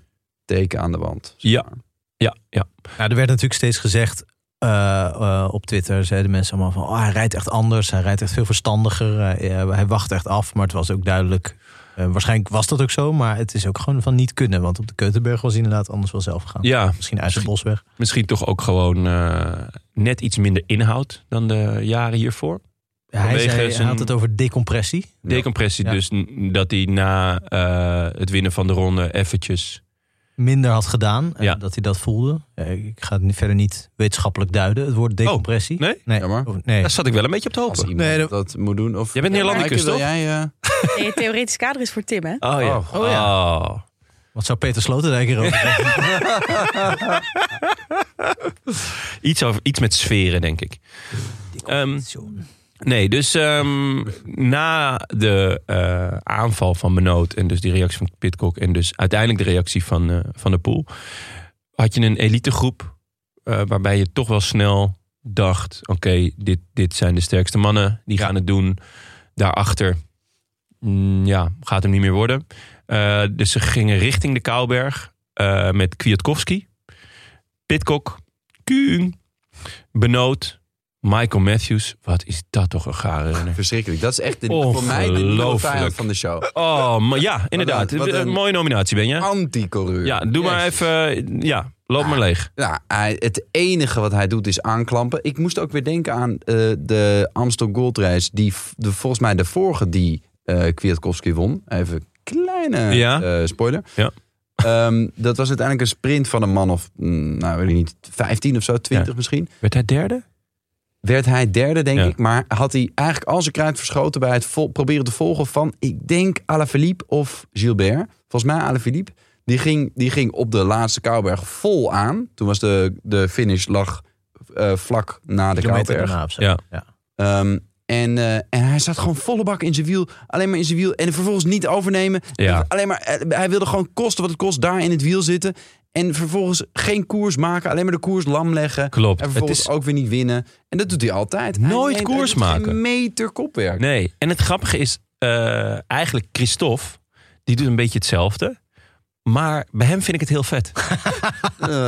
Speaker 5: teken aan de wand. zeg
Speaker 1: Ja.
Speaker 5: maar.
Speaker 1: Ja, ja.
Speaker 2: Nou, er werd natuurlijk steeds gezegd eh, eh, op Twitter, zeiden mensen allemaal van... Oh, hij rijdt echt anders, hij rijdt echt veel verstandiger, eh, eh, hij wacht echt af. Maar het was ook duidelijk, eh, waarschijnlijk was dat ook zo... maar het is ook gewoon van niet kunnen. Want op de Keutenberg was hij inderdaad anders wel zelf gegaan.
Speaker 1: Ja,
Speaker 2: Misschien uit het bos weg.
Speaker 1: misschien toch ook gewoon eh, net iets minder inhoud dan de jaren hiervoor.
Speaker 2: Hij,
Speaker 1: Vanwege
Speaker 2: zei, hij
Speaker 1: zijn-
Speaker 2: had het over decompressie.
Speaker 1: Decompressie,
Speaker 2: Ja.
Speaker 1: dus n- dat hij na eh, het winnen van de ronde eventjes...
Speaker 2: Minder had gedaan, en
Speaker 1: Ja.
Speaker 2: dat hij dat voelde. Ja, ik ik ga het niet- verder niet wetenschappelijk duiden, het woord decompressie.
Speaker 1: Oh. nee?
Speaker 2: Nee.
Speaker 5: Jammer.
Speaker 2: Of- nee.
Speaker 1: Daar zat ik wel een beetje op te
Speaker 5: Als
Speaker 1: hopen.
Speaker 5: iemand
Speaker 2: Nee,
Speaker 5: dat...
Speaker 2: dat-
Speaker 5: moet doen. Of,
Speaker 1: Jij bent Neerlandicus,
Speaker 5: Maaike, wil
Speaker 1: toch?
Speaker 5: Jij, eh,
Speaker 6: Nee, het theoretisch kader is voor Tim, hè?
Speaker 1: Oh ja. Oh, Oh.
Speaker 2: Wat zou Peter Sloterdijk erover zeggen?
Speaker 1: Iets, over, iets met sferen, denk ik. Ehm, Nee, dus ehm, na de eh, aanval van Benoot en dus die reactie van Pitcock en dus uiteindelijk de reactie van, eh, van de Poel, had je een elitegroep eh, waarbij je toch wel snel dacht, oké, dit, dit zijn de sterkste mannen, die gaan het doen. Daarachter, mm, ja, gaat hem niet meer worden. Eh, dus ze gingen richting de Kouwberg eh, met Kwiatkowski, Pitcock, Kuhn, Benoot, Michael Matthews, wat is dat toch een gare renner.
Speaker 5: Verschrikkelijk. Dat is echt de, voor mij de nieuwe vijand
Speaker 1: Ongelooflijk.
Speaker 5: van de show.
Speaker 1: Oh, maar ja, inderdaad.
Speaker 5: Wat een- wat een-
Speaker 1: Mooie nominatie ben je.
Speaker 5: Anticoureur.
Speaker 1: Ja, doe maar
Speaker 5: Jezus.
Speaker 1: even... eh, Ja, loop
Speaker 5: Ah.
Speaker 1: maar leeg.
Speaker 5: Ja, hij, het enige wat hij doet is aanklampen. Ik moest ook weer denken aan eh, de Amstel Gold Race. Die, v- de, volgens mij de vorige die eh Kwiatkowski won. Even kleine
Speaker 1: Ja.
Speaker 5: eh, spoiler.
Speaker 1: Ja.
Speaker 5: Ehm, dat was uiteindelijk een sprint van een man of, mm, nou weet ik niet, 15 of zo, 20
Speaker 1: Ja.
Speaker 5: misschien.
Speaker 1: Werd hij derde?
Speaker 5: werd hij derde, denk
Speaker 1: Ja.
Speaker 5: ik. Maar had hij eigenlijk al zijn kruid verschoten bij het vol- proberen te volgen van, ik denk Alaphilippe of Gilbert. Volgens mij Alaphilippe. Die ging, die ging op de laatste Kouwberg vol aan. Toen was de, de finish lag eh, vlak na de
Speaker 2: Kilometer
Speaker 5: Kouwberg.
Speaker 2: daarna of zo.
Speaker 1: Ja.
Speaker 2: ja.
Speaker 5: Ehm, en, eh, en hij zat gewoon volle bak in zijn wiel. Alleen maar in zijn wiel. En vervolgens niet overnemen.
Speaker 1: Ja.
Speaker 5: Alleen maar, eh, hij wilde gewoon kosten wat het kost daar in het wiel zitten. En vervolgens geen koers maken, alleen maar de koers lam leggen.
Speaker 1: Klopt.
Speaker 5: En
Speaker 1: Het
Speaker 5: vervolgens
Speaker 1: is
Speaker 5: ook weer niet winnen. En dat doet hij altijd. Hij
Speaker 1: Nooit
Speaker 5: neemt-
Speaker 1: koers
Speaker 5: hij doet
Speaker 1: maken.
Speaker 5: Geen meter kopwerk.
Speaker 1: Nee, en het grappige is eh, eigenlijk Christophe, die doet een beetje hetzelfde. Maar bij hem vind ik het heel vet.
Speaker 5: Eh,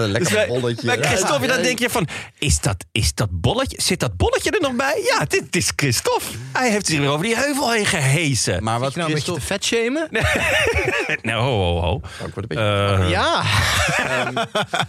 Speaker 5: lekker
Speaker 1: bij-
Speaker 5: bolletje.
Speaker 1: Bij Christophe, dan denk je van, is dat, is dat bolletje, zit dat bolletje er nog bij? Ja, dit is Christophe. Hij heeft zich weer over die heuvel heen gehesen.
Speaker 5: Maar wat
Speaker 2: Wat je nou een beetje te
Speaker 5: Christophe...
Speaker 2: vet shamen?
Speaker 1: nou, ho, ho, ho.
Speaker 5: Oh, ik word een beetje-
Speaker 1: Eh,
Speaker 2: Ja.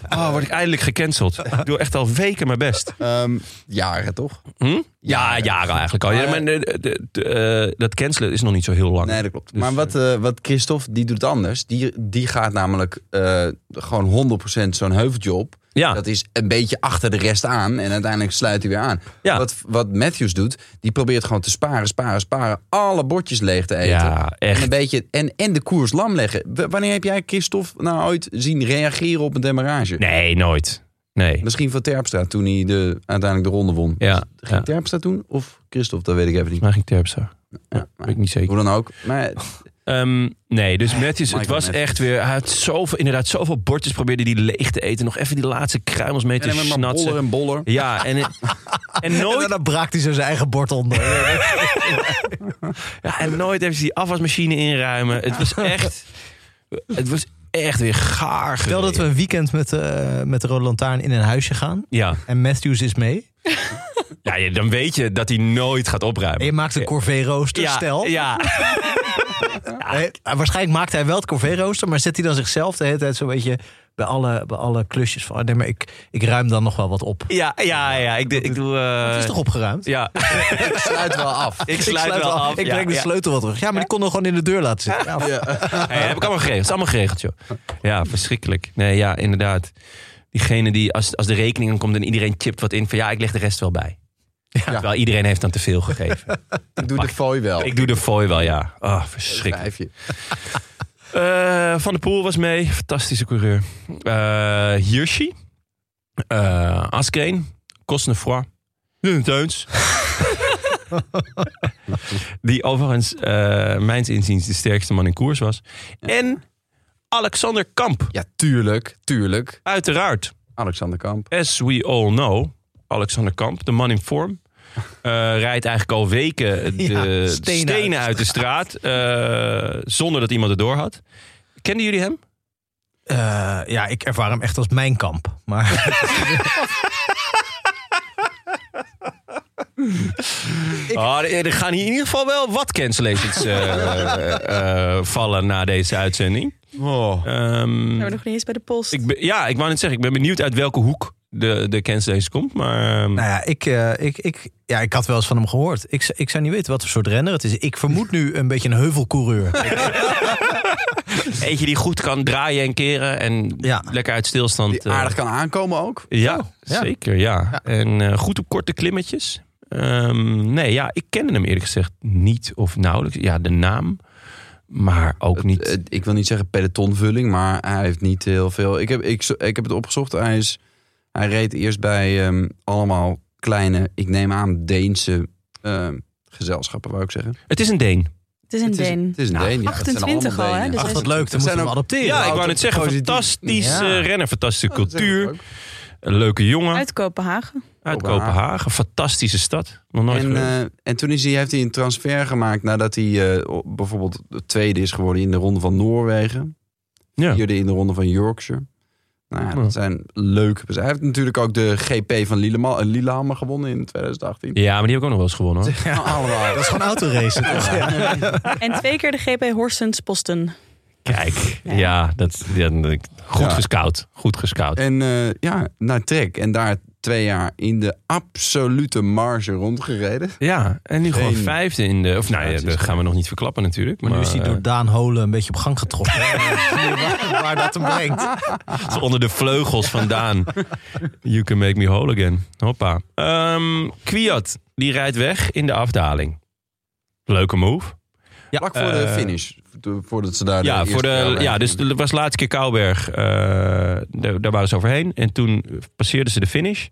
Speaker 1: Oh, word ik eindelijk gecanceld. Ik doe echt al weken mijn best.
Speaker 5: Ehm, jaren toch?
Speaker 1: Eh. Hm? Ja, jaren eigenlijk al. Ja, maar de- de- de- eh, dat cancelen is nog niet zo heel lang.
Speaker 5: Ah, Nee, dat klopt.
Speaker 1: Dus,
Speaker 5: maar wat, eh, wat Christophe, die doet het anders. Die, die gaat namelijk eh, gewoon 100% zo'n heuveltje op.
Speaker 1: Ja.
Speaker 5: Dat is een beetje achter de rest aan. En uiteindelijk sluit hij weer aan.
Speaker 1: Ja.
Speaker 5: Wat, wat Matthews doet, die probeert gewoon te sparen, sparen, sparen. Alle bordjes leeg te eten.
Speaker 1: Ja, echt.
Speaker 5: En, een beetje, en, en de koers lam leggen. W- wanneer heb jij Christophe nou ooit zien reageren op een demarrage?
Speaker 1: Nee, nooit. Nee.
Speaker 5: Misschien van Terpstra toen hij de, uiteindelijk de ronde won.
Speaker 1: Ja,
Speaker 5: Ging
Speaker 1: ja.
Speaker 5: Terpstra toen of Christophe? Dat weet ik even niet.
Speaker 1: Maar ging Terpstra.
Speaker 5: Ja,
Speaker 1: Weet ik niet zeker.
Speaker 5: Hoe dan ook. Maar
Speaker 1: Ehm, nee, dus Matthews, het
Speaker 5: Michael
Speaker 1: was
Speaker 5: Matthews.
Speaker 1: echt weer... Hij had zoveel, inderdaad zoveel bordjes probeerde die leeg te eten. Nog even die laatste kruimels mee te
Speaker 5: en dan maar boller
Speaker 1: snatsen.
Speaker 5: en boller.
Speaker 1: Ja, en, en nooit
Speaker 2: En dan braakt hij zo zijn eigen bord onder.
Speaker 1: Ja, en nooit hebben ze die afwasmachine inruimen. Het was echt... Het was echt weer gaar
Speaker 2: Stel dat we
Speaker 1: gereden.
Speaker 2: een weekend met, eh, met de Rode Lantaarn in een huisje gaan.
Speaker 1: Ja.
Speaker 2: En Matthews is mee.
Speaker 1: Ja, ja, dan weet je dat hij nooit gaat
Speaker 2: En
Speaker 1: opruimen.
Speaker 2: je maakt een corvée-rooster,
Speaker 1: ja,
Speaker 2: stel.
Speaker 1: Ja.
Speaker 2: Nee, waarschijnlijk maakt hij wel het corvée-rooster, maar zet hij dan zichzelf de hele tijd zo'n beetje bij alle, bij alle klusjes van. ah, Nee, maar ik, ik ruim dan nog wel wat op.
Speaker 1: Ja, ja, ja. Ik, doe- ik doe... eh,
Speaker 2: Het is toch opgeruimd?
Speaker 1: Ja,
Speaker 5: Ik sluit wel af.
Speaker 1: ik sluit, wel
Speaker 2: wel-
Speaker 1: af.
Speaker 2: Ik
Speaker 1: ja,
Speaker 2: breng de
Speaker 1: ja.
Speaker 2: sleutel wat terug. Ja, maar die kon nog gewoon in de deur laten zitten. Ja,
Speaker 1: Hey, heb ik allemaal geregeld. Het is allemaal geregeld, joh. Ja, verschrikkelijk. Nee, ja, inderdaad. Diegene die, als, als de rekening dan komt en iedereen chipt wat in... van ja, ik leg de rest wel bij. Ja. Terwijl iedereen heeft dan te veel gegeven.
Speaker 5: Ik doe de fooi wel.
Speaker 1: ik doe de fooi wel, ja. Ah, verschrikkelijk.
Speaker 5: Vijfje.
Speaker 1: Eh, Van der Poel was mee. Fantastische coureur. Eh Hirschi. Eh Askreen. Cosnefroy. Jeroen Teuns. Die overigens, eh mijns inziens, de sterkste man in koers was. En Alexander Kamp.
Speaker 5: Ja, tuurlijk, tuurlijk.
Speaker 1: Uiteraard.
Speaker 5: Alexander Kamp.
Speaker 1: As we all know, Alexander Kamp, de man in vorm. eh, rijdt eigenlijk al weken de
Speaker 2: Ja,
Speaker 1: de
Speaker 2: stenen
Speaker 1: stenen, uit, de straat. eh, zonder dat iemand het door had. Kenden jullie hem?
Speaker 2: Eh, ja ik ervaar hem echt als mijn kamp. Maar
Speaker 1: Ah, er er gaan hier in ieder geval wel wat cancellations eh, eh, eh, vallen na deze uitzending.
Speaker 2: Oh.
Speaker 1: Ehm,
Speaker 6: zijn we nog niet eens bij de post.
Speaker 1: ik ben- ja, ik wou net zeggen, ik ben benieuwd uit welke hoek de, de cancellation komt. Maar ehm,
Speaker 2: nou ja, ik, eh, ik, ik, ja, ik had wel eens van hem gehoord. Ik, z- ik zou niet weten wat voor soort renner het is. Ik vermoed nu een beetje een heuvelcoureur.
Speaker 1: eentje die goed kan draaien en keren en
Speaker 2: Ja.
Speaker 1: lekker uit stilstand.
Speaker 5: Die
Speaker 1: eh,
Speaker 5: aardig kan aankomen ook.
Speaker 1: Oh, ja,
Speaker 2: ja.
Speaker 1: zeker. Ja. En eh, goed op korte klimmetjes. Ehm, nee, ja, ik kende hem eerlijk gezegd niet of nauwelijks. Ja, de naam, maar ook niet.
Speaker 5: Eh, Ik wil niet zeggen pelotonvulling, maar hij heeft niet heel veel. Ik heb, ik, zo- ik heb het opgezocht. Hij, is, hij reed eerst bij ehm, allemaal kleine, ik neem aan, Deense ehm, gezelschappen, wou ik zeggen.
Speaker 1: het is een Deen.
Speaker 6: het is een
Speaker 5: het is,
Speaker 6: Deen.
Speaker 5: het is een Deen, ja. Het zijn
Speaker 6: 28
Speaker 5: allemaal
Speaker 6: al, hè?
Speaker 5: Denen.
Speaker 6: Dus
Speaker 2: Ach,
Speaker 6: hij
Speaker 2: wat
Speaker 6: is-
Speaker 2: leuk. Dan moeten we hem
Speaker 5: ook-
Speaker 2: adopteren.
Speaker 1: Ja, ik wou
Speaker 5: altijd
Speaker 1: net zeggen,
Speaker 5: positief.
Speaker 1: fantastische
Speaker 2: Ja.
Speaker 1: renner, fantastische
Speaker 5: Ja, dat zeg ik
Speaker 1: cultuur.
Speaker 5: ook.
Speaker 1: Een leuke jongen uit,
Speaker 6: Uit Kopenhagen.
Speaker 1: Kopenhagen. Kopenhagen. Fantastische stad. Nog nooit
Speaker 5: En,
Speaker 1: geweest.
Speaker 5: eh, en toen is hij, heeft hij een transfer gemaakt nadat hij eh, o- bijvoorbeeld de tweede is geworden in de ronde van Noorwegen.
Speaker 1: Ja.
Speaker 5: Vierde in de ronde van Yorkshire. Nou ja,
Speaker 1: Ja.
Speaker 5: dat zijn leuke pers- Hij heeft natuurlijk ook de GP van Lillehammer, Lillehammer gewonnen in 2018.
Speaker 1: Ja, maar die heb ik ook nog wel eens gewonnen. Hoor.
Speaker 5: Allemaal.
Speaker 2: Dat is gewoon autoracen.
Speaker 6: En twee keer de GP Horsens Posten.
Speaker 1: Kijk, ja, dat, ja, dat- goed
Speaker 5: Ja.
Speaker 1: gescout. Goed gescout.
Speaker 5: En eh, ja, naar Trek. En daar twee jaar in de absolute marge rondgereden.
Speaker 1: ja, en nu gewoon
Speaker 5: Geen-
Speaker 1: vijfde in de... Of nou ja,
Speaker 5: het is-
Speaker 1: dat gaan we nog niet verklappen natuurlijk.
Speaker 2: Maar nu is hij
Speaker 1: eh,
Speaker 2: door Daan Holen een beetje op gang getrokken. waar, waar dat hem brengt.
Speaker 1: het is onder de vleugels vandaan. You can make me whole again. Hoppa. Ehm Kwiat, die rijdt weg in de afdaling. Leuke move.
Speaker 5: Vlak voor de
Speaker 1: eh,
Speaker 5: finish. Vo- Voordat ze daar de
Speaker 1: Ja,
Speaker 5: eerste
Speaker 1: voor de,
Speaker 5: keer
Speaker 1: ja,
Speaker 5: bij
Speaker 1: dus
Speaker 5: gingen.
Speaker 1: er was de laatste keer Kouwberg. eh, daar, daar waren ze overheen. En toen passeerden ze de finish.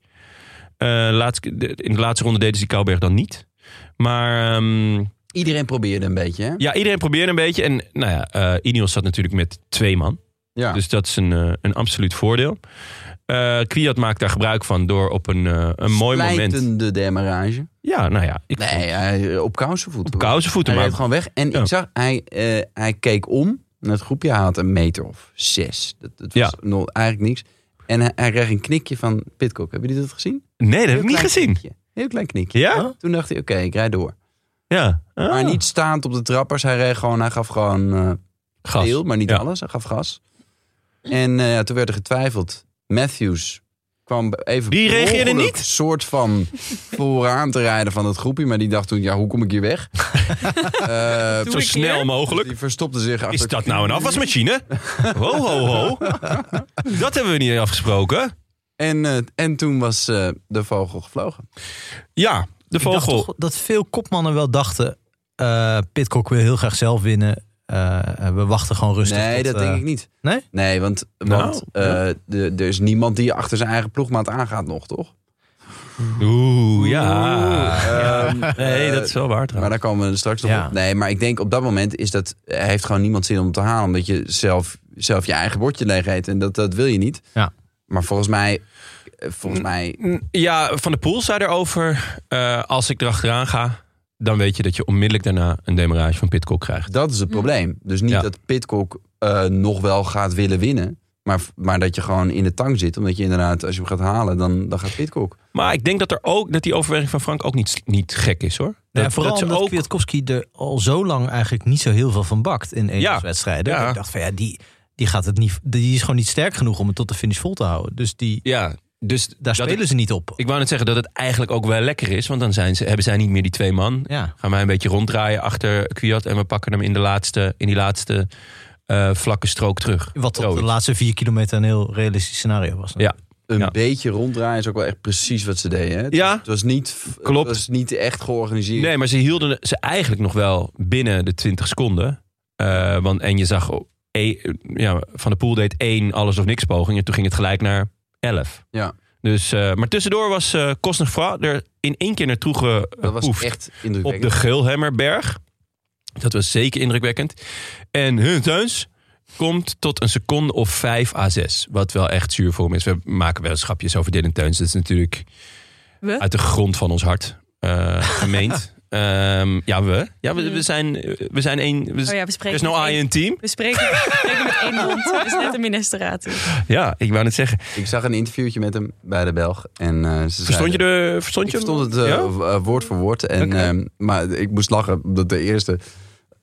Speaker 1: Eh, laatste, de- in de laatste ronde deden ze die Kouwberg dan niet. Maar ehm,
Speaker 5: Iedereen probeerde een beetje, hè?
Speaker 1: ja, iedereen probeerde een beetje. En nou ja, eh Ineos zat natuurlijk met twee man.
Speaker 5: Ja.
Speaker 1: Dus dat is een, eh, een absoluut voordeel. Eh Kwiat maakt daar gebruik van door op een, eh, een mooi moment...
Speaker 5: Splijtende demarrage.
Speaker 1: Ja, nou ja. Ik,
Speaker 5: Nee, hij, eh, op kousenvoeten.
Speaker 1: op kousenvoeten,
Speaker 5: Hij
Speaker 1: maar
Speaker 5: reed gewoon weg. En
Speaker 1: Ja.
Speaker 5: ik zag, hij, eh, hij keek om. En het groepje had een meter of zes. Dat, dat was
Speaker 1: Ja.
Speaker 5: nog eigenlijk niks. En hij, hij kreeg een knikje van Pitcock. Hebben jullie dat gezien?
Speaker 1: Nee, dat heb ik
Speaker 5: Heel
Speaker 1: niet
Speaker 5: klein
Speaker 1: gezien.
Speaker 5: knikje. Heel klein knikje.
Speaker 1: Ja?
Speaker 5: Toen dacht hij, oké, ik rijd door.
Speaker 1: Ja. Ah,
Speaker 5: Maar niet staand op de trappers. Hij, reed gewoon, hij gaf gewoon eh
Speaker 1: gas.
Speaker 5: veel, maar niet
Speaker 1: Ja.
Speaker 5: alles. Hij gaf gas. En eh, toen werd er getwijfeld. Matthews kwam even...
Speaker 1: Die
Speaker 5: per
Speaker 1: reageerde
Speaker 5: ongeluk
Speaker 1: niet?
Speaker 5: soort van vooraan te rijden van het groepje. Maar die dacht toen, ja, hoe kom ik hier weg? Eh,
Speaker 1: Zo snel mogelijk.
Speaker 5: Die verstopte zich achter...
Speaker 1: Is dat nou een afwasmachine? Ho, ho, ho. Dat hebben we niet afgesproken.
Speaker 5: En, eh, en toen was eh, de vogel gevlogen.
Speaker 1: Ja, de
Speaker 2: Ik dacht
Speaker 1: vogel.
Speaker 2: toch dat veel kopmannen wel dachten... eh Pitcock wil heel graag zelf winnen. Eh, eh, we wachten gewoon rustig.
Speaker 5: nee,
Speaker 2: tot,
Speaker 5: dat
Speaker 2: eh,
Speaker 5: denk ik niet.
Speaker 2: nee?
Speaker 5: Nee, want, want
Speaker 1: Nou,
Speaker 5: eh, de- er is niemand die achter zijn eigen ploegmaat aangaat nog, toch?
Speaker 1: Oeh, ja.
Speaker 5: Ehm,
Speaker 1: Nee, dat is wel waar
Speaker 5: Maar
Speaker 1: trouwens.
Speaker 5: daar komen we straks nog
Speaker 2: Ja.
Speaker 5: op. Nee, maar ik denk op dat moment is dat, eh, heeft gewoon niemand zin om te halen. Omdat je zelf, zelf je eigen bordje leeg eet. En dat, dat wil je niet.
Speaker 2: Ja.
Speaker 5: Maar volgens mij, eh, volgens mij
Speaker 1: Ja, Van de Poel zei erover... eh, als ik erachteraan ga, dan weet je dat je onmiddellijk daarna... een demarage van Pitcock krijgt.
Speaker 5: dat is het probleem. Dus niet
Speaker 1: Ja.
Speaker 5: dat Pitcock eh, nog wel gaat willen winnen. Maar, maar dat je gewoon in de tang zit. Omdat je inderdaad, als je hem gaat halen, dan, dan gaat Pitcock.
Speaker 1: Maar ik denk dat, er ook, dat die overweging van Frank ook niet, niet gek is, hoor.
Speaker 2: Ja,
Speaker 1: Dat-
Speaker 2: vooral
Speaker 1: dat ze
Speaker 2: omdat
Speaker 1: ook-
Speaker 2: Kwiatkowski er al zo lang eigenlijk niet zo heel veel van bakt in eenheidswedstrijden.
Speaker 1: Ja.
Speaker 2: Ik dacht van ja, die, die, gaat het niet, die is gewoon niet sterk genoeg om het tot de finish vol te houden. Dus die,
Speaker 1: Ja, dus
Speaker 2: daar
Speaker 1: dat-
Speaker 2: spelen ze niet op.
Speaker 1: Ik wou net zeggen dat het eigenlijk ook wel lekker is. Want dan zijn ze, hebben zij niet meer die twee man.
Speaker 2: ja.
Speaker 1: Gaan wij een beetje ronddraaien achter Kwiat. En we pakken hem in, de laatste, in die laatste eh, vlakke strook terug.
Speaker 2: Wat op
Speaker 1: Zoiets.
Speaker 2: de laatste vier kilometer een heel realistisch scenario was.
Speaker 1: Ja.
Speaker 5: Een
Speaker 1: Ja.
Speaker 5: beetje ronddraaien is ook wel echt precies wat ze deden. Hè? Het
Speaker 1: Ja.
Speaker 5: was- Het was niet, f-
Speaker 1: Klopt.
Speaker 5: Het was niet echt georganiseerd.
Speaker 1: Nee, maar ze hielden ze eigenlijk nog wel binnen de 20 seconden. Eh, want, en je zag, oh, eh, ja, Van de Poel deed één alles of niks poging. En toen ging het gelijk naar 11.
Speaker 5: Ja.
Speaker 1: Dus, eh, maar tussendoor was eh Kostnervra er in één keer naartoe
Speaker 5: dat was
Speaker 1: gepoefd.
Speaker 5: echt
Speaker 1: op de
Speaker 5: indrukwekkend.
Speaker 1: Geulhemmerberg. Dat was zeker indrukwekkend. En hun thuis komt tot een seconde of 5 à 6. Wat wel echt zuur voor hem is. We maken wel eens grapjes over Dylan Teuns. Dat is natuurlijk
Speaker 6: We?
Speaker 1: uit de grond van ons hart eh, gemeend. Ehm, ja, we. Ja, we, we zijn, we zijn één... We,
Speaker 6: Mm. Oh ja, we
Speaker 1: er
Speaker 6: spreken
Speaker 1: is no
Speaker 6: met
Speaker 1: I
Speaker 6: één-
Speaker 1: in team.
Speaker 6: We spreken, we spreken met één mond. Het is net een minestrate.
Speaker 1: Ja, ik wou net zeggen.
Speaker 5: Ik zag een interviewtje met hem bij de Belg. En, eh, ze
Speaker 1: Verstond je,
Speaker 5: zeiden-
Speaker 1: de, verstond
Speaker 5: Ik
Speaker 1: je hem?
Speaker 5: verstond het eh,
Speaker 1: Ja?
Speaker 5: w- eh, woord voor woord. En,
Speaker 1: Oké.
Speaker 5: ehm, maar ik moest lachen omdat de eerste,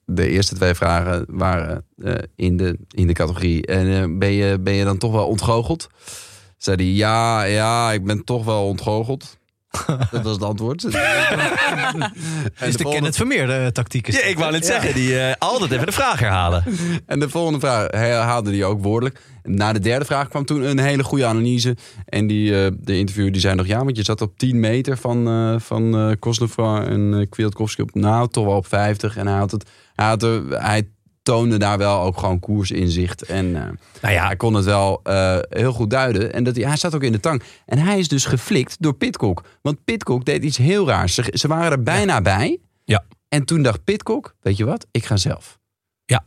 Speaker 5: de eerste twee vragen waren eh, in, de, in de categorie. En eh, ben, je, ben je dan toch wel ontgoocheld? Zei hij, ja, ja, ik ben toch wel ontgoocheld. Dat was het antwoord. en
Speaker 2: Dus de
Speaker 5: volgende
Speaker 2: Kenneth Vermeer de tactiek is.
Speaker 1: Ja, ik wou net zeggen. Die eh, altijd even de vraag herhalen.
Speaker 5: En de volgende vraag herhaalde hij ook woordelijk. Na de derde vraag kwam toen een hele goede analyse. En die, eh, de interviewer die zei nog... ja, want je zat op 10 meter van, eh van eh Kosnefra en eh Kwiatkowski op... nou, toch wel op 50. En hij, had het, hij, had er- hij toonde daar wel ook gewoon koersinzicht. En eh,
Speaker 1: Nou ja,
Speaker 5: hij kon het wel eh, heel goed duiden. En dat hij, hij zat ook in de tang. En hij is dus geflikt door Pitcock. Want Pitcock deed iets heel raars. Ze, ze waren er bijna bij.
Speaker 1: Ja.
Speaker 5: En toen dacht Pitcock, weet je wat, ik ga zelf.
Speaker 1: Ja.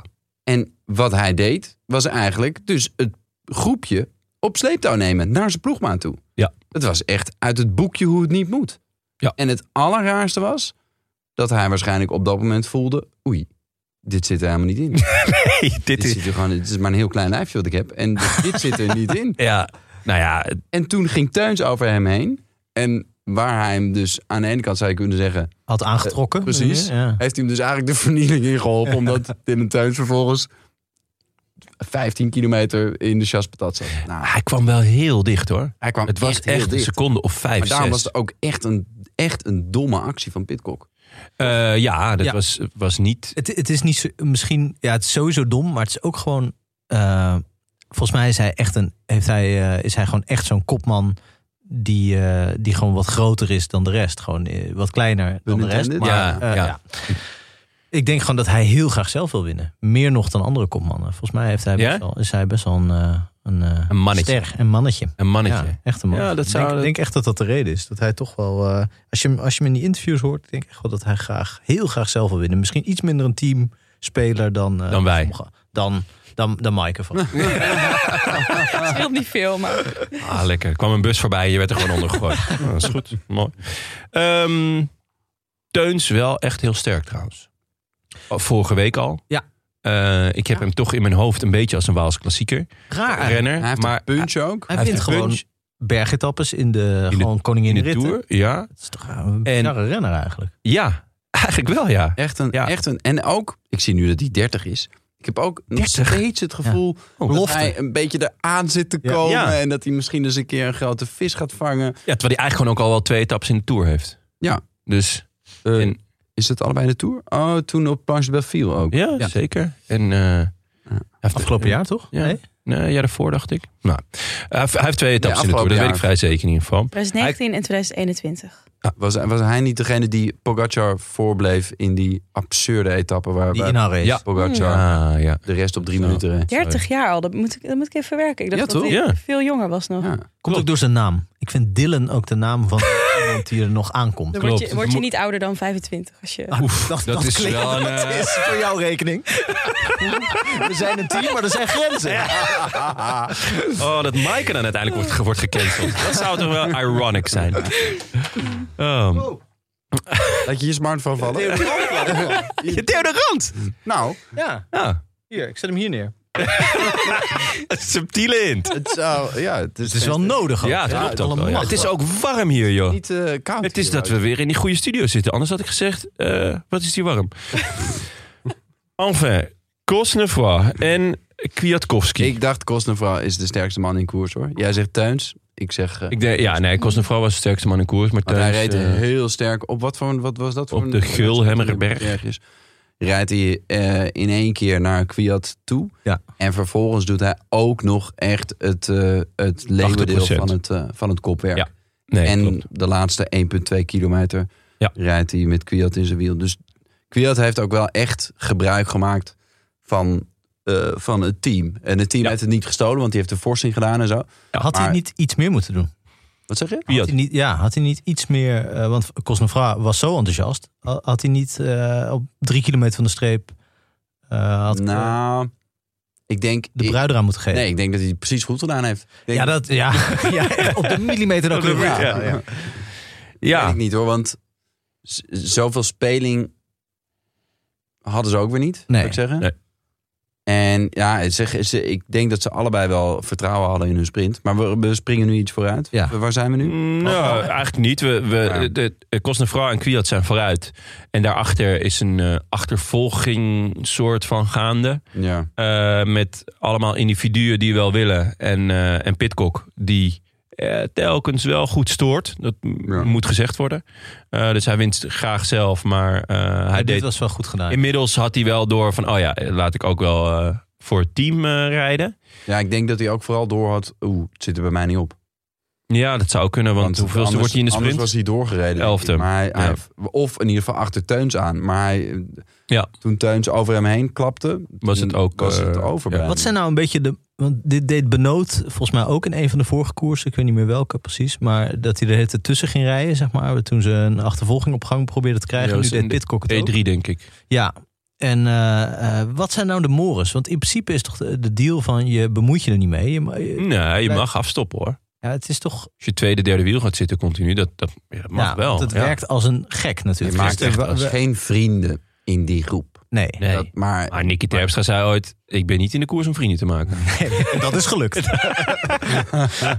Speaker 5: En wat hij deed, was eigenlijk dus het groepje op sleeptouw nemen naar zijn ploegmaat toe.
Speaker 1: Ja.
Speaker 5: Het was echt uit het boekje hoe het niet moet.
Speaker 1: Ja.
Speaker 5: En het allerraarste was dat hij waarschijnlijk op dat moment voelde: oei, dit zit er helemaal niet in. dit,
Speaker 1: dit is...
Speaker 5: zit er gewoon, dit is maar een heel klein lijfje wat ik heb. En dit, dit zit er niet in.
Speaker 1: Ja, nou ja,
Speaker 5: En toen ging Teuns over hem heen. En waar hij hem dus aan de ene kant zou je kunnen zeggen:
Speaker 2: Had aangetrokken.
Speaker 5: Eh, Precies.
Speaker 2: Ja.
Speaker 5: Heeft hij hem dus eigenlijk de vernieling in geholpen. Omdat Dylan Teuns vervolgens 15 kilometer in de chaspatat zat. Nou,
Speaker 1: hij kwam wel heel dicht hoor.
Speaker 5: hij kwam
Speaker 1: Het was
Speaker 5: echt, heel
Speaker 1: echt een
Speaker 5: dicht.
Speaker 1: seconde of vijf,
Speaker 5: Maar daarom was
Speaker 1: zes.
Speaker 5: het ook echt een, echt een domme actie van Pitcock.
Speaker 1: Eh, ja, dat
Speaker 2: Ja.
Speaker 1: Was, was niet...
Speaker 2: Het, het is niet zo, misschien, ja, het is sowieso dom, maar het is ook gewoon. eh, volgens mij is hij echt een, heeft hij, eh, is hij gewoon echt zo'n kopman die, eh, die gewoon wat groter is dan de rest, gewoon eh, wat kleiner dan de rest.
Speaker 5: Unintended.
Speaker 1: Ja,
Speaker 2: Maar, eh,
Speaker 1: ja.
Speaker 2: ja. ik denk gewoon dat hij heel graag zelf wil winnen, meer nog dan andere kopmannen. Volgens mij heeft hij
Speaker 1: Ja?
Speaker 2: best wel, is hij best wel een, eh, een, eh,
Speaker 1: Een mannetje.
Speaker 2: ster, een mannetje.
Speaker 1: Een mannetje.
Speaker 2: Ja, echt een man.
Speaker 1: Ja, dat zou-
Speaker 2: ik denk, denk echt dat dat de reden is. Dat hij toch wel. eh, als, je, hem- als je hem in die interviews hoort, ik denk echt wel dat hij graag, heel graag zelf wil winnen. Misschien iets minder een teamspeler dan, eh,
Speaker 1: Dan wij.
Speaker 2: sommigen. Dan dan, dan Maaike van.
Speaker 6: Het scheelt niet veel, maar
Speaker 1: Ah, lekker. Er kwam een bus voorbij en je werd er gewoon onder gegooid. Ah, dat is goed. Mooi. Ehm, Teuns wel echt heel sterk trouwens. Oh, Vorige week al.
Speaker 2: Ja.
Speaker 1: Eh, ik heb hem toch in mijn hoofd een beetje als een Waals klassieker.
Speaker 2: Raar. eigenlijk.
Speaker 1: renner.
Speaker 5: Hij heeft
Speaker 1: maar
Speaker 5: een punch ook.
Speaker 2: Hij,
Speaker 1: Hij
Speaker 2: wint
Speaker 1: heeft een
Speaker 2: gewoon
Speaker 1: punch.
Speaker 2: bergetappes in de, gewoon koningin
Speaker 1: in
Speaker 2: de
Speaker 1: de
Speaker 2: ritten.
Speaker 1: Tour. Ja.
Speaker 2: Dat is toch een
Speaker 1: En-
Speaker 2: bizarre renner eigenlijk.
Speaker 1: ja, eigenlijk wel ja.
Speaker 5: Echt een,
Speaker 1: Ja.
Speaker 5: echt een. En ook, ik zie nu dat hij 30 is. Ik heb ook nog
Speaker 1: 30?
Speaker 5: steeds het gevoel
Speaker 1: Oh,
Speaker 5: dat
Speaker 2: Belofte.
Speaker 5: hij een beetje eraan zit te
Speaker 2: Ja.
Speaker 5: komen.
Speaker 1: Ja.
Speaker 5: En dat hij misschien eens een keer een grote vis gaat vangen.
Speaker 1: ja. Terwijl hij eigenlijk gewoon ook al wel twee etappes in de Tour heeft.
Speaker 5: Ja.
Speaker 1: Dus
Speaker 5: Eh,
Speaker 1: En-
Speaker 5: is dat allebei de Tour? Oh, toen op Planche Belfiel ook.
Speaker 1: ja,
Speaker 5: Ja.
Speaker 1: zeker. En eh
Speaker 2: Afgelopen jaar toch?
Speaker 1: Ja.
Speaker 2: Nee?
Speaker 1: Nee, ja, daarvoor dacht ik. Nou, hij heeft- hij heeft twee etappes in de Tour.
Speaker 5: afgelopen
Speaker 1: Dat weet
Speaker 5: jaar.
Speaker 1: ik vrij zeker in ieder geval.
Speaker 6: 2019 en 2021.
Speaker 5: Ah, Was, was hij niet degene die Pogacar voorbleef in die absurde etappe waar
Speaker 2: Die
Speaker 5: waar
Speaker 2: inhaalrace.
Speaker 1: Ja.
Speaker 5: Pogacar
Speaker 1: Ah, ja.
Speaker 5: de rest op drie
Speaker 1: Zo.
Speaker 5: minuten reed?
Speaker 6: 30 jaar al, dat moet ik, dat moet ik even verwerken. Ik dacht
Speaker 5: Ja,
Speaker 6: dat
Speaker 5: toch?
Speaker 6: hij
Speaker 1: Ja.
Speaker 6: veel jonger was nog.
Speaker 5: Ja.
Speaker 2: Komt ook door zijn naam. Ik vind Dylan ook de naam van iemand die er nog aankomt.
Speaker 6: Dan word
Speaker 5: Dus
Speaker 1: Klopt.
Speaker 6: je, word je
Speaker 1: Mo-
Speaker 6: niet ouder dan 25 als
Speaker 5: Ah,
Speaker 6: je...
Speaker 2: Oef,
Speaker 1: dat is
Speaker 2: klinkt-
Speaker 1: wel een,
Speaker 2: dat
Speaker 1: eh,
Speaker 2: is voor jouw rekening. We zijn een team, maar er zijn grenzen.
Speaker 1: Oh, dat Maaike dan uiteindelijk wordt, wordt gecanceld. Dat zou toch wel ironic zijn. Oh. Ehm,
Speaker 5: Laat je je smartphone vallen?
Speaker 1: Deodorant!
Speaker 5: Nou,
Speaker 2: Ja,
Speaker 1: Ja,
Speaker 2: hier, ik zet hem hier neer.
Speaker 1: een subtiele hint.
Speaker 5: het, zou, ja, het, is,
Speaker 2: Het is wel nodig. ook.
Speaker 1: Ja, het klopt ook wel, ja.
Speaker 2: Allemaal.
Speaker 1: Het is ook warm hier, joh.
Speaker 5: niet eh, koud.
Speaker 1: Het is
Speaker 5: hier
Speaker 1: dat
Speaker 5: ook.
Speaker 1: we weer in die goede studio zitten. Anders had ik gezegd, eh, wat is die warm? enfin, Kosnefroy en Kwiatkowski. Ik,
Speaker 5: Ik dacht Kostnevra is de sterkste man in koers hoor. Jij zegt Teuns, ik zeg... eh,
Speaker 1: denk, ja, nee, Kosnefroy was de sterkste man in koers. Maar
Speaker 5: want hij
Speaker 1: thuis,
Speaker 5: reed
Speaker 1: eh,
Speaker 5: heel sterk. Op wat, voor, wat was dat voor
Speaker 1: op
Speaker 5: een...
Speaker 1: de Gulhemmerberg.
Speaker 5: Bergjes. Rijdt hij eh, in één keer naar Kwiat toe.
Speaker 2: Ja.
Speaker 5: En vervolgens doet hij ook nog echt het, eh het leeuwendeel
Speaker 1: 80%.
Speaker 5: van het, eh, van het kopwerk.
Speaker 1: Ja, nee,
Speaker 5: en
Speaker 1: klopt.
Speaker 5: de laatste 1,2 kilometer
Speaker 1: Ja.
Speaker 5: rijdt hij met Kwiat in zijn wiel. Dus Kwiat heeft ook wel echt gebruik gemaakt van, eh, van het team. En het team
Speaker 1: Ja.
Speaker 5: heeft het niet gestolen, want die heeft de forsing gedaan en zo.
Speaker 2: Had hij
Speaker 5: Maar-
Speaker 2: niet iets meer moeten doen?
Speaker 5: Wat zeg je?
Speaker 2: Had
Speaker 1: Kwiat.
Speaker 2: hij niet, ja, had hij niet iets meer... eh, want Cosnefra was zo enthousiast. Ha- Had hij niet eh, op drie kilometer van de streep... eh, had
Speaker 5: nou, ik denk...
Speaker 2: de
Speaker 5: ik-
Speaker 2: bruid eraan moeten geven?
Speaker 5: nee, ik denk dat hij het precies goed gedaan heeft. Ik Denk,
Speaker 2: Ja, dat, ja, ja, op de millimeter ook.
Speaker 1: Op de
Speaker 2: Ja,
Speaker 1: millimeter,
Speaker 2: ja.
Speaker 5: Weet
Speaker 1: Ja,
Speaker 5: ik niet hoor, want z- zoveel speling hadden ze ook weer niet,
Speaker 2: Nee.
Speaker 5: zou ik zeggen.
Speaker 1: Nee.
Speaker 5: En ja, zeg, ze, ik denk dat ze allebei wel vertrouwen hadden in hun sprint. Maar we, we springen nu iets vooruit.
Speaker 2: Ja.
Speaker 5: Waar zijn we nu?
Speaker 1: Nou, eigenlijk niet. We, we,
Speaker 5: Ja.
Speaker 1: de, de Cosnefroid en Kwiat zijn vooruit. En daarachter is een eh, achtervolging soort van gaande.
Speaker 5: Ja.
Speaker 1: Eh, met allemaal individuen die wel willen. En, eh en Pitcock die eh, telkens wel goed stoort. Dat m-
Speaker 5: Ja.
Speaker 1: moet gezegd worden. Eh, dus hij wint graag zelf. Maar eh, hij
Speaker 2: Dit
Speaker 1: deed...
Speaker 2: was wel goed gedaan.
Speaker 1: Inmiddels had hij wel door van... Oh ja, eh, laat ik ook wel eh, voor het team eh, rijden.
Speaker 5: ja, ik denk dat hij ook vooral door had. Oeh, het zit er bij mij niet op.
Speaker 1: Ja, dat zou kunnen. Want, hoeveelste
Speaker 5: anders-
Speaker 1: wordt hij in de sprint?
Speaker 5: Anders was hij doorgereden. denk ik.
Speaker 1: Elfde.
Speaker 5: Maar hij, hij- of in ieder geval achter Teuns aan. Maar hij,
Speaker 1: Ja.
Speaker 5: toen Teuns over hem heen klapte,
Speaker 1: Was het ook,
Speaker 5: was het
Speaker 1: eh,
Speaker 5: over.
Speaker 1: ja.
Speaker 5: bij
Speaker 2: Wat
Speaker 5: hem.
Speaker 2: zijn nou een beetje de. Want dit deed Benoot volgens mij ook in een van de vorige koersen. Ik weet niet meer welke precies. Maar dat hij er hele tijd tussen ging rijden, zeg maar. Toen ze een achtervolging op gang probeerden te krijgen.
Speaker 1: Ja,
Speaker 2: nu
Speaker 1: dus
Speaker 2: deed
Speaker 1: in de
Speaker 2: Pitcock het ook.
Speaker 1: T3 denk ik.
Speaker 2: Ja. En eh, eh, wat zijn nou de mores? Want in principe is toch de, de deal van je bemoeit je er niet mee. Je, ma- je-
Speaker 1: Nee, je
Speaker 2: Nee.
Speaker 1: mag afstoppen hoor.
Speaker 2: ja, het is toch.
Speaker 1: Als je tweede, derde wiel gaat zitten continu, dat, dat ja, dat mag
Speaker 2: ja,
Speaker 1: wel.
Speaker 2: want Het
Speaker 1: ja.
Speaker 2: werkt als een gek
Speaker 5: Je
Speaker 2: natuurlijk. Dus
Speaker 5: maakt echt
Speaker 2: we- we-
Speaker 5: geen vrienden in die groep.
Speaker 2: Nee.
Speaker 1: Nee.
Speaker 5: Dat- maar
Speaker 1: Maar Nicky Terpstra zei ooit, ik ben niet in de koers om vrienden te maken.
Speaker 2: dat is gelukt.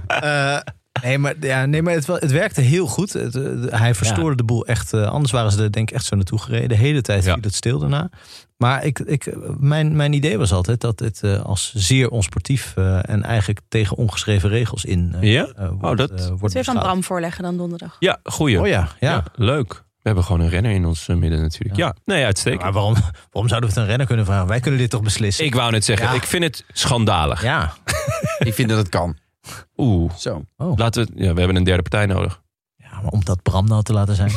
Speaker 2: Eh, nee, maar, ja, nee, maar het, wel- het werkte heel goed. Het, eh, hij verstoorde de boel echt. eh, anders waren ze er denk ik echt zo naartoe gereden. De hele tijd
Speaker 1: Ja.
Speaker 2: viel het stil daarna. Maar ik, ik, mijn, mijn idee was altijd dat het eh, als zeer onsportief... eh, en eigenlijk tegen ongeschreven regels in eh,
Speaker 1: Ja? Oh,
Speaker 2: eh, wordt,
Speaker 1: dat-
Speaker 2: eh, wordt
Speaker 6: Twee van
Speaker 2: beschouwd.
Speaker 6: Bram voorleggen dan donderdag.
Speaker 1: Ja, goeie.
Speaker 2: Oh ja, ja.
Speaker 1: Ja, leuk. We hebben gewoon een renner in ons eh, midden natuurlijk. Ja, nee, uitstekend.
Speaker 2: Maar waarom, waarom zouden we het een renner kunnen vragen? Wij kunnen dit toch beslissen?
Speaker 1: ik wou net zeggen,
Speaker 2: Ja.
Speaker 1: ik vind het schandalig.
Speaker 2: Ja,
Speaker 5: ik vind dat het kan.
Speaker 1: Oeh,
Speaker 5: Zo.
Speaker 1: laten we, ja, we hebben een derde partij nodig.
Speaker 2: ja maar om dat Bram nou te laten zijn.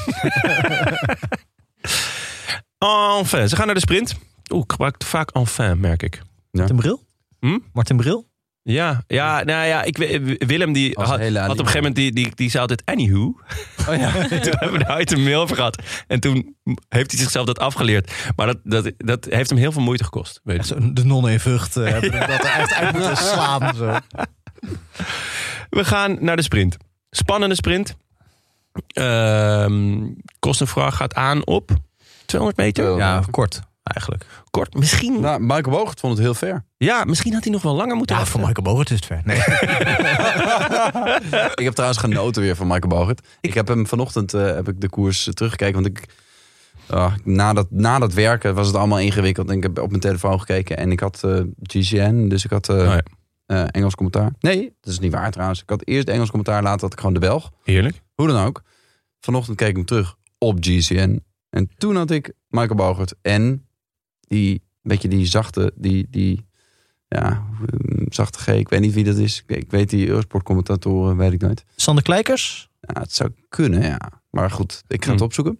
Speaker 1: Enfin, ze gaan naar de sprint. Oeh, ik gebruik vaak enfin, merk ik.
Speaker 2: Martin Bril?
Speaker 1: Hm?
Speaker 2: Martin Bril?
Speaker 1: Ja, ja, nou ja, ik, weet- Willem die
Speaker 5: Was
Speaker 1: had,
Speaker 5: een hele
Speaker 1: had op een
Speaker 5: alibi.
Speaker 1: gegeven moment, die, die, die zei altijd anywho.
Speaker 5: Oh ja.
Speaker 1: toen hebben we daar ooit een mail over gehad. En toen heeft hij zichzelf dat afgeleerd. Maar dat, dat, dat heeft hem heel veel moeite gekost. Weet
Speaker 2: Echt
Speaker 1: je.
Speaker 2: zo, de non-evucht eh, hebben hem dat er echt uit moeten slaan. Zo.
Speaker 1: We gaan naar de sprint. Spannende sprint. Ehm Kostenvraag gaat aan op 200 meter.
Speaker 2: Ja, kort eigenlijk.
Speaker 1: Kort. Misschien,
Speaker 5: Nou, Michael Bogert vond het heel fair.
Speaker 1: ja, misschien had hij nog wel langer moeten
Speaker 2: Ja,
Speaker 1: wachten.
Speaker 2: voor Michael Bogert is het ver. Nee.
Speaker 5: Ik heb trouwens genoten weer van Michael Bogert. Ik heb hem vanochtend eh, heb ik de koers eh, teruggekeken. Want ik, ah, na, dat, na dat werken was het allemaal ingewikkeld. En ik heb op mijn telefoon gekeken. En ik had eh, GCN, dus ik had eh,
Speaker 1: ja.
Speaker 5: eh, Engels commentaar. Nee, dat is niet waar trouwens. Ik had eerst Engels commentaar, later had ik gewoon de Belg.
Speaker 1: Heerlijk.
Speaker 5: Hoe dan ook. Vanochtend keek ik hem terug op GCN. En toen had ik Michael Bogert en die, beetje die zachte, die, die ja, eh, zachte G. Ik weet niet wie dat is. Ik, ik weet die Eurosport commentatoren, weet ik nooit.
Speaker 2: Sander Kleikers?
Speaker 5: Ja, het zou kunnen, ja. Maar goed, ik ga het
Speaker 1: Hm.
Speaker 5: opzoeken.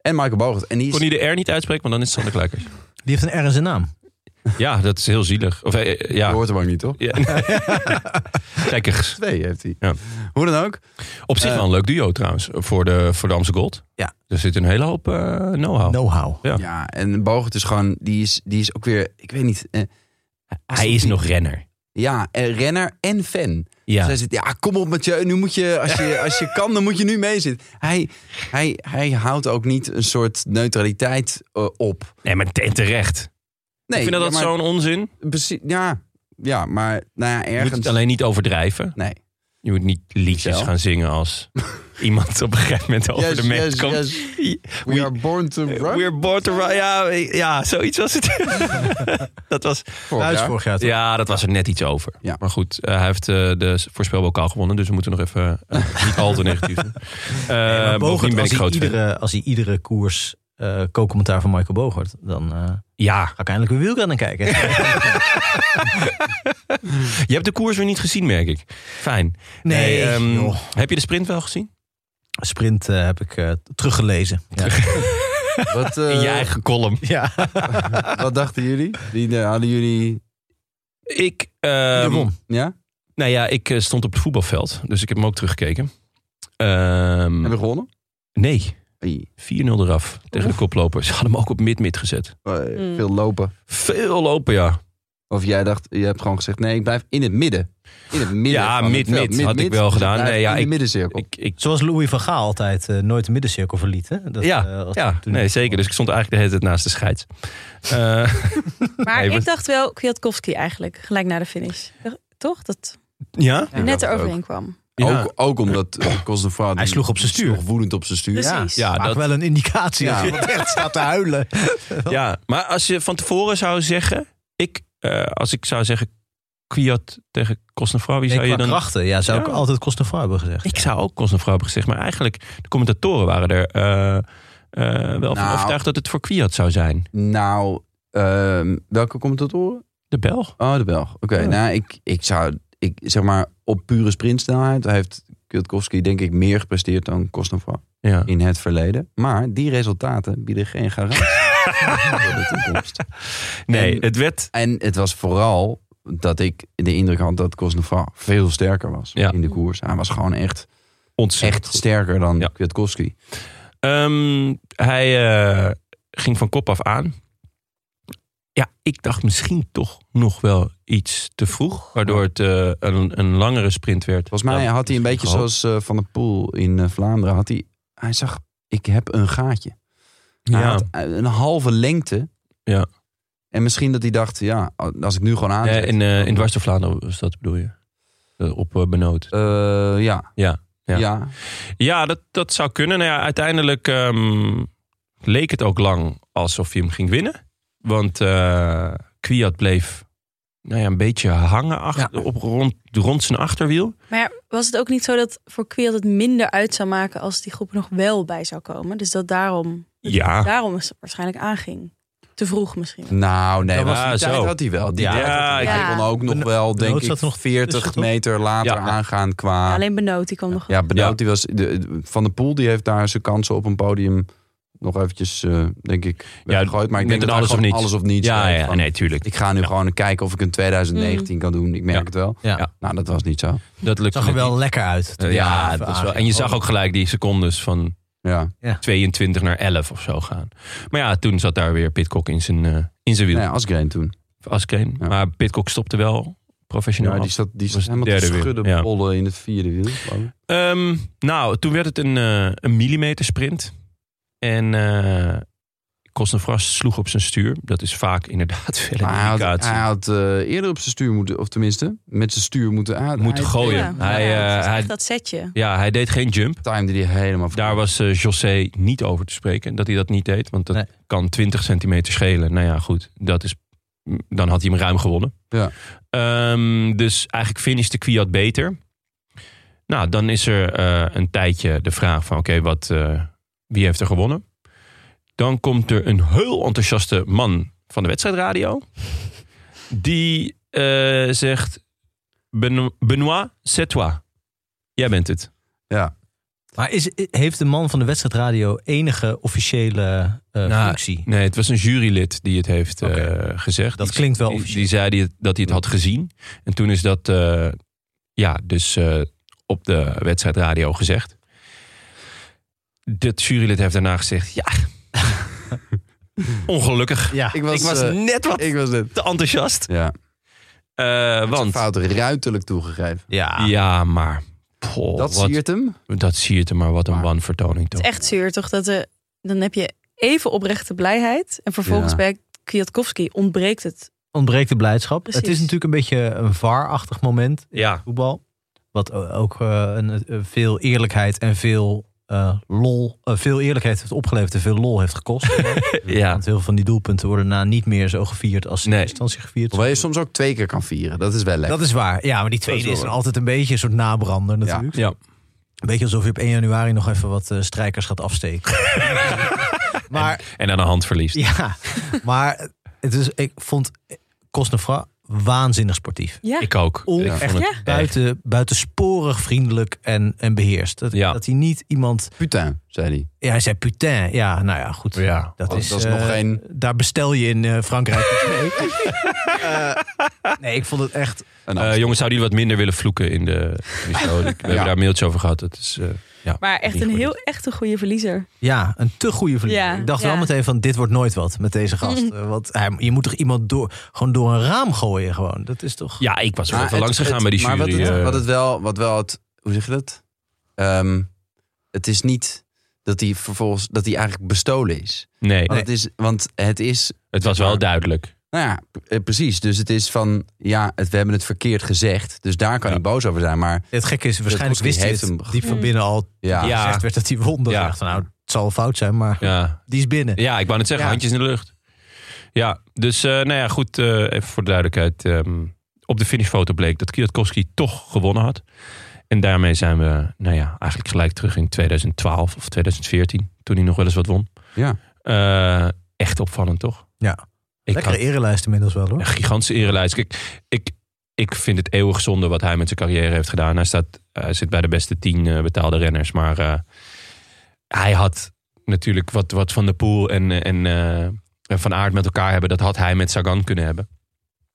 Speaker 5: En Michael Bogert. En die
Speaker 1: Kon
Speaker 5: is...
Speaker 1: hij de R niet uitspreken, want dan is het Sander Kluikers.
Speaker 2: Die heeft een R in zijn naam.
Speaker 1: ja, dat is heel zielig. Of, eh, eh,
Speaker 5: Je
Speaker 1: ja.
Speaker 5: hoort hem ook niet, toch?
Speaker 1: ja. Kijkers.
Speaker 5: Twee heeft hij.
Speaker 1: Ja.
Speaker 5: Hoe dan ook.
Speaker 1: Op zich
Speaker 5: Eh,
Speaker 1: wel een leuk duo trouwens, voor de, voor de Amsterdam Gold.
Speaker 5: Ja.
Speaker 1: Er zit een hele hoop eh, know-how.
Speaker 2: Know-how.
Speaker 1: Ja.
Speaker 5: Ja, en Bogert is gewoon... Die is, die is ook weer... Ik weet niet... eh,
Speaker 1: Hij is nog renner.
Speaker 5: ja, eh, renner en fan.
Speaker 1: Ja.
Speaker 5: Zij zit, ja, kom op Mathieu, nu moet je, als je, als je kan, dan moet je nu meezitten. Hij, hij, hij houdt ook niet een soort neutraliteit eh, op.
Speaker 1: Nee, maar te- terecht.
Speaker 5: Nee,
Speaker 1: ik vind nou dat,
Speaker 5: ja,
Speaker 1: dat
Speaker 5: maar
Speaker 1: zo'n onzin.
Speaker 5: precies- Ja, ja, maar nou ja,
Speaker 1: Je moet
Speaker 5: ergens...
Speaker 1: het alleen niet overdrijven.
Speaker 5: Nee.
Speaker 1: Je moet niet liedjes
Speaker 5: Michel?
Speaker 1: gaan zingen als iemand op een gegeven moment over
Speaker 5: Yes,
Speaker 1: de mens
Speaker 5: yes,
Speaker 1: komt.
Speaker 5: yes. We,
Speaker 1: We-
Speaker 5: are born to run.
Speaker 1: We're born to run. Ja, ja, zoiets was het. dat was,
Speaker 5: Vorig
Speaker 2: Thuis
Speaker 5: jaar.
Speaker 2: vorig jaar. toch?
Speaker 1: ja, dat was er net iets over.
Speaker 5: Ja.
Speaker 1: Maar goed, eh, hij heeft eh, de voorspelbokaal gewonnen. Dus we moeten nog even eh, niet al te negatief zijn. Eh,
Speaker 2: Nee,
Speaker 1: bovendien
Speaker 2: maar Bogert,
Speaker 1: ben ik
Speaker 2: als, hij
Speaker 1: groot fan.
Speaker 2: iedere, als hij iedere koers eh co-commentaar van Michael Bogert, dan eh,
Speaker 1: Ja,
Speaker 2: ga ik eindelijk weer wielrennen kijken.
Speaker 1: je hebt de koers weer niet gezien, merk ik. Fijn. ehm,
Speaker 2: joh.
Speaker 1: heb je de sprint wel gezien?
Speaker 2: Sprint eh, heb ik eh, teruggelezen. Ja.
Speaker 5: Wat, eh,
Speaker 1: In je eigen column.
Speaker 2: ja.
Speaker 5: wat dachten jullie? Die, eh, hadden jullie...
Speaker 1: Ik, ehm,
Speaker 5: Ja?
Speaker 1: nou ja, ik eh, stond op het voetbalveld. Dus ik heb hem ook teruggekeken. Ehm,
Speaker 5: Hebben we gewonnen?
Speaker 1: nee, 4-0
Speaker 5: Oei.
Speaker 1: eraf tegen de koplopers. Ze hadden hem ook op mid-mid gezet.
Speaker 5: Eh,
Speaker 6: Mm.
Speaker 5: Veel lopen.
Speaker 1: Veel lopen, ja.
Speaker 5: Of jij dacht, je hebt gewoon gezegd, nee, ik blijf in het midden. In het midden.
Speaker 1: Ja,
Speaker 5: van het
Speaker 1: mid-mid
Speaker 5: veld.
Speaker 1: had ik wel
Speaker 5: dus
Speaker 1: gedaan.
Speaker 5: blijf
Speaker 1: Nee, ja,
Speaker 5: in de
Speaker 1: ik-
Speaker 5: middencirkel.
Speaker 1: Ik, ik,
Speaker 2: Zoals Louis van Gaal altijd eh, nooit de middencirkel verliet. Hè? Dat, eh,
Speaker 1: ja,
Speaker 2: als hij
Speaker 1: ja
Speaker 2: toen-
Speaker 1: nee, zeker. Dus ik stond eigenlijk de hele tijd naast de scheids. Eh,
Speaker 6: Maar
Speaker 1: Nee,
Speaker 6: ik
Speaker 1: want-
Speaker 6: dacht wel Kwiatkowski eigenlijk, gelijk na de finish. Toch? Dat
Speaker 1: ja?
Speaker 5: Ik dacht
Speaker 6: net
Speaker 5: het
Speaker 6: eroverheen kwam.
Speaker 1: Ja.
Speaker 5: Ook, ook omdat eh, Cosnefra... die-
Speaker 2: Hij sloeg op zijn
Speaker 5: die
Speaker 2: stuur.
Speaker 5: sloeg woedend op zijn stuur.
Speaker 6: Precies.
Speaker 1: Ja,
Speaker 2: Maak
Speaker 1: dat,
Speaker 2: wel een indicatie
Speaker 5: Ja.
Speaker 2: als iemand echt staat te huilen.
Speaker 1: ja, maar als je van tevoren zou zeggen... Ik, eh, als ik zou zeggen Kwiat tegen Kostnefra, wie
Speaker 2: Nee,
Speaker 1: zou
Speaker 2: qua
Speaker 1: je dan...
Speaker 2: krachten. Ja, zou ik
Speaker 1: Ja.
Speaker 2: altijd kosten voor hebben gezegd.
Speaker 1: Ik zou ook Kostnefra hebben gezegd. Maar eigenlijk, de commentatoren waren er eh, eh, wel van
Speaker 5: Nou.
Speaker 1: overtuigd dat het voor Kwiat zou zijn.
Speaker 5: Nou, ehm, welke commentatoren?
Speaker 1: De Belg.
Speaker 5: Oh, de Belg. Oké,
Speaker 1: Ja.
Speaker 5: nou, ik, ik zou... Ik, zeg maar, op pure sprintsnelheid heeft Kutkowski denk ik meer gepresteerd dan Cosnefra
Speaker 1: Ja.
Speaker 5: in het verleden. Maar die resultaten bieden geen garantie voor de toekomst.
Speaker 1: Nee,
Speaker 5: En-
Speaker 1: het werd...
Speaker 5: En het was vooral dat ik de indruk had dat Cosnefra veel sterker was
Speaker 1: Ja.
Speaker 5: in de koers. Hij was gewoon echt,
Speaker 1: Ontzettend
Speaker 5: echt
Speaker 1: goed.
Speaker 5: sterker dan
Speaker 1: Ja.
Speaker 5: Kwiatkowski.
Speaker 1: Ehm, hij eh, ging van kop af aan. Ja, ik dacht misschien toch nog wel iets te vroeg. Waardoor het eh, een, een langere sprint werd.
Speaker 5: Volgens mij
Speaker 1: Ja,
Speaker 5: had hij een beetje
Speaker 1: gehoopt.
Speaker 5: zoals eh, Van der Poel in eh, Vlaanderen. Had hij, hij zag, ik heb een gaatje. Hij
Speaker 1: Ja.
Speaker 5: had eh, een halve lengte.
Speaker 1: Ja.
Speaker 5: En misschien dat hij dacht, ja, als ik nu gewoon aan.
Speaker 1: Ja, in, eh in dwars door Vlaanderen was dat bedoel je? Eh, op eh, benood.
Speaker 5: Eh, ja.
Speaker 1: Ja, ja.
Speaker 5: Ja.
Speaker 1: Ja, dat, dat zou kunnen. Nou ja, uiteindelijk ehm, leek het ook lang alsof hij hem ging winnen. Want eh Kwiat bleef nou ja, een beetje hangen achter, op, rond, rond zijn achterwiel.
Speaker 6: Maar ja, was het ook niet zo dat voor Kwiat het minder uit zou maken als die groep er nog wel bij zou komen? Dus dat daarom,
Speaker 1: Ja.
Speaker 6: daarom is het waarschijnlijk aanging. Te vroeg misschien.
Speaker 5: Nou, nee,
Speaker 1: Ja,
Speaker 5: want die
Speaker 1: zo.
Speaker 5: tijd had hij wel. Die
Speaker 1: Ja,
Speaker 5: tijd had hij,
Speaker 6: ja.
Speaker 5: hij kon ook nog wel, denk
Speaker 2: Benoot
Speaker 5: ik,
Speaker 2: zat nog- is
Speaker 5: 40
Speaker 2: dat op?
Speaker 5: meter later
Speaker 1: Ja.
Speaker 5: aangaan qua...
Speaker 6: Alleen Benoot, die kwam nog.
Speaker 5: Ja, Benoot, die was de, de- Van der Poel die heeft daar zijn kansen op een podium nog eventjes, eh, denk ik, ja, gegooid. Maar ik denk
Speaker 1: met een
Speaker 5: dat
Speaker 1: alles of
Speaker 5: eigenlijk
Speaker 1: niets.
Speaker 5: gewoon alles of niets.
Speaker 1: Ja,
Speaker 5: werd
Speaker 1: ja,
Speaker 5: van,
Speaker 1: nee, tuurlijk.
Speaker 5: Ik ga nu gewoon kijken of ik een 2019 kan doen. Ik merk
Speaker 1: Ja.
Speaker 5: het wel.
Speaker 2: Ja.
Speaker 1: Ja.
Speaker 5: Nou, dat was niet zo.
Speaker 1: Dat lukt
Speaker 2: Zag er
Speaker 1: met
Speaker 2: wel
Speaker 1: die-
Speaker 2: lekker uit.
Speaker 1: Eh, ja, dat is wel. En je zag ook gelijk die secondes van
Speaker 5: Ja.
Speaker 1: 22 naar 11 of zo gaan. Maar ja, toen zat daar weer Pitcock in zijn, eh, in zijn wiel.
Speaker 5: Nou ja, Asgreen toen.
Speaker 1: Of Askreen.
Speaker 5: Ja.
Speaker 1: Maar Pitcock stopte wel professioneel
Speaker 5: Ja,
Speaker 1: af.
Speaker 5: die zat, die zat
Speaker 1: was het
Speaker 5: helemaal te
Speaker 1: derde wiel.
Speaker 5: schudden
Speaker 1: Ja.
Speaker 5: bollen in het vierde wiel. geloof ik.
Speaker 1: Ehm, nou, toen werd het een, eh een millimeter sprint. En eh Kostnefras sloeg op zijn stuur. Dat is vaak inderdaad veel
Speaker 5: Maar hij had,
Speaker 1: indicatie.
Speaker 5: hij had eh, eerder op zijn stuur moeten, of tenminste, met zijn stuur moeten aan.
Speaker 1: Moeten gooien.
Speaker 6: Ja,
Speaker 1: hij,
Speaker 6: ja,
Speaker 1: eh,
Speaker 6: dat was echt
Speaker 1: hij,
Speaker 6: dat setje.
Speaker 1: ja, hij deed geen jump.
Speaker 5: Time die hij helemaal
Speaker 1: Daar was eh, José niet over te spreken. Dat hij dat niet deed. Want dat
Speaker 2: Nee.
Speaker 1: kan 20 centimeter schelen. Nou ja, goed. Dat is, mm, dan had hij hem ruim gewonnen.
Speaker 5: Ja.
Speaker 1: Ehm, dus eigenlijk finishte Kwiat beter. Nou, dan is er eh, een tijdje de vraag van... Oké, wat, eh, wie heeft er gewonnen? Dan komt er een heel enthousiaste man van de wedstrijdradio. Die eh, zegt... "Beno- Benoît, c'est toi. Jij bent het.
Speaker 5: Ja.
Speaker 2: Oh. Maar is, heeft de man van de wedstrijdradio enige officiële eh,
Speaker 1: Nou,
Speaker 2: functie?
Speaker 1: Nee, het was een jurylid die het heeft eh, gezegd.
Speaker 2: Dat
Speaker 1: Die-
Speaker 2: klinkt wel
Speaker 1: die,
Speaker 2: officieel.
Speaker 1: die zei die het- dat hij het had gezien. En toen is dat eh, ja, dus eh, op de wedstrijdradio gezegd. Dat jurylid heeft daarna gezegd, ja, ongelukkig.
Speaker 2: Ja,
Speaker 5: Ik was,
Speaker 1: ik was
Speaker 5: eh,
Speaker 1: net wat
Speaker 5: Ik was dit.
Speaker 1: te enthousiast.
Speaker 5: Ja.
Speaker 1: Eh, want,
Speaker 5: Fout ruiterlijk toegegeven.
Speaker 2: ja.
Speaker 1: ja, maar, poh,
Speaker 5: dat
Speaker 1: Oh, wat,
Speaker 5: siert hem.
Speaker 1: dat zie je te maar, wat een
Speaker 5: Maar-
Speaker 1: wanvertoning toch.
Speaker 6: Het is echt zuur, toch? Dat de, dan heb je even oprechte blijheid. En vervolgens
Speaker 5: Ja.
Speaker 6: bij Kwiatkowski ontbreekt het.
Speaker 2: ontbreekt de blijdschap.
Speaker 6: Precies.
Speaker 2: Het is natuurlijk een beetje een vaarachtig moment in
Speaker 1: Ja,
Speaker 2: voetbal. Wat o- ook eh, een, eh, veel eerlijkheid en veel eh, lol. eh, veel eerlijkheid heeft opgeleverd en veel lol heeft gekost.
Speaker 1: ja.
Speaker 2: Want heel veel van die doelpunten worden na niet meer zo gevierd als ze
Speaker 1: Nee.
Speaker 2: in eerste instantie gevierd
Speaker 5: Hoewel je
Speaker 2: worden.
Speaker 5: soms ook twee keer kan vieren. Dat is wel lekker.
Speaker 2: Dat is waar. Ja, maar die tweede
Speaker 5: Dat is
Speaker 2: is
Speaker 5: wel
Speaker 2: dan
Speaker 5: waar.
Speaker 2: altijd een beetje een soort nabrander natuurlijk.
Speaker 1: ja.
Speaker 2: Een beetje alsof je op 1 januari nog even wat eh, strijkers gaat afsteken. maar
Speaker 1: En aan de hand verliest.
Speaker 2: ja, maar het is, ik vond Cosnefra waanzinnig sportief.
Speaker 6: Ja,
Speaker 1: Ik ook.
Speaker 2: Oh,
Speaker 1: ik
Speaker 2: echt?
Speaker 1: vond het
Speaker 6: Ja.
Speaker 1: echt-
Speaker 2: Buiten, buitensporig vriendelijk en, en beheerst. Dat,
Speaker 1: Ja.
Speaker 2: dat hij niet iemand...
Speaker 5: Putain, zei hij.
Speaker 2: Ja, hij zei putain. Ja, nou ja, goed.
Speaker 1: Ja.
Speaker 2: Dat,
Speaker 5: Dat
Speaker 2: is,
Speaker 5: is nog
Speaker 2: eh,
Speaker 5: geen-
Speaker 2: Daar bestel je in eh, Frankrijk. iets mee. Eh, nee, ik vond het echt...
Speaker 5: En
Speaker 1: Eh,
Speaker 5: dan-
Speaker 1: jongens, zouden jullie wat minder willen vloeken in de in de show? Ik- We hebben daar een mailtje over gehad. Het is, eh, ja,
Speaker 6: maar echt
Speaker 1: niet
Speaker 6: een
Speaker 1: goed.
Speaker 6: heel echt een goede verliezer.
Speaker 2: Ja, een te goede verliezer.
Speaker 6: Ja,
Speaker 2: ik dacht
Speaker 6: ja.
Speaker 2: wel meteen van, dit wordt nooit wat met deze gast. Eh, Want hij, je moet toch iemand door, gewoon door een raam gooien gewoon. Dat is toch...
Speaker 1: Ja, ik was er wel
Speaker 5: Maar
Speaker 1: even langs
Speaker 5: het-
Speaker 1: gegaan bij
Speaker 5: het-
Speaker 1: die
Speaker 5: maar
Speaker 1: jury.
Speaker 5: wat het,
Speaker 1: eh.
Speaker 5: wat het wel, wat wel het, hoe zeg je dat? Ehm, het is niet dat hij vervolgens, dat hij eigenlijk bestolen is.
Speaker 1: nee,
Speaker 5: Want, het is. want het is,
Speaker 1: het was wel duidelijk.
Speaker 5: nou ja, p- eh, precies. Dus het is van, ja, het, we hebben het verkeerd gezegd. Dus daar kan
Speaker 1: Ja.
Speaker 5: hij boos over zijn. Maar
Speaker 2: Het gekke is, waarschijnlijk
Speaker 5: Kosky
Speaker 2: wist hij
Speaker 5: heeft
Speaker 2: het
Speaker 5: hem
Speaker 2: diep van
Speaker 6: gevonden.
Speaker 2: binnen al
Speaker 5: ja,
Speaker 1: Ja.
Speaker 2: gezegd werd dat hij won. Dan
Speaker 1: Ja.
Speaker 2: dacht ik, nou, het zal fout zijn, maar
Speaker 1: Ja,
Speaker 2: die is binnen.
Speaker 1: ja ik wou net zeggen,
Speaker 5: Ja.
Speaker 1: handjes in de lucht. Ja, dus eh, nou ja, goed, eh, even voor de duidelijkheid. ehm, op de finishfoto bleek dat Kwiatkowski toch gewonnen had. En daarmee zijn we, nou ja, eigenlijk gelijk terug in 2012 of 2014. Toen hij nog wel eens wat won.
Speaker 5: Ja.
Speaker 1: Eh, echt opvallend, toch?
Speaker 2: Ja.
Speaker 1: Ik
Speaker 2: Lekkere
Speaker 1: had-
Speaker 2: erelijst inmiddels wel,
Speaker 1: Een
Speaker 2: hoor.
Speaker 1: gigantische erelijst. Kijk, ik, ik vind het eeuwig zonde wat hij met zijn carrière heeft gedaan. Hij, staat, hij zit bij de beste tien eh, betaalde renners. Maar eh, hij had natuurlijk wat, wat Van der Poel en, eh, en, eh, en Van Aert met elkaar hebben. Dat had hij met Sagan kunnen hebben.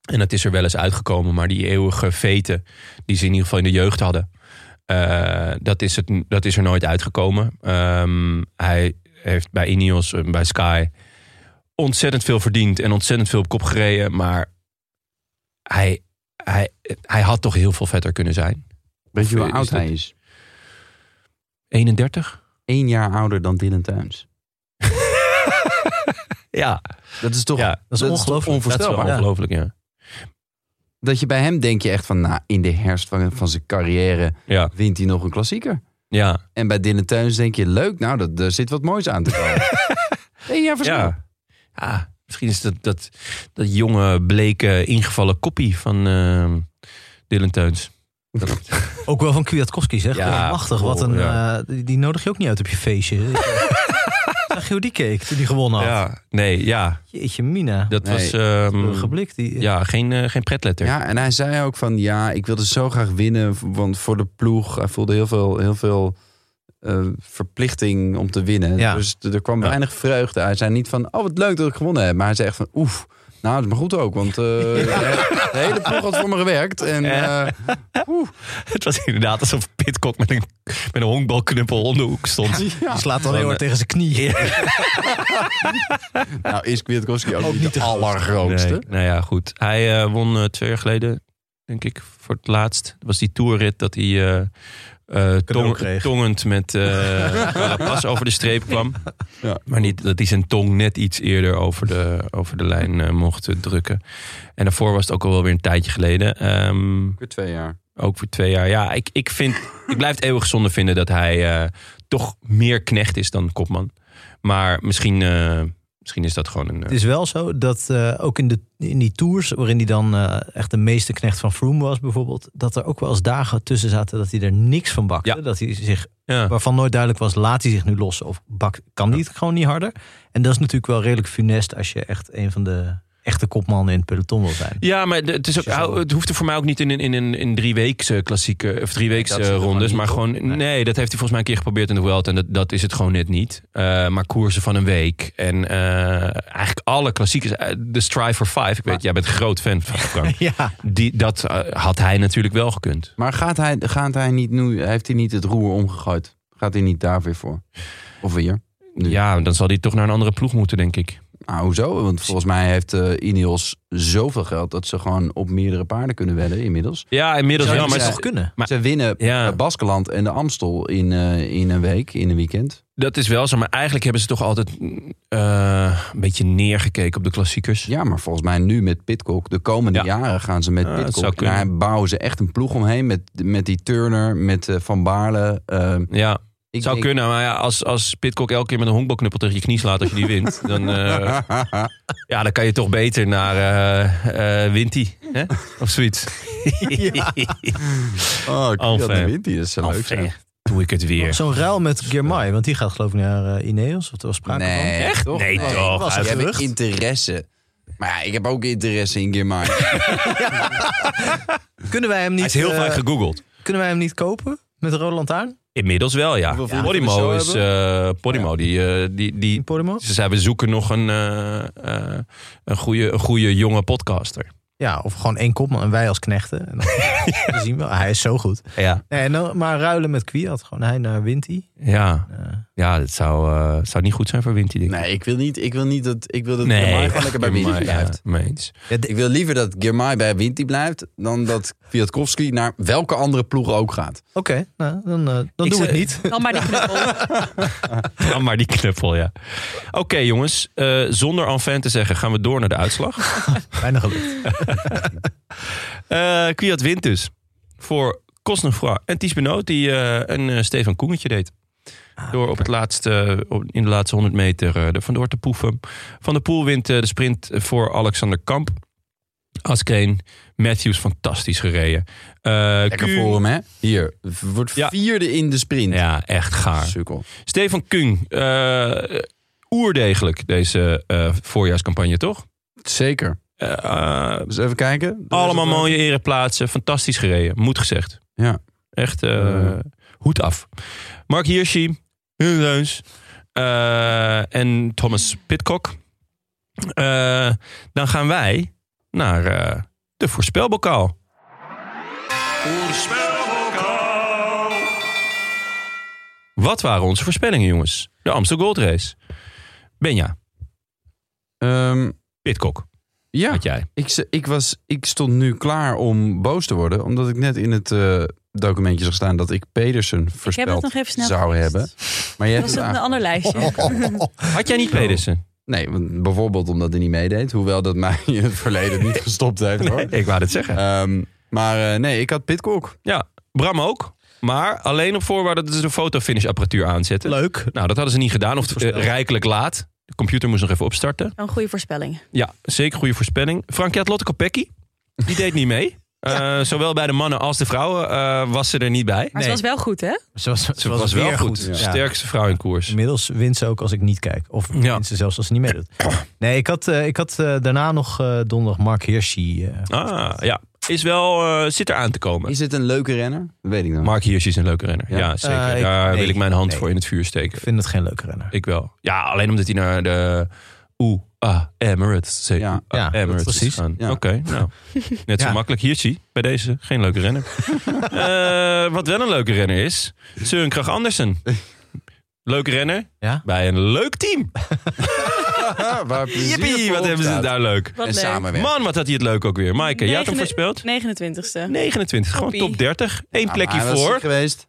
Speaker 1: En dat is er wel eens uitgekomen. Maar die eeuwige veten die ze in ieder geval in de jeugd hadden. eh, dat, is het, dat is er nooit uitgekomen. Ehm, hij heeft bij Ineos, en bij Sky ontzettend veel verdiend en ontzettend veel op kop gereden. Maar hij, hij, hij had toch heel veel vetter kunnen zijn.
Speaker 5: weet je
Speaker 1: Of
Speaker 5: hoe
Speaker 1: is
Speaker 5: oud
Speaker 1: dat-
Speaker 5: hij is?
Speaker 1: 31?
Speaker 5: Eén jaar ouder dan Dylan Tuins.
Speaker 1: Ja,
Speaker 5: Dat is toch,
Speaker 1: Ja, dat
Speaker 2: is
Speaker 5: toch
Speaker 2: ongelooflijk.
Speaker 1: dat is wel
Speaker 5: onvoorstelbaar.
Speaker 2: ja.
Speaker 1: ongelooflijk, ja.
Speaker 5: Dat je bij hem denk je echt van, nou, in de herfst van, van zijn carrière
Speaker 1: Ja,
Speaker 5: wint hij nog een klassieker.
Speaker 1: ja.
Speaker 5: En bij Dylan Teuns denk je, leuk, nou, dat, daar zit wat moois aan te komen. Eén jaar verschil.
Speaker 1: ja. ja misschien is dat, dat, dat jonge, bleke, ingevallen koppie van ehm, Dylan Teuns.
Speaker 2: Ook wel van Kwiatkowski, zeg.
Speaker 1: Ja,
Speaker 2: Ja, machtig. Wat een,
Speaker 1: ja.
Speaker 2: eh, die- die nodig je ook niet uit op je feestje. Zag je hoe die keek toen die gewonnen had?
Speaker 1: Ja, nee, ja.
Speaker 2: Jeetje mina.
Speaker 1: Dat
Speaker 5: Nee,
Speaker 1: was ehm,
Speaker 2: Geblik. Die,
Speaker 1: ja, geen, eh, geen pretletter.
Speaker 5: Ja, en hij zei ook van ja, ik wilde zo graag winnen, want voor de ploeg, hij voelde heel veel, heel veel eh, verplichting om te winnen.
Speaker 2: Ja.
Speaker 5: Dus er er kwam
Speaker 1: Ja.
Speaker 5: weinig vreugde uit. Hij zei niet van, oh wat leuk dat ik gewonnen heb. Maar hij zei echt van, oef, nou dat is maar goed ook. Want eh, de hele ploeg had voor me gewerkt. En
Speaker 1: Ja.
Speaker 5: eh,
Speaker 1: Het was inderdaad alsof Pitcock met een, met een honkbalknuppel om de hoek stond.
Speaker 2: Die slaat dan heel
Speaker 1: eh,
Speaker 2: hard tegen zijn knie.
Speaker 5: nou is Kwiatkowski ook,
Speaker 2: Ook
Speaker 5: niet
Speaker 2: niet
Speaker 5: de
Speaker 2: de grootste.
Speaker 5: allergrootste.
Speaker 1: Nee, nou ja, goed. Hij eh, won eh, twee jaar geleden, denk ik, voor het laatst. Dat was die toerrit dat hij eh, eh, tong-
Speaker 2: kreeg.
Speaker 1: tongend met eh pas over de streep kwam.
Speaker 5: Ja.
Speaker 1: Maar niet dat hij zijn tong net iets eerder over de, over de lijn eh, mocht eh, drukken. En daarvoor was het ook al wel weer een tijdje geleden. Ehm,
Speaker 5: Weer twee jaar.
Speaker 1: ook voor twee jaar. Ja, ik, ik, vind, ik blijf het eeuwig zonde vinden dat hij eh, toch meer knecht is dan kopman. Maar misschien, eh, misschien is dat gewoon een... eh,
Speaker 2: Het is wel zo dat eh, ook in, de, in die tours, waarin hij dan eh, echt de meeste knecht van Froome was bijvoorbeeld, dat er ook wel eens dagen tussen zaten dat hij er niks van bakte.
Speaker 1: Ja.
Speaker 2: Dat hij zich,
Speaker 1: ja.
Speaker 2: waarvan nooit duidelijk was, laat hij zich nu lossen of bak, kan hij het gewoon niet harder? En dat is natuurlijk wel redelijk funest als je echt een van de echte kopmannen in het peloton wil zijn.
Speaker 1: Ja, maar de- het, is ook,
Speaker 2: Dus je zal-
Speaker 1: het hoeft er voor mij ook niet in, in, in, in, in drie weekse klassieke of drie weeks
Speaker 5: dat zit er gewoon
Speaker 1: rondes.
Speaker 5: niet
Speaker 1: Maar
Speaker 5: op.
Speaker 1: gewoon, nee.
Speaker 5: Nee.
Speaker 1: dat heeft hij volgens mij een keer geprobeerd in de Vuelta. En dat, dat is het gewoon net niet. Eh, maar koersen van een week. En eh, eigenlijk alle klassiekers. eh, de Strive for Five. Ik weet, jij bent een groot fan van Frank.
Speaker 2: Ja,
Speaker 1: Die, dat eh, had hij natuurlijk wel gekund.
Speaker 5: Maar gaat hij, gaat hij niet nu, heeft hij niet het roer omgegooid? Gaat hij niet daar weer voor? Of weer? Nu.
Speaker 1: Ja, dan zal hij toch naar een andere ploeg moeten, denk ik.
Speaker 5: Nou, hoezo? Want volgens mij heeft eh Ineos zoveel geld dat ze gewoon op meerdere paarden kunnen wedden inmiddels.
Speaker 1: Ja, inmiddels
Speaker 5: Zou
Speaker 1: wel.
Speaker 5: die
Speaker 1: Maar
Speaker 2: dat
Speaker 5: zijn-
Speaker 2: zou toch kunnen.
Speaker 1: Maar-
Speaker 5: ze winnen
Speaker 1: Ja.
Speaker 5: eh, Baskeland en de Amstel in, eh, in een week, in een weekend.
Speaker 1: dat is wel zo. Maar eigenlijk hebben ze toch altijd eh, een beetje neergekeken op de klassiekers.
Speaker 5: Ja, maar volgens mij nu met Pitcock, de komende
Speaker 1: Ja.
Speaker 5: jaren gaan ze met
Speaker 1: Ja, het Ah, zou
Speaker 5: Pitcock.
Speaker 1: kunnen.
Speaker 5: Daar bouwen ze echt een ploeg omheen met, met die Turner, met eh, Van Baarle. Eh,
Speaker 1: ja.
Speaker 5: ik
Speaker 1: zou
Speaker 5: denk-
Speaker 1: kunnen, maar ja, als, als Pitcock elke keer met een honkbalknuppel tegen je knie slaat als je die wint, dan, eh, ja, dan kan je toch beter naar eh eh Winti hè? of zoiets.
Speaker 5: Oh, ik
Speaker 1: Alphen.
Speaker 5: dat wint hij. Dat zou leuk zijn.
Speaker 1: Allee, doe ik het weer.
Speaker 2: Zo'n ruil met Girmay, want die gaat geloof ik naar eh, Ineos, of er was sprake van.
Speaker 5: Nee, echt? Toch?
Speaker 1: Nee, toch,
Speaker 5: ik was
Speaker 2: uit
Speaker 5: Jij hebt
Speaker 2: gerucht.
Speaker 5: interesse. Maar ja, ik heb ook interesse in Girmay.
Speaker 2: Kunnen wij hem
Speaker 1: Hij
Speaker 2: niet,
Speaker 1: is heel
Speaker 2: eh,
Speaker 1: vaak gegoogeld.
Speaker 2: kunnen wij hem niet kopen met de Rode Lantaarn
Speaker 1: Inmiddels wel, ja.
Speaker 5: Hoeveel vrienden
Speaker 1: Podimo
Speaker 5: we zo
Speaker 1: is... eh Podimo, die, eh, die, die,
Speaker 2: in Podemos?
Speaker 1: ze zeiden, we zoeken nog een, eh, eh, een, goede, een goede jonge podcaster.
Speaker 2: Ja, of gewoon één kopman en wij als knechten. En dan, dan zien we, hij is zo goed.
Speaker 1: Ja.
Speaker 2: Nee, en dan- maar ruilen met Kwiat, gewoon hij naar Winty.
Speaker 1: Ja, ja dat zou, eh, zou niet goed zijn voor Winti, denk ik.
Speaker 5: Nee, ik wil niet, ik wil niet dat, ik wil dat
Speaker 1: Nee,
Speaker 5: Girmay gewoon lekker bij Winti
Speaker 1: maar, ja,
Speaker 5: blijft.
Speaker 1: mee eens.
Speaker 5: Ik wil liever dat Girmay bij Winti blijft dan dat Kwiatkowski naar welke andere ploeg ook gaat.
Speaker 2: Oké, nou, dan, eh, dan
Speaker 1: Ik
Speaker 2: doen we
Speaker 1: zei-
Speaker 2: het niet.
Speaker 6: Dan maar die knuppel.
Speaker 1: Ja, maar die knuppel, ja. Oké, jongens. eh, zonder Anfan te zeggen, gaan we door naar de uitslag.
Speaker 2: Weinig gelukt.
Speaker 1: Eh Kwiat wint dus voor Cosnefroid en Ties Benoot, die eh, een eh, Stefan Koengetje deed.
Speaker 5: Ah,
Speaker 1: Door op het laatste, eh, op- in de laatste 100 meter eh, er vandoor te poeven. Van der Poel wint eh, de sprint voor Alexander Kamp. Askeen, Matthews, fantastisch gereden. Eh,
Speaker 5: Lekker
Speaker 1: Kuhn-
Speaker 5: voor hem, hè? Hier, wordt
Speaker 1: Ja.
Speaker 5: vierde in de sprint.
Speaker 1: Ja, echt gaar.
Speaker 5: Sukkel.
Speaker 1: Stefan Kung, eh, oerdegelijk deze eh, voorjaarscampagne, toch?
Speaker 5: Zeker.
Speaker 1: Eh, eh,
Speaker 5: Dus even kijken.
Speaker 1: Allemaal mooie ereplaatsen. Fantastisch gereden. Moet gezegd.
Speaker 5: Ja.
Speaker 1: Echt eh,
Speaker 5: Ja.
Speaker 1: hoed af. Mark Hirschi. Hun Reuns. eh, en Thomas Pitcock. Eh, dan gaan wij naar eh, de voorspelbokaal. Wat waren onze voorspellingen, jongens? De Amstel Gold Race. Benja,
Speaker 5: Ehm,
Speaker 1: Pitcock,
Speaker 5: ja,
Speaker 1: had jij.
Speaker 5: ik, ze- ik, was, ik stond nu klaar om boos te worden. Omdat ik net in het eh, documentje zag staan dat ik Pedersen
Speaker 6: Ik heb het
Speaker 5: voorspeld
Speaker 6: nog even snel
Speaker 5: zou
Speaker 6: gepast.
Speaker 5: hebben. Maar jij
Speaker 6: Was
Speaker 5: hebt
Speaker 6: dat
Speaker 5: het
Speaker 6: een ander lijstje?
Speaker 1: Had jij niet Pedersen?
Speaker 5: Nee, want bijvoorbeeld omdat hij niet meedeed. Hoewel dat mij in het verleden niet gestopt heeft. Hoor.
Speaker 1: Ik wou het zeggen.
Speaker 5: Ehm, maar eh, nee, ik had Pitcock.
Speaker 1: Ja, Bram ook. Maar alleen op voorwaarde dat ze de fotofinishapparatuur aanzetten.
Speaker 2: Leuk.
Speaker 1: Nou, dat hadden ze niet gedaan. Of eh, rijkelijk laat. De computer moest nog even opstarten.
Speaker 6: Een goede voorspelling.
Speaker 1: Ja, zeker goede voorspelling. Frankie had Lotte Kopecky. Die deed niet mee. Eh, zowel bij de mannen als de vrouwen eh, was ze er niet bij.
Speaker 6: Maar ze was wel goed, hè?
Speaker 2: Ze was,
Speaker 1: Ze was, wel
Speaker 2: weer
Speaker 1: goed.
Speaker 2: Ja.
Speaker 1: Sterkste vrouw in koers.
Speaker 2: Inmiddels wint ze ook als ik niet kijk. Of
Speaker 1: Ja.
Speaker 2: wint ze zelfs als ze niet meedoet. Nee, ik had, eh, ik had eh, daarna nog eh, donderdag Mark Hirschi. eh,
Speaker 1: Ah, ja. is wel, eh, zit er aan te komen.
Speaker 5: Is het een leuke renner? Dat weet ik nog.
Speaker 1: Mark Hirschi is een leuke renner. Ja,
Speaker 5: Ja?
Speaker 1: zeker.
Speaker 2: Eh, ik-
Speaker 1: Daar
Speaker 2: nee,
Speaker 1: wil ik mijn hand
Speaker 2: nee.
Speaker 1: voor in het vuur steken.
Speaker 2: Ik vind het geen leuke renner.
Speaker 1: Ik wel. Ja, alleen omdat hij naar de Oeh, ah, Emirates. Zeker.
Speaker 5: Ja,
Speaker 1: Ah,
Speaker 2: ja,
Speaker 1: Emirates
Speaker 2: precies.
Speaker 1: is gegaan.
Speaker 5: Ja.
Speaker 1: Oké, nou. Net zo
Speaker 2: Ja.
Speaker 1: makkelijk. Hier zie bij deze geen leuke renner. Eh, wat wel een leuke renner is, Søren Kragh Andersen. Leuke renner
Speaker 2: Ja?
Speaker 1: bij een leuk team.
Speaker 5: Waar plezier
Speaker 1: Jippie,
Speaker 5: voor
Speaker 1: wat hebben ze
Speaker 5: opstaat.
Speaker 1: daar leuk.
Speaker 6: Wat
Speaker 5: En
Speaker 6: leuk.
Speaker 5: samenwerken.
Speaker 1: Man, wat had hij het leuk ook weer. Maaike, jij had hem
Speaker 6: Negende-
Speaker 1: voorspeld?
Speaker 6: 29ste.
Speaker 1: 29, gewoon
Speaker 6: Hoppie.
Speaker 1: top 30. Eén
Speaker 5: Ja,
Speaker 1: plekje
Speaker 5: Ah, maar hij was ziek
Speaker 1: voor.
Speaker 5: geweest.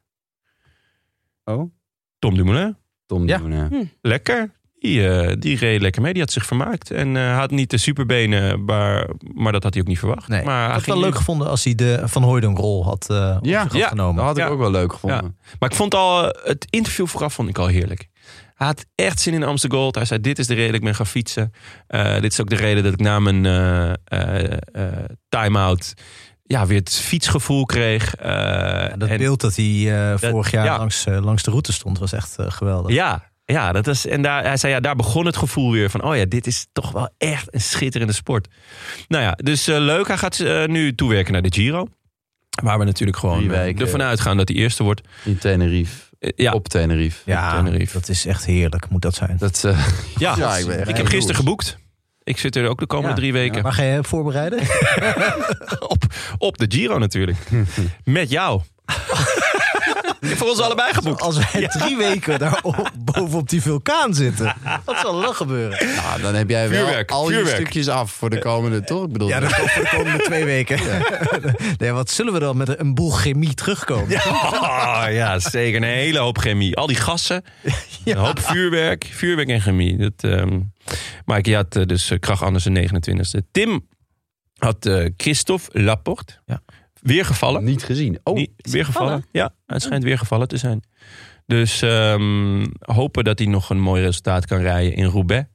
Speaker 5: Oh,
Speaker 1: Tom Dumoulin.
Speaker 5: Tom
Speaker 2: Ja.
Speaker 5: Dumoulin.
Speaker 1: lekker. Die, eh, die reed lekker mee. Die had zich vermaakt. En eh, had niet de superbenen, maar, maar dat had hij ook niet verwacht.
Speaker 2: Nee.
Speaker 1: maar
Speaker 2: ik
Speaker 1: hij
Speaker 2: had het wel
Speaker 1: ging-
Speaker 2: leuk gevonden als hij de Van Hooydonk rol had, eh op
Speaker 5: Ja,
Speaker 2: zich had
Speaker 1: ja.
Speaker 5: Dat
Speaker 2: genomen.
Speaker 5: had ik
Speaker 1: Ja.
Speaker 5: ook wel leuk gevonden.
Speaker 1: Maar ik vond al eh, het interview vooraf vond ik al heerlijk. Hij had echt zin in Amsterdam Gold. Hij zei: Dit is de reden dat ik ben gaan fietsen. Eh, dit is ook de reden dat ik na mijn eh, eh, eh, time-out ja, weer het fietsgevoel kreeg. Eh,
Speaker 2: Ja, dat
Speaker 1: en-
Speaker 2: beeld dat hij eh, vorig jaar
Speaker 1: ja.
Speaker 2: langs, eh, langs de route stond was echt eh, geweldig.
Speaker 1: Ja, ja dat is, en daar, hij zei, ja, daar begon het gevoel weer van... oh ja, dit is toch wel echt een schitterende sport. Nou ja, dus eh, leuk. Hij gaat eh, nu toewerken naar de Giro. Waar we natuurlijk gewoon
Speaker 5: Drie
Speaker 1: eh,
Speaker 5: weken.
Speaker 1: ervan uitgaan dat hij eerste wordt.
Speaker 5: In Tenerife.
Speaker 1: Eh, ja,
Speaker 5: Op Tenerife.
Speaker 2: Ja,
Speaker 1: Tenerife.
Speaker 2: dat is echt heerlijk, moet dat zijn.
Speaker 5: Dat, eh,
Speaker 1: ja.
Speaker 5: ja, ik ben echt
Speaker 1: ik heb gisteren geboekt. Ik zit er ook de komende
Speaker 2: Ja.
Speaker 1: drie weken.
Speaker 2: Maar ga je hem voorbereiden?
Speaker 1: op, op de Giro natuurlijk. Met jou. Voor ons allebei geboekt.
Speaker 2: Als wij drie weken daar op- bovenop die vulkaan zitten, wat zal er dan gebeuren?
Speaker 1: Nou,
Speaker 5: Ja, Ah, dan heb jij
Speaker 1: Vuurwerk,
Speaker 5: wel al
Speaker 1: vuurwerk.
Speaker 5: je stukjes af voor de komende, toch? Ik bedoel,
Speaker 2: Ja, dat komt voor de komende twee weken. Nee, wat zullen we dan met een boel chemie terugkomen?
Speaker 1: Oh, ja, zeker. Een hele hoop chemie. Al die gassen. Een hoop vuurwerk. Vuurwerk en chemie. Dat, ehm Mike, je had eh, dus eh, Krach Anders de 29e. Tim had eh, Christophe Laporte.
Speaker 2: Ja.
Speaker 1: Weer gevallen.
Speaker 5: niet gezien. Oh,
Speaker 1: Niet- weer gevallen? Ja, het schijnt weer gevallen te zijn. Dus ehm, hopen dat hij nog een mooi resultaat kan rijden in Roubaix.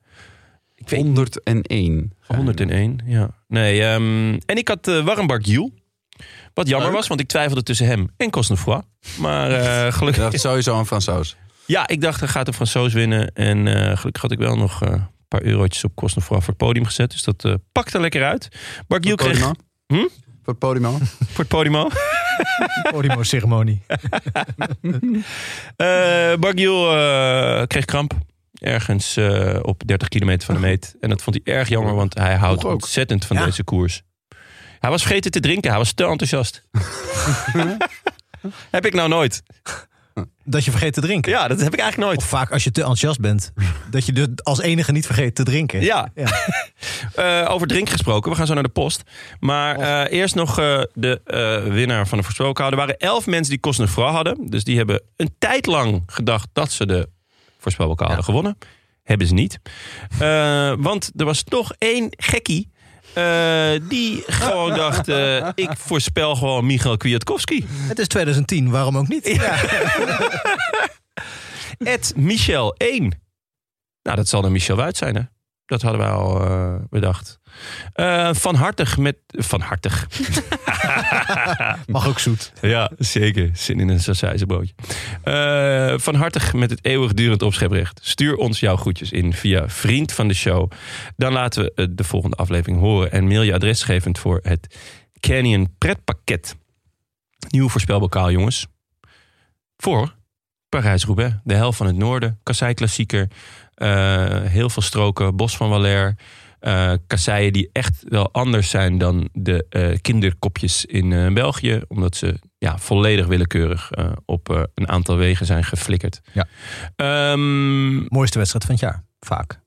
Speaker 1: Ik weet
Speaker 5: 101.
Speaker 1: 101, ja. Nee, ehm, en ik had eh Warmbak Jules. Wat jammer was, want ik twijfelde tussen hem en Cosnefroid. Maar eh,
Speaker 5: Ik
Speaker 1: gelukkig...
Speaker 5: dacht sowieso een Fransoos.
Speaker 1: Ja, ik dacht, er gaat een Fransoos winnen. En eh, gelukkig had ik wel nog eh, een paar eurotjes op kosten voor, voor het podium gezet. Dus dat eh pakte lekker uit. Bargiel kreeg
Speaker 5: Podimo?
Speaker 1: Hm?
Speaker 5: Voor het podium.
Speaker 1: voor het podium al.
Speaker 2: Podimo-ceremonie.
Speaker 1: Eh Bargiel eh, kreeg kramp. Ergens eh, op 30 kilometer van de meet. En dat vond hij erg jammer, want hij houdt
Speaker 5: Toch ook?
Speaker 1: ontzettend van
Speaker 2: Ja.
Speaker 1: deze koers. Hij was vergeten te drinken. Hij was te enthousiast. heb ik nou nooit.
Speaker 2: Dat je vergeet te drinken.
Speaker 1: Ja, dat heb ik eigenlijk
Speaker 2: Of
Speaker 1: nooit.
Speaker 2: vaak als je te enthousiast bent, dat je dus als enige niet vergeet te drinken.
Speaker 1: Ja.
Speaker 2: Ja.
Speaker 1: Eh, over drink gesproken, we gaan zo naar de post. Maar eh, eerst nog eh, de eh, winnaar van de voorsproken houden. Er waren elf mensen die Cosnefra hadden. Dus die hebben een tijd lang gedacht dat ze de voorspelbokaal hadden gewonnen. Hebben ze niet. Eh, want er was toch één gekkie. eh, die gewoon dacht, eh, ik voorspel gewoon Michael Kwiatkowski.
Speaker 2: Het is 2010, waarom ook niet?
Speaker 1: Ed Michel 1. Nou, dat zal dan Michel Wuit zijn, hè? Dat hadden wij al eh, bedacht. Eh, van Hartig met... Van Hartig.
Speaker 2: Mag ook zoet.
Speaker 1: Ja, zeker. Zin in een sausijzenbroodje. Eh, van hartig met het eeuwigdurend opscheprecht. Stuur ons jouw groetjes in via vriend van de show. Dan laten we eh, de volgende aflevering horen. En mail je adresgevend voor het Canyon pretpakket. Nieuw voorspelbokaal, jongens. Voor Parijs-Roubaix. De helft van het noorden. Kassei-klassieker. Eh, heel veel stroken. Bos van Waller eh kasseien die echt wel anders zijn dan de eh, kinderkopjes in eh, België. Omdat ze ja, volledig willekeurig eh, op eh, een aantal wegen zijn geflikkerd.
Speaker 2: Ja.
Speaker 1: Ehm,
Speaker 2: Mooiste wedstrijd van het jaar, vaak.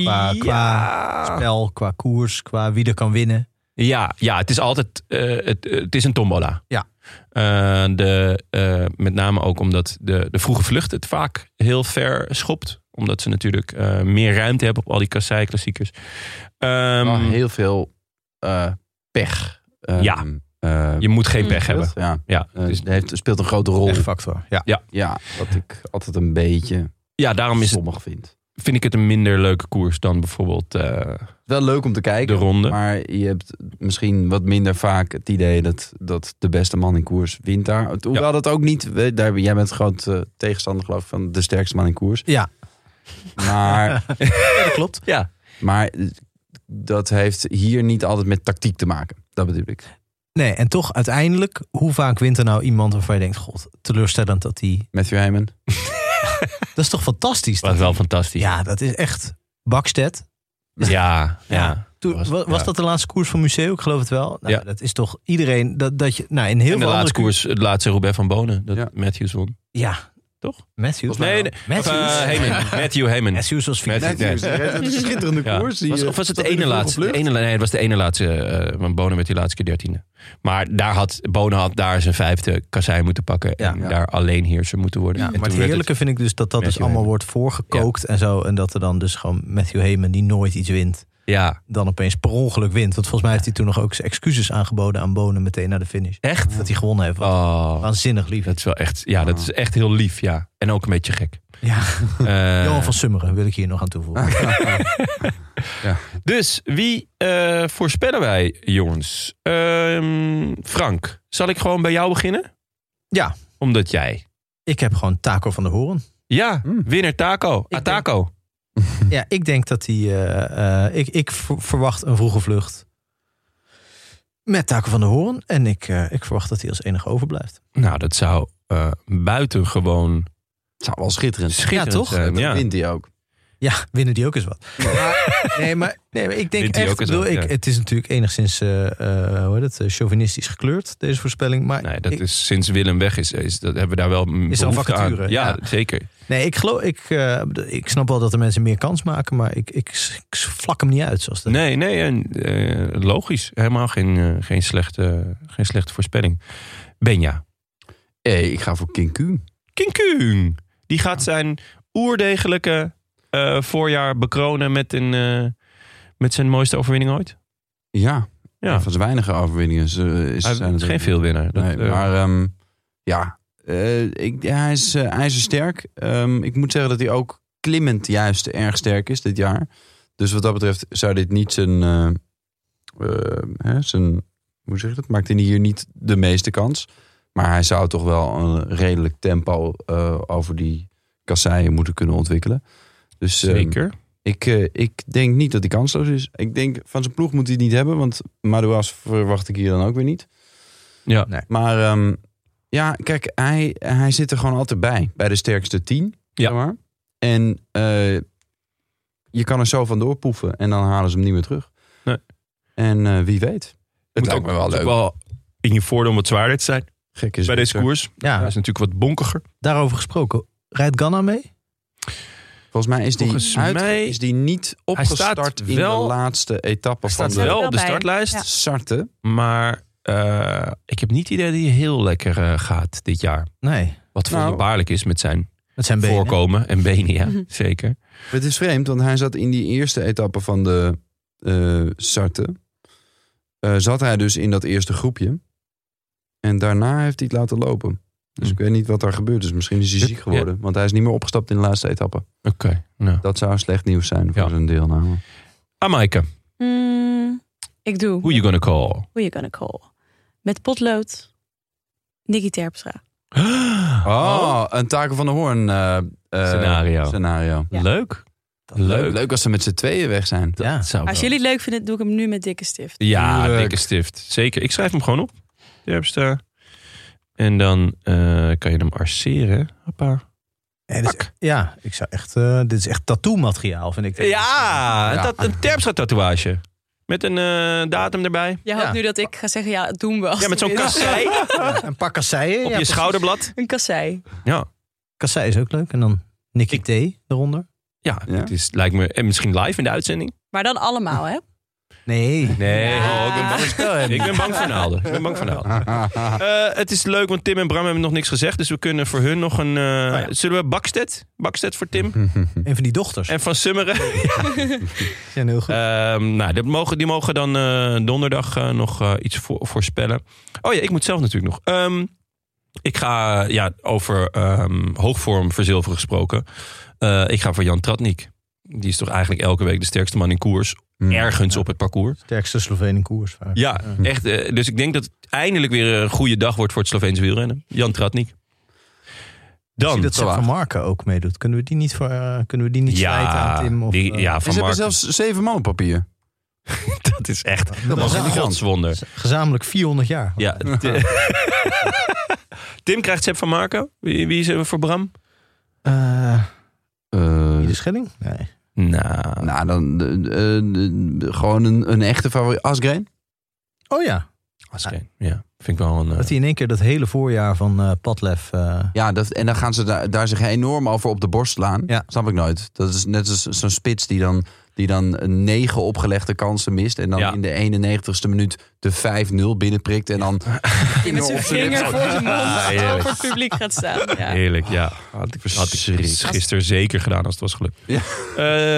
Speaker 2: Qua-
Speaker 1: ja.
Speaker 2: Spel, qua koers, qua wie er kan winnen.
Speaker 1: Ja, ja, het is altijd eh, het, het is een tombola.
Speaker 2: Ja.
Speaker 1: Eh, de, eh, met name ook omdat de, de vroege vlucht het vaak heel ver schopt. Omdat ze natuurlijk eh, meer ruimte hebben op al die kassei-klassiekers. Ehm,
Speaker 5: Oh, heel veel eh, pech. Eh,
Speaker 1: Ja.
Speaker 5: eh,
Speaker 1: je moet geen pech hebben.
Speaker 5: Ja,
Speaker 1: Ja, Dus,
Speaker 5: eh,
Speaker 1: het is-
Speaker 5: heeft, speelt een grote rol.
Speaker 2: Echt factor. Ja.
Speaker 5: Ja, wat ik altijd een beetje
Speaker 1: ja, daarom is het
Speaker 5: sommig vind.
Speaker 1: vind ik het een minder leuke koers dan bijvoorbeeld eh,
Speaker 5: Wel leuk om te
Speaker 1: de
Speaker 5: kijken.
Speaker 1: ronde.
Speaker 5: Maar je hebt misschien wat minder vaak het idee dat, dat de beste man in koers wint daar. Hoewel dat ook niet, we- daar, jij bent gewoon eh, tegenstander geloof ik van de sterkste man in koers.
Speaker 2: Ja.
Speaker 5: Maar,
Speaker 2: dat klopt.
Speaker 1: ja.
Speaker 5: maar dat heeft hier niet altijd met tactiek te maken. Dat bedoel ik.
Speaker 2: Nee, en toch uiteindelijk, hoe vaak wint er nou iemand waarvan je denkt, god, teleurstellend dat die...
Speaker 5: Matthew Heyman.
Speaker 2: Dat is toch fantastisch?
Speaker 1: was
Speaker 2: dat-
Speaker 1: wel fantastisch.
Speaker 2: Ja, dat is echt Bakstead.
Speaker 1: ja. ja.
Speaker 2: Toen, was,
Speaker 1: Was-
Speaker 2: was
Speaker 1: ja.
Speaker 2: dat de laatste koers van Museo? Ik geloof het wel. Nou,
Speaker 1: Ja.
Speaker 2: Dat is toch iedereen, dat, dat je, nou in heel
Speaker 1: En de
Speaker 2: veel andere
Speaker 1: laatste koers, het laatste Roubaix van Bonen, dat
Speaker 5: Ja.
Speaker 1: Matthews won.
Speaker 2: Ja.
Speaker 1: Toch?
Speaker 2: Matthews?
Speaker 1: Nee,
Speaker 2: wel.
Speaker 1: nee. Of,
Speaker 2: Matthews?
Speaker 1: eh, Heyman. Matthew Heyman.
Speaker 2: Matthews was vier.
Speaker 5: Matthews,
Speaker 1: Matthews.
Speaker 5: die reed met een schitterende
Speaker 1: Ja.
Speaker 5: koers. Die,
Speaker 1: was,
Speaker 5: eh,
Speaker 1: of was het de
Speaker 5: zat in
Speaker 1: ene
Speaker 5: de
Speaker 1: laatste? De
Speaker 5: vroege
Speaker 1: ene, nee, het was de ene laatste. eh, want Bonen werd die laatste keer dertiende. Maar daar had, Bonen had daar zijn vijfde kassei moeten pakken. en
Speaker 5: Ja.
Speaker 1: daar alleen heerser moeten worden.
Speaker 2: Ja,
Speaker 1: En
Speaker 2: maar
Speaker 1: toen
Speaker 2: het
Speaker 1: werd
Speaker 2: heerlijke vind ik dus dat dat dus
Speaker 1: Matthew
Speaker 2: allemaal
Speaker 1: Heyman.
Speaker 2: wordt voorgekookt en zo. En dat er dan dus gewoon Matthew Heyman, die nooit iets wint,
Speaker 1: ja.
Speaker 2: dan opeens per ongeluk wint. Want volgens mij heeft hij toen nog ook zijn excuses aangeboden aan Bonen meteen na de finish.
Speaker 1: Echt?
Speaker 2: Dat hij gewonnen heeft. Wat
Speaker 1: Oh,
Speaker 2: waanzinnig lief.
Speaker 1: dat is wel echt, ja, dat is echt heel lief, ja. En ook een beetje gek.
Speaker 2: Ah. Ja.
Speaker 1: Eh, Ah.
Speaker 2: Johan van Summeren wil ik hier nog aan toevoegen.
Speaker 1: Dus wie eh, voorspellen wij, jongens? Ehm, Frank, zal ik gewoon bij jou beginnen?
Speaker 2: Ja.
Speaker 1: Omdat jij.
Speaker 2: Ik heb gewoon Taco van der Hoorn.
Speaker 1: Ja,
Speaker 5: Hmm.
Speaker 1: winnaar Taco.
Speaker 2: denk-
Speaker 1: Ataco. Hm.
Speaker 2: Ja, ik denk dat hij... eh, eh, ik ik ver- verwacht een vroege vlucht met Taco van der Hoorn. En ik, eh, ik verwacht dat hij als enige overblijft.
Speaker 1: Nou, dat zou eh, buitengewoon
Speaker 5: Het zou wel schitterend zijn.
Speaker 1: schitterend
Speaker 2: Ja, toch?
Speaker 1: zijn. Ja.
Speaker 5: Wint hij ook.
Speaker 2: Ja, winnen die ook eens wat. Maar- nee, maar, nee, maar ik denk
Speaker 1: Wint die
Speaker 2: echt...
Speaker 1: ook eens
Speaker 2: bedoel,
Speaker 1: wat,
Speaker 2: ik,
Speaker 1: ja.
Speaker 2: Het is natuurlijk enigszins eh, eh, hoe heet het, eh, chauvinistisch gekleurd, deze voorspelling. Maar
Speaker 1: Nee, dat
Speaker 2: ik,
Speaker 1: is sinds Willem weg is, is dat hebben we daar wel
Speaker 2: Is er
Speaker 1: behoefte
Speaker 2: vacature,
Speaker 1: aan. Ja,
Speaker 2: ja.
Speaker 1: zeker.
Speaker 2: nee, ik, geloof, ik, eh, ik snap wel dat er mensen meer kans maken, maar ik, ik, ik vlak hem niet uit. Zoals dat.
Speaker 1: Nee, nee, en, eh, logisch. Helemaal geen, eh, geen, slechte, geen slechte voorspelling. Benja.
Speaker 5: Hey, ik ga voor King Q.
Speaker 1: Kinkun. Die gaat zijn oerdegelijke eh, voorjaar bekronen met, een, eh, met zijn mooiste overwinning ooit.
Speaker 5: Ja,
Speaker 1: Ja,
Speaker 5: van zijn weinige overwinningen. Ze, is,
Speaker 1: hij
Speaker 5: zijn
Speaker 1: is
Speaker 5: het
Speaker 1: geen
Speaker 5: ook.
Speaker 1: veelwinnaar. Dat,
Speaker 5: Nee,
Speaker 1: eh,
Speaker 5: maar ehm, ja, eh, ik, ja, hij is eh, ijzersterk. Ehm, ik moet zeggen dat hij ook klimmend juist erg sterk is dit jaar. Dus wat dat betreft zou dit niet zijn... eh, eh, hè, zijn hoe zeg je dat? Maakt hij hier niet de meeste kans. Maar hij zou toch wel een redelijk tempo eh, over die kasseien moeten kunnen ontwikkelen. Dus, ehm,
Speaker 1: zeker.
Speaker 5: ik, eh, ik denk niet dat hij kansloos is. Ik denk van zijn ploeg moet hij het niet hebben, want Madouas verwacht ik hier dan ook weer niet.
Speaker 1: Ja.
Speaker 2: Nee.
Speaker 5: Maar ehm, ja, kijk, hij, hij zit er gewoon altijd bij, bij de sterkste tien.
Speaker 1: Ja.
Speaker 5: zeg maar. En eh, je kan er zo van doorpoeven en dan halen ze hem niet meer terug.
Speaker 1: Nee.
Speaker 5: En eh, wie weet. Het
Speaker 1: Moet
Speaker 5: lijkt me wel
Speaker 1: moet ook
Speaker 5: leuk.
Speaker 1: wel in je voordeel om wat zwaarder te zijn
Speaker 5: Gek is
Speaker 1: bij
Speaker 5: het,
Speaker 1: deze
Speaker 5: eh,
Speaker 1: koers.
Speaker 2: Ja,
Speaker 1: Hij is natuurlijk wat bonkiger.
Speaker 2: daarover gesproken. Rijdt Ganna mee?
Speaker 5: Volgens mij is die,
Speaker 1: Volgens
Speaker 5: uit,
Speaker 1: mij-
Speaker 5: is die niet
Speaker 1: Hij staat
Speaker 5: opgestart in de
Speaker 1: wel-
Speaker 5: laatste etappe van
Speaker 1: Staat
Speaker 5: de
Speaker 1: wel
Speaker 6: wel
Speaker 1: op de
Speaker 6: bij.
Speaker 1: startlijst.
Speaker 6: Ja.
Speaker 5: starten.
Speaker 1: Maar eh, ik heb niet het idee dat hij heel lekker eh, gaat dit jaar.
Speaker 2: Nee,
Speaker 1: Wat
Speaker 5: Nou.
Speaker 1: wonderbaarlijk is met zijn
Speaker 2: met zijn benen.
Speaker 1: voorkomen en benen, ja, zeker.
Speaker 5: Maar Het is vreemd, want hij zat in die eerste etappe van de eh starten. Eh, zat hij dus in dat eerste groepje. En daarna heeft hij het laten lopen. Dus
Speaker 1: Hm.
Speaker 5: ik weet niet wat daar gebeurd is. Misschien is hij ziek geworden. Want hij is niet meer opgestapt in de laatste etappe.
Speaker 1: Oké, nou.
Speaker 5: Dat zou slecht nieuws zijn voor
Speaker 1: Ja.
Speaker 5: zijn deelname.
Speaker 1: Amaike,
Speaker 6: Mm, ik doe.
Speaker 1: who you gonna call?
Speaker 6: Who you gonna call? Met potlood. Nicky Terpstra.
Speaker 5: Oh, een Taken van de Hoorn eh, eh,
Speaker 1: Scenario.
Speaker 5: scenario.
Speaker 6: Ja.
Speaker 1: Leuk. Leuk.
Speaker 5: Leuk als ze met z'n tweeën weg zijn.
Speaker 2: Ja.
Speaker 1: Dat zou
Speaker 6: Als
Speaker 1: wel-
Speaker 6: jullie het leuk vinden, doe ik hem nu met dikke stift.
Speaker 1: Ja,
Speaker 5: Tuurlijk.
Speaker 1: dikke stift. Zeker. Ik schrijf hem gewoon op. Terpstra. En dan eh, kan je hem arceren. Hoppa.
Speaker 2: Nee, dat is- ja, ik zou echt, eh, dit is echt tattoo materiaal vind ik.
Speaker 1: Ja,
Speaker 5: Ja.
Speaker 1: Dat, een Terpstra tatoeage. Met een eh, datum erbij.
Speaker 6: Jij hoopt
Speaker 2: Ja.
Speaker 6: nu dat ik ga zeggen, ja, dat doen we. Als
Speaker 1: Ja, met zo'n
Speaker 6: het is.
Speaker 1: kassei
Speaker 2: Een paar kasseien.
Speaker 1: op je
Speaker 2: ja, precies.
Speaker 1: schouderblad.
Speaker 6: Een kassei.
Speaker 1: Ja,
Speaker 2: Kassei is ook leuk. En dan Nicky T eronder.
Speaker 1: ja,
Speaker 5: Ja.
Speaker 1: Het is, lijkt me. En misschien live in de uitzending.
Speaker 6: Maar dan allemaal, hè?
Speaker 2: Nee.
Speaker 1: Nee, oh,
Speaker 6: Ja.
Speaker 1: ik, ben bang, ik ben bang voor naalden. Ik ben bang voor naalden. Eh, het is leuk, want Tim en Bram hebben nog niks gezegd. Dus we kunnen voor hun nog een... eh, Zullen we Bakstedt? Bakstedt voor Tim?
Speaker 2: Een van die dochters.
Speaker 1: En Van Summeren?
Speaker 2: zijn heel goed.
Speaker 1: Ehm, nou, dat mogen, die mogen dan eh, donderdag eh, nog eh, iets voor, voorspellen. Oh ja, ik moet zelf natuurlijk nog. Ehm, ik ga, eh, ja, over ehm hoogvorm verzilveren gesproken. Eh, ik ga voor Jan Tratnik. Die is toch eigenlijk elke week de sterkste man in koers. Ergens op het parcours.
Speaker 2: Sterkste Sloveen in koers. vaak.
Speaker 1: Ja, echt. eh, dus ik denk dat het eindelijk weer een goede dag wordt voor het Sloveense wielrennen. Jan Tratnik.
Speaker 2: Ik zie
Speaker 1: Dan.
Speaker 2: dat ze van Marken ook meedoet. Kunnen we die niet, voor, eh, kunnen we die niet slijten aan Tim? Of,
Speaker 1: die,
Speaker 2: eh,
Speaker 1: ja,
Speaker 5: En
Speaker 1: van
Speaker 5: ze hebben
Speaker 1: Mark.
Speaker 5: zelfs zeven man op papier.
Speaker 1: dat is echt dat
Speaker 2: was
Speaker 1: was een
Speaker 2: elegant.
Speaker 1: godswonder.
Speaker 2: Gezamenlijk 400 jaar.
Speaker 1: Ja, de- Tim krijgt Sepp van Marco. Wie, wie is er voor Bram?
Speaker 2: Eh,
Speaker 5: Eh,
Speaker 2: de Schelling? Nee.
Speaker 1: Nou,
Speaker 5: nou, dan eh, eh, eh, gewoon een, een echte favoriet. Asgreen?
Speaker 2: Oh
Speaker 1: Eh.
Speaker 2: ja,
Speaker 1: Asgreen. Ja, vind ik wel een... eh,
Speaker 2: dat hij in één keer dat hele voorjaar van eh Padlef... eh,
Speaker 5: Ja, dat, en dan gaan ze daar, daar zich enorm over op de borst slaan.
Speaker 2: Ja.
Speaker 5: Snap ik nooit. Dat is net als zo'n spits die dan, die dan een negen opgelegde kansen mist. En dan
Speaker 1: Ja.
Speaker 5: in de 91ste minuut de 5-0 binnenprikt. En dan
Speaker 6: Met zijn vinger voor zijn mond
Speaker 1: Ah, heerlijk.
Speaker 6: voor het publiek gaat staan. Ja.
Speaker 1: Heerlijk, ja. Had ik, had ik
Speaker 5: Verschrikkelijk.
Speaker 1: gisteren zeker gedaan als het was gelukt.
Speaker 5: Ja.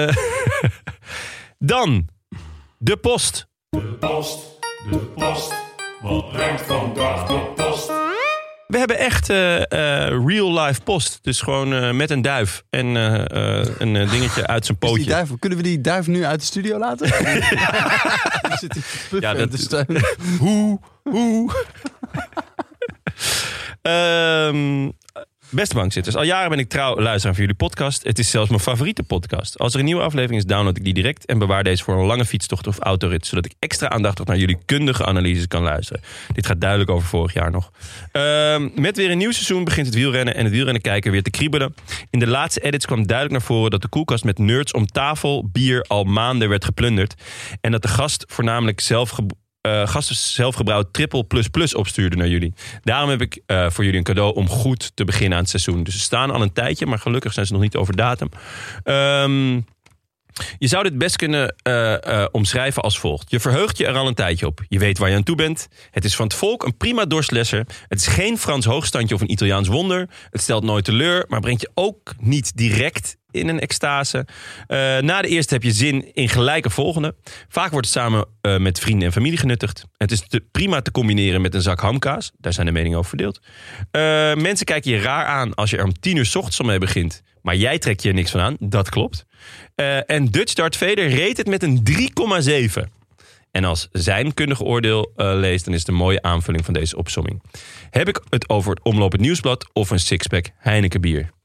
Speaker 1: Eh, dan, de post. De post, de post. Wat brengt vandaag de post? We hebben echt eh, eh, real life post. Dus gewoon eh, met een duif en eh, eh, een eh, dingetje uit zijn
Speaker 5: Is die
Speaker 1: pootje.
Speaker 5: duif, kunnen we die duif nu uit de studio laten? Die zit hier
Speaker 1: Ja, dat-
Speaker 5: te steunen.
Speaker 1: Hoe, hoe. Ehm, beste bankzitters, al jaren ben ik trouw luisteraar van jullie podcast. Het is zelfs mijn favoriete podcast. Als er een nieuwe aflevering is, download ik die direct en bewaar deze voor een lange fietstocht of autorit, zodat ik extra aandachtig naar jullie kundige analyses kan luisteren. Dit gaat duidelijk over vorig jaar nog. Ehm, met weer een nieuw seizoen begint het wielrennen en het wielrennen kijken weer te kriebelen. In de laatste edits kwam duidelijk naar voren dat de koelkast met nerds om tafel, bier al maanden werd geplunderd en dat de gast voornamelijk zelf ge- eh gasten zelfgebrouwd triple plus plus opstuurde naar jullie. Daarom heb ik eh, voor jullie een cadeau om goed te beginnen aan het seizoen. Dus ze staan al een tijdje, maar gelukkig zijn ze nog niet over datum. Ehm, je zou dit best kunnen eh, eh, omschrijven als volgt. Je verheugt je er al een tijdje op. Je weet waar je aan toe bent. Het is van het volk een prima dorslesser. Het is geen Frans hoogstandje of een Italiaans wonder. Het stelt nooit teleur, maar brengt je ook niet direct in een extase. Eh, na de eerste heb je zin in gelijke volgende. Vaak wordt het samen eh, met vrienden en familie genuttigd. Het is te, prima te combineren met een zak hamkaas. Daar zijn de meningen over verdeeld. Eh, mensen kijken je raar aan als je er om tien uur 's ochtends al mee begint. Maar jij trekt je er niks van aan. Dat klopt. Eh, en Dutch Dart Vader reed het met een 3,7. En als zijn kundig oordeel eh, leest, dan is het een mooie aanvulling van deze opsomming. Heb ik het over het omlopend nieuwsblad of een sixpack Heineken bier?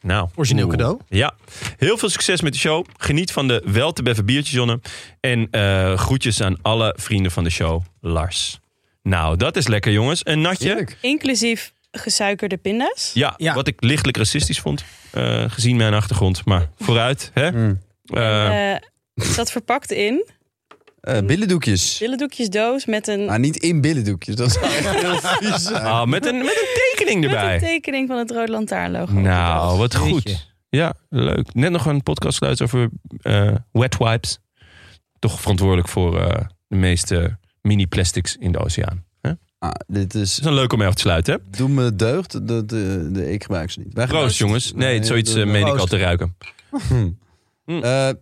Speaker 1: Nou,
Speaker 2: Origineel cadeau.
Speaker 1: ja, heel veel succes met de show. Geniet van de wel te beffen biertjes, Jonne. En eh, groetjes aan alle vrienden van de show, Lars. Nou, dat is lekker, jongens. Een natje.
Speaker 6: Inclusief gesuikerde pinda's.
Speaker 1: Ja,
Speaker 2: Ja.
Speaker 1: wat ik lichtelijk racistisch vond, eh, gezien mijn achtergrond. Maar vooruit, hè?
Speaker 5: Mm.
Speaker 1: Eh,
Speaker 6: Eh, zat verpakt in
Speaker 5: Eh, billendoekjes.
Speaker 6: billendoekjesdoos met een,
Speaker 5: Maar niet in billendoekjes. Dat zou echt heel vies zijn.
Speaker 1: ah, met, een, met een tekening
Speaker 6: met een
Speaker 1: erbij.
Speaker 6: tekening van het Rode Lantaarnlogo.
Speaker 5: Oh,
Speaker 1: Nou, wat
Speaker 2: Jeetje.
Speaker 1: goed. Ja, leuk. Net nog een podcast geluid over eh, wet wipes. Toch verantwoordelijk voor eh, de meeste mini-plastics in de oceaan.
Speaker 5: Ah, dit is...
Speaker 1: Dat is een leuk om mee af te sluiten, hè?
Speaker 5: Doe me deugd. De, de, de, ik gebruik ze niet. Wij
Speaker 1: Proost,
Speaker 5: gebruiken
Speaker 1: jongens.
Speaker 5: ze.
Speaker 1: Nee, zoiets
Speaker 5: de-
Speaker 1: eh, meen ik
Speaker 5: proost.
Speaker 1: al te ruiken.
Speaker 5: Eh,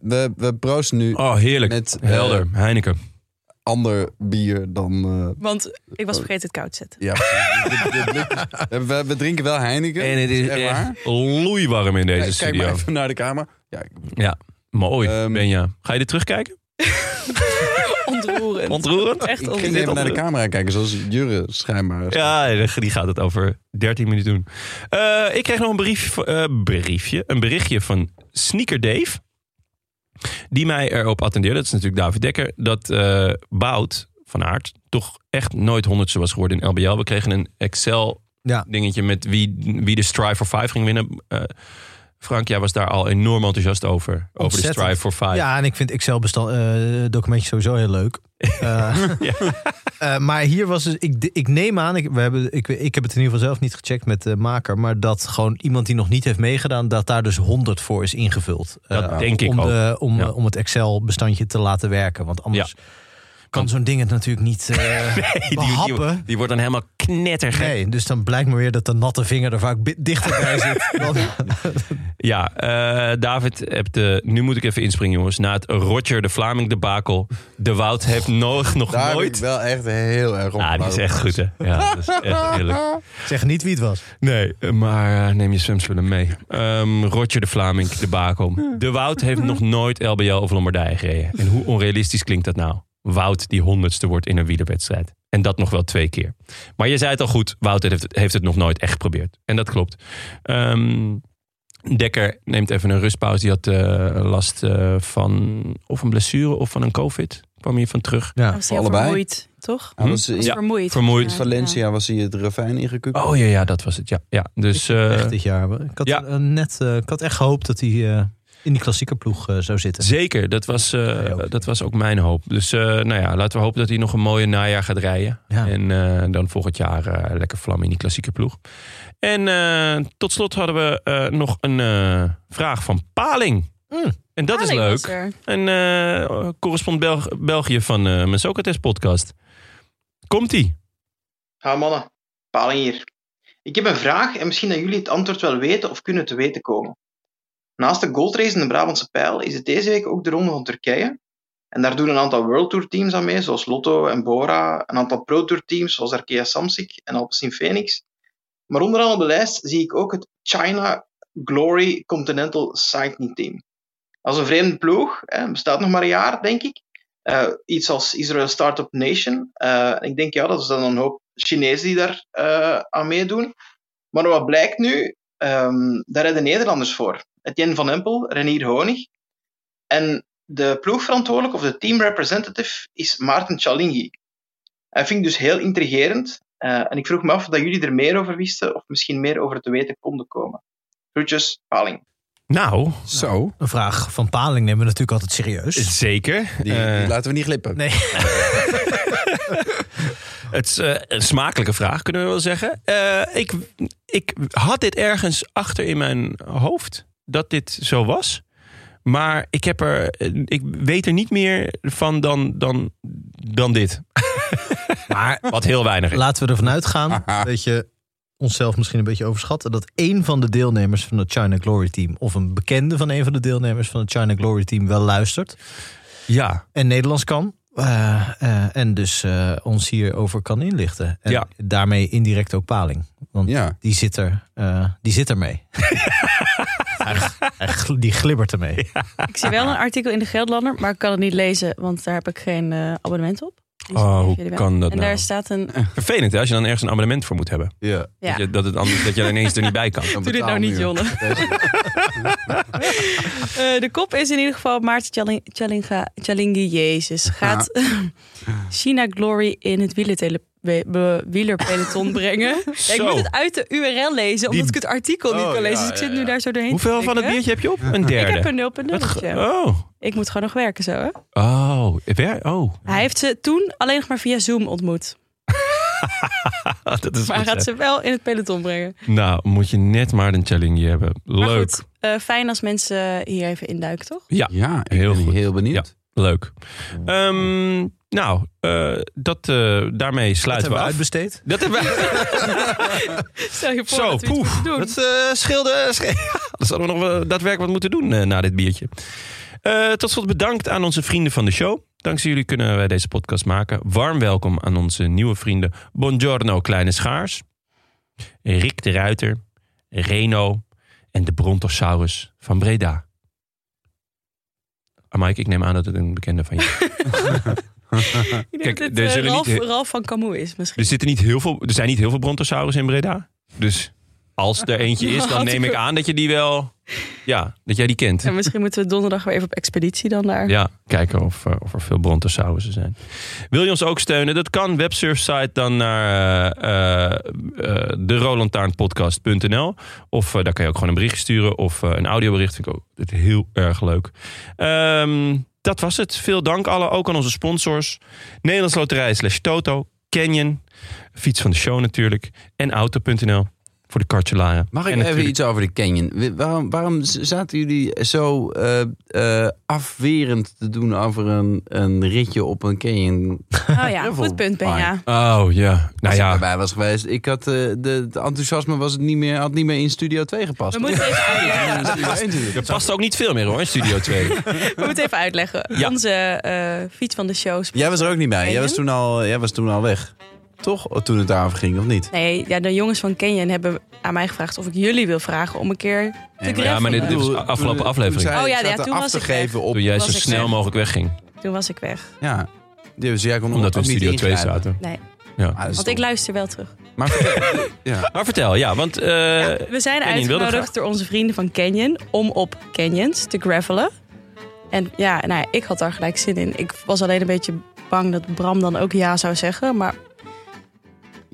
Speaker 5: we, we proosten nu
Speaker 1: Oh, heerlijk.
Speaker 5: met eh,
Speaker 1: Helder, Heineken.
Speaker 5: ander bier dan... eh,
Speaker 6: Want ik was vergeten het koud te zetten.
Speaker 5: ja, de- de blikjes. Eh, we, we drinken wel Heineken. echt waar.
Speaker 1: loeiwarm in deze
Speaker 5: Kijk, kijk maar
Speaker 1: studio.
Speaker 5: even naar de kamer. Ja, ik-
Speaker 1: Ja, mooi,
Speaker 5: Ehm,
Speaker 1: Benja. Ga je dit terugkijken?
Speaker 6: Ontroerend.
Speaker 1: Ontroerend?
Speaker 6: Echt
Speaker 5: ik ging
Speaker 6: ontroerend.
Speaker 5: even naar de camera kijken, zoals Jurre schijnbaar.
Speaker 1: Ja, die gaat het over 13 minuten doen. Eh, ik kreeg nog een brief, eh, briefje, een berichtje van Sneaker Dave. Die mij erop attendeerde, dat is natuurlijk David Dekker, dat eh Bout van Aert toch echt nooit honderdste was geworden in LBL. We kregen een
Speaker 2: Ja.
Speaker 1: Excel-dingetje met wie, wie de Strive for Five ging winnen. Eh, Frank, jij was daar al enorm enthousiast over. Over de
Speaker 2: Ontzettend.
Speaker 1: Strive for Five.
Speaker 2: Ja, en ik vind Excel-documentjes sowieso heel leuk. Eh, eh, maar hier was dus, ik, ik neem aan, ik, we hebben, ik, ik heb het in ieder geval zelf niet gecheckt met de maker, maar dat gewoon iemand die nog niet heeft meegedaan, dat daar dus 100 voor is ingevuld.
Speaker 1: Dat
Speaker 2: Eh,
Speaker 1: denk ik
Speaker 2: om
Speaker 1: ook.
Speaker 2: de- om,
Speaker 1: Ja.
Speaker 2: eh, om het Excel-bestandje te laten werken, want anders kan zo'n ding het natuurlijk niet eh
Speaker 1: die, die, die,
Speaker 2: behappen.
Speaker 1: wordt dan helemaal knettergek.
Speaker 2: Nee, dus dan blijkt maar weer dat de natte vinger er vaak bi- dichterbij zit. dan-
Speaker 1: Ja, eh, David, hebt, eh, nu moet ik even inspringen, jongens. Na het Roger de Vlaming debakel. De Wout heeft nog, nog
Speaker 5: Daar heb ik
Speaker 1: nooit.
Speaker 5: wel echt heel erg op.
Speaker 1: Ah, die is echt goed, hè? Ja, dat is echt heerlijk.
Speaker 2: zeg niet wie het was.
Speaker 1: Nee, maar eh, neem je zwemspullen mee. Ehm Roger de Vlaming debakel. De Wout heeft nog nooit LBL of Lombardije gereden. En hoe onrealistisch klinkt dat nou? Wout die honderdste wordt in een wielerwedstrijd. En dat nog wel twee keer. Maar je zei het al goed, Wout heeft, heeft het nog nooit echt geprobeerd. En dat klopt. Ehm, Dekker neemt even een rustpauze. Die had eh, last eh, van of een blessure of van een covid. Kwam hier van terug. Hm?
Speaker 2: Ja.
Speaker 6: Hij was heel
Speaker 5: allebei.
Speaker 6: vermoeid, toch?
Speaker 5: Hij was in
Speaker 1: Ja,
Speaker 6: vermoeid.
Speaker 1: vermoeid.
Speaker 6: Ja,
Speaker 5: Valencia was hij het ravijn ingekukt.
Speaker 1: Oh ja, ja, dat was het. Ja, ja. Dus eh,
Speaker 2: echt dit jaar. Ik had,
Speaker 1: ja.
Speaker 2: eh, net, eh, ik had echt gehoopt dat hij eh, in die klassieke ploeg eh, zou zitten.
Speaker 1: zeker, dat was, eh,
Speaker 2: Wij ook.
Speaker 1: dat was ook mijn hoop. Dus eh, nou ja, laten we hopen dat hij nog een mooie najaar gaat rijden.
Speaker 2: Ja.
Speaker 1: En eh, dan volgend jaar eh, lekker vlammen in die klassieke ploeg. En eh, tot slot hadden we eh, nog een eh, vraag van Paling.
Speaker 2: Mm.
Speaker 1: En dat
Speaker 6: Haling
Speaker 1: is
Speaker 6: was
Speaker 1: leuk.
Speaker 6: er.
Speaker 1: Een eh correspond Belg- België van eh mijn Socrates podcast. Komt-ie?
Speaker 7: Ja, Ah, mannen. Paling hier. Ik heb een vraag en misschien dat jullie het antwoord wel weten of kunnen te weten komen. Naast de goldrace in de Brabantse Pijl is het deze week ook de Ronde van Turkije. En daar doen een aantal World Tour teams aan mee, zoals Lotto en Bora. Een aantal Pro Tour teams, zoals Arkea Samsic en Alpecin Phoenix. Maar onderaan op de lijst zie ik ook het China Glory Continental Cycling Team. Dat is een vreemde ploeg, hè, bestaat nog maar een jaar, denk ik. Eh, iets als Israel Startup Nation. Eh, ik denk, ja, dat is dan een hoop Chinezen die daar eh, aan meedoen. Maar wat blijkt nu? Ehm, daar hebben Nederlanders voor. Etienne van Empel, Renier Honig. En de ploegverantwoordelijk of de team representative is Maarten Chalingi. Hij vind ik dus heel intrigerend. Eh, en ik vroeg me af dat jullie er meer over wisten of misschien meer over te weten konden komen. Groetjes, Paling.
Speaker 1: Nou,
Speaker 5: Zo,
Speaker 2: Een vraag van Paling nemen we natuurlijk altijd serieus.
Speaker 1: zeker.
Speaker 5: die, die
Speaker 1: Eh,
Speaker 5: laten we niet glippen.
Speaker 2: Nee.
Speaker 1: Het is eh, een smakelijke vraag, kunnen we wel zeggen. Eh, ik, ik had dit ergens achter in mijn hoofd dat dit zo was. Maar ik, heb er, eh, ik weet er niet meer van dan, dan, dan dit. maar wat heel weinig is.
Speaker 2: Laten we ervan uitgaan
Speaker 5: Haha.
Speaker 2: dat je onszelf misschien een beetje overschatten dat één van de deelnemers van het China Glory Team of een bekende van een van de deelnemers van het China Glory Team wel luistert
Speaker 1: Ja,
Speaker 2: en Nederlands kan. eh, eh, en dus eh, ons hierover kan inlichten. En
Speaker 1: Ja.
Speaker 2: daarmee indirect ook Paling. Want
Speaker 5: Ja.
Speaker 2: die, zit er, eh, die zit er mee. Hij gl- hij gl- die glibbert ermee.
Speaker 6: Ik zie wel een artikel in de Gelderlander, maar ik kan het niet lezen, want daar heb ik geen eh, abonnement op. Dus
Speaker 1: Oh,
Speaker 6: geef
Speaker 1: hoe
Speaker 6: jullie wel.
Speaker 1: kan dat
Speaker 6: En
Speaker 1: nou?
Speaker 6: daar staat een...
Speaker 1: vervelend hè, als je dan ergens een abonnement voor moet hebben.
Speaker 5: Ja.
Speaker 6: Ja.
Speaker 1: Dat, je, dat, het anders, dat je er ineens er niet bij kan.
Speaker 5: dan
Speaker 6: Doe dit nou niet,
Speaker 5: betaalmuur.
Speaker 6: Jonne. Eh, de kop is in ieder geval Maarten Tjalling- Tjallinga, Tjallingi, jezus, gaat China Glory in het wielertele- be- be- wielerpeloton brengen. Ja, ik
Speaker 1: Zo.
Speaker 6: moet het uit de URL lezen, omdat
Speaker 1: Die-
Speaker 6: ik het artikel niet
Speaker 1: Oh,
Speaker 6: kan lezen.
Speaker 1: ja,
Speaker 6: dus ik zit
Speaker 1: ja,
Speaker 6: nu
Speaker 1: ja.
Speaker 6: daar zo doorheen te
Speaker 1: Hoeveel van het
Speaker 6: klikken.
Speaker 1: biertje heb je op? Een
Speaker 6: Ik heb
Speaker 1: derde.
Speaker 6: een 0.0.
Speaker 1: Wat ge- oh,
Speaker 6: Ik moet gewoon nog werken zo. Hè?
Speaker 1: oh, wer- oh.
Speaker 6: Hij heeft ze toen alleen nog maar via Zoom ontmoet.
Speaker 1: Ah, dat is
Speaker 6: Maar hij
Speaker 1: goed,
Speaker 6: gaat ze wel in het peloton brengen.
Speaker 1: hè. Nou, moet je net maar een challenge hebben.
Speaker 6: Maar
Speaker 1: Leuk.
Speaker 6: goed, eh, fijn als mensen hier even induiken, toch?
Speaker 1: Ja,
Speaker 5: Ja, ik
Speaker 1: Heel
Speaker 5: heel ben
Speaker 1: goed.
Speaker 5: heel benieuwd.
Speaker 1: Leuk. Ehm, nou, eh, dat, eh, daarmee
Speaker 2: Dat
Speaker 1: sluiten
Speaker 2: hebben we
Speaker 1: we af.
Speaker 2: uitbesteed.
Speaker 1: Dat hebben we.
Speaker 6: Stel je voor
Speaker 1: Zo,
Speaker 6: dat we iets
Speaker 1: poef.
Speaker 6: moeten doen.
Speaker 1: Dat eh, scheelde. sche- Dat hadden we nog wel daadwerkelijk wat moeten doen eh, na dit biertje. Eh, tot slot bedankt aan onze vrienden van de show. Dankzij jullie kunnen wij deze podcast maken. Warm welkom aan onze nieuwe vrienden. Buongiorno Kleine Schaars. Rick de Ruiter. Reno. En de Brontosaurus van Breda. Ah, Mike, ik neem aan dat het een bekende van je is.
Speaker 6: Ik denk
Speaker 1: Kijk,
Speaker 6: dat dit,
Speaker 1: er
Speaker 6: eh,
Speaker 1: zullen
Speaker 6: Ralf,
Speaker 1: niet-
Speaker 6: Ralf van Camus is misschien.
Speaker 1: Er, zitten niet heel veel, er zijn niet heel veel brontosaurussen in Breda. Dus als er eentje is, dan
Speaker 6: Had
Speaker 1: neem
Speaker 6: ik-
Speaker 1: ik aan dat je die wel... Ja, dat jij die kent.
Speaker 6: En misschien moeten we donderdag weer even op expeditie dan daar.
Speaker 1: Ja, kijken of, eh, of er veel brontosaurussen zijn. Wil je ons ook steunen? Dat kan. Websurfsite dan naar eh eh derolantaarnpodcast.nl. Of eh, daar kan je ook gewoon een bericht sturen. Of eh, een audiobericht. Vind ik ook dit heel erg leuk. Ehm, dat was het. Veel dank alle. Ook aan onze sponsors. Nederlands Loterij slash Toto. Canyon. Fiets van de show natuurlijk. En Auto.nl voor de kartjelaren.
Speaker 5: Mag ik
Speaker 1: En
Speaker 5: even
Speaker 1: natuurlijk-
Speaker 5: iets over de Canyon? We- Waarom, waarom z- zaten jullie zo eh, eh, afwerend te doen over een, een ritje op een Canyon?
Speaker 6: Oh ja,
Speaker 5: Heel
Speaker 6: goed
Speaker 5: veel
Speaker 6: punt ben ja.
Speaker 1: Oh ja. Nou
Speaker 5: Als ik
Speaker 1: ja.
Speaker 5: erbij was geweest. Ik had, eh, de, het enthousiasme was het niet meer, had niet meer in Studio 2 gepast.
Speaker 6: We moeten even uitleggen.
Speaker 1: Er past ook niet veel meer hoor in Studio 2.
Speaker 6: We moeten even uitleggen.
Speaker 1: Ja.
Speaker 6: Onze eh, fiets van de shows.
Speaker 5: Jij was er ook niet bij. Jij was toen al, jij was toen al weg. Toch? Oh, Toen het daarover ging, of niet?
Speaker 6: Nee, ja, de jongens van Kenyon hebben aan mij gevraagd of ik jullie wil vragen om een keer te
Speaker 5: maar-
Speaker 1: Ja, maar dit, dit
Speaker 6: greffelen.
Speaker 1: was
Speaker 5: Toen-
Speaker 1: afgelopen
Speaker 5: toen-
Speaker 1: aflevering.
Speaker 5: zij
Speaker 6: Oh ja, ja,
Speaker 5: zaten
Speaker 6: toen
Speaker 5: af
Speaker 6: was
Speaker 5: te
Speaker 6: ik weg.
Speaker 5: geven op.
Speaker 1: Toen jij
Speaker 6: was
Speaker 1: zo
Speaker 6: ik
Speaker 1: snel
Speaker 6: weg.
Speaker 1: mogelijk wegging.
Speaker 6: Toen was ik weg.
Speaker 5: Ja. Dus jij kon
Speaker 1: Omdat we
Speaker 5: ook
Speaker 1: in
Speaker 5: niet
Speaker 1: Studio 2
Speaker 5: ingrijpen.
Speaker 1: zaten.
Speaker 6: Nee,
Speaker 5: Ah, dat is
Speaker 6: want ik
Speaker 5: dom.
Speaker 6: luister wel terug.
Speaker 5: Maar vertel- ja.
Speaker 1: Maar vertel, ja, want... eh,
Speaker 6: We zijn
Speaker 1: Canyon wilde
Speaker 6: uitgenodigd door onze vrienden van Canyon om op Canyons te gravelen. En ja, nou ja, ik had daar gelijk zin in. Ik was alleen een beetje bang dat Bram dan ook ja zou zeggen, maar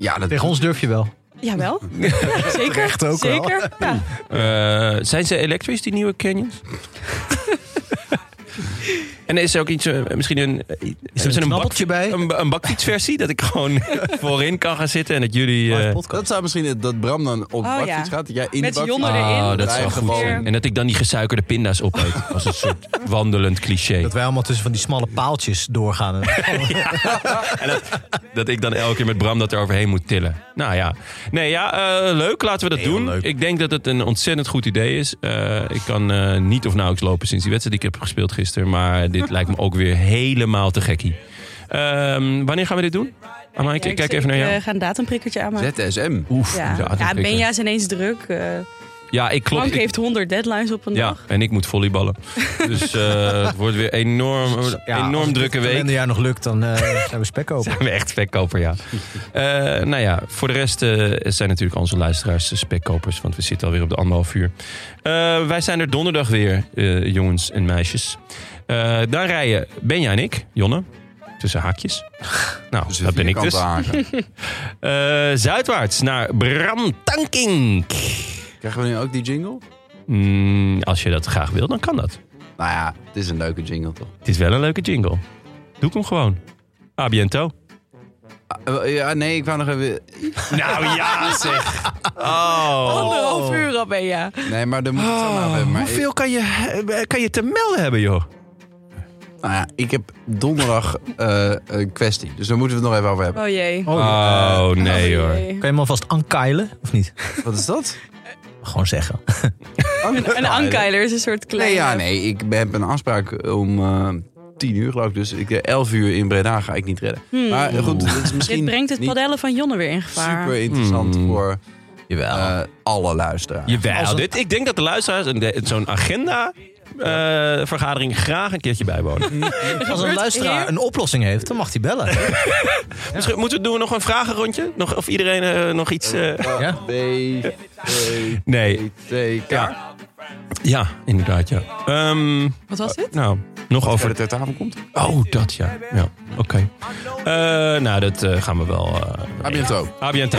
Speaker 5: ja, dat
Speaker 2: Tegen ons durf je wel.
Speaker 6: jawel. Ja, zeker.
Speaker 2: Terecht ook wel.
Speaker 6: zeker. Ja.
Speaker 1: eh, zijn ze elektrisch, die nieuwe Canyons? en is er ook iets, eh, misschien een... Is er een,
Speaker 2: knabbeltje bij?
Speaker 1: Een, een bakfietsversie, dat ik gewoon voorin kan gaan zitten en dat jullie... eh,
Speaker 5: Dat zou misschien het- dat Bram dan op
Speaker 6: Oh, ja.
Speaker 5: bakfiets gaat. dat jij in
Speaker 6: Met
Speaker 5: de bakfiets-
Speaker 6: Jonne erin.
Speaker 1: Oh,
Speaker 5: Wij
Speaker 1: dat is wel goed.
Speaker 5: gewoon-
Speaker 1: En dat ik dan die gesuikerde pinda's opeet. Als een soort wandelend cliché.
Speaker 2: Dat wij allemaal tussen van die smalle paaltjes doorgaan.
Speaker 1: Dat ik dan elke keer met Bram dat er overheen moet tillen. Nou ja. Nee, ja, eh, leuk. Laten we dat doen. Ik denk dat het een ontzettend goed idee is. Eh, ik kan eh, niet of nauwelijks lopen sinds die wedstrijd die ik heb gespeeld gisteren. Maar dit lijkt me ook weer helemaal te gekkie. Ehm, wanneer gaan we dit doen? Amai, ik, ik kijk even naar jou.
Speaker 6: We gaan een datumprikkertje aanmaken.
Speaker 5: ZSM.
Speaker 1: Oef.
Speaker 6: eh, Ja.
Speaker 1: ja, dat
Speaker 6: ja,
Speaker 1: ik-
Speaker 6: Benja is ineens druk. eh
Speaker 1: Ja, ik klop.
Speaker 6: Frank
Speaker 1: Ik-
Speaker 6: heeft 100 deadlines op een
Speaker 1: ja,
Speaker 6: dag.
Speaker 1: en ik moet volleyballen. Dus eh, het wordt weer enorm, enorm drukke
Speaker 2: Als
Speaker 1: week.
Speaker 2: het jaar nog lukt, dan eh, zijn we spekkoper.
Speaker 1: zijn we echt spekkopers, ja. Eh, nou ja, voor de rest eh, zijn natuurlijk onze luisteraars spekkopers. Want we zitten alweer op de anderhalf uur. Eh, wij zijn er donderdag weer, eh, jongens en meisjes. Eh dan rijden Benja en ik, Jonne, tussen haakjes. Nou,
Speaker 5: Dus
Speaker 1: dat ben ik
Speaker 5: vierkante
Speaker 1: dus.
Speaker 5: haken.
Speaker 1: Eh, zuidwaarts naar Bramtankink.
Speaker 5: Krijgen we nu ook die jingle?
Speaker 1: Mm, als je dat graag wil, dan kan dat.
Speaker 5: Nou ja, het is een leuke jingle toch?
Speaker 1: Het is wel een leuke jingle. Doe ik hem gewoon. A biento.
Speaker 5: Ah, eh, Ja, nee, ik wou nog even... Ah,
Speaker 1: Nou ja, zeg. Oh.
Speaker 6: Anderhalf uur al Benja.
Speaker 5: Nee, maar dan moet ik het zo maar
Speaker 1: Oh,
Speaker 5: hebben. Maar ik-
Speaker 1: hoeveel kan je, eh, kan je te melden hebben, joh?
Speaker 5: Nou ja, ik heb donderdag eh, een kwestie. Dus daar moeten we het nog even over hebben.
Speaker 6: Oh jee.
Speaker 1: Oh, nee hoor.
Speaker 6: Jee.
Speaker 2: Kan je hem alvast ankeilen, of niet?
Speaker 5: Wat is dat?
Speaker 2: Gewoon zeggen.
Speaker 6: Een ankeiler is een soort kleine...
Speaker 5: Nee, ja, nee. Ik heb een afspraak om eh tien uur geloof ik. Dus ik, eh, elf uur in Breda ga ik niet redden. Maar eh, goed, het is misschien
Speaker 6: Hmm. Dit brengt het
Speaker 5: niet
Speaker 6: padellen van Jonne weer in gevaar.
Speaker 5: super interessant
Speaker 1: Hmm.
Speaker 5: voor
Speaker 2: Jawel.
Speaker 5: eh, alle luisteraars.
Speaker 1: Jawel,
Speaker 2: Als een-
Speaker 1: dit, ik denk dat de luisteraars een- de- zo'n agenda-vergadering graag een keertje bijwonen.
Speaker 2: Als een luisteraar een oplossing heeft, dan mag hij bellen.
Speaker 1: Misschien moeten we, doen we nog een vragenrondje? Nog, of iedereen eh, nog iets... eh,
Speaker 2: Ja?
Speaker 5: B, C,
Speaker 1: Nee,
Speaker 5: C, K.
Speaker 1: Ja. ja, inderdaad, ja. Ehm,
Speaker 6: Wat was dit?
Speaker 1: nou, nog over...
Speaker 5: Voor de ter tafel komt.
Speaker 1: Oh, dat ja. ja Oké. Eh, nou, dat eh, gaan we wel... eh
Speaker 5: A bientôt.
Speaker 1: A biento.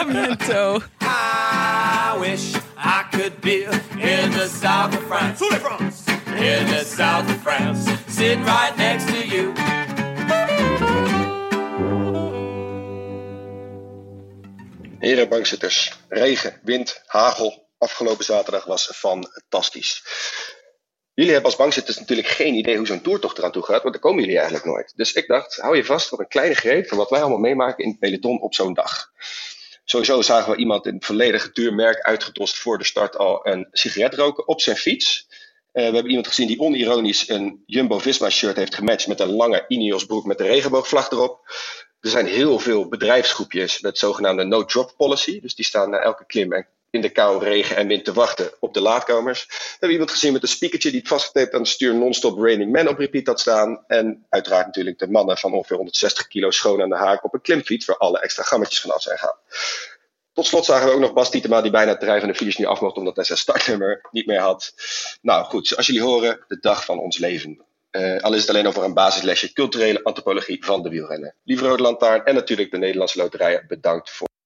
Speaker 6: Amento.
Speaker 4: I wish I could be in the south of France. In the south of France. Sit right next to you.
Speaker 8: Heren bankzitters, regen, wind, hagel. Afgelopen zaterdag was fantastisch. Jullie hebben als bankzitters natuurlijk geen idee hoe zo'n toertocht eraan toe gaat, want daar komen jullie eigenlijk nooit. Dus ik dacht, hou je vast voor een kleine greep van wat wij allemaal meemaken in het peloton op zo'n dag. Sowieso zagen we iemand in volledig duurmerk uitgedost voor de start al een sigaret roken op zijn fiets. Eh, we hebben iemand gezien die onironisch een Jumbo-Visma-shirt heeft gematcht met een lange Ineos-broek met de regenboogvlag erop. Er zijn heel veel bedrijfsgroepjes met zogenaamde no-drop policy. Dus die staan na elke klim en in de kou, regen en wind te wachten op de laadkamers. We hebben iemand gezien met een speakertje die het vastgetaped aan het stuur non-stop Raining Man op repeat had staan. En uiteraard natuurlijk de mannen van ongeveer 160 kilo schoon aan de haak op een klimfiets waar alle extra gammetjes vanaf zijn gehaald. Tot slot zagen we ook nog Bas Tietema die bijna het terrein van de finish niet af mocht omdat hij zijn startnummer niet meer had. Nou goed, zoals jullie horen, de dag van ons leven. Eh, al is het alleen over een basislesje culturele antropologie van de wielrenner. Lieve Rode Lantaarn en natuurlijk de Nederlandse Loterij, bedankt voor.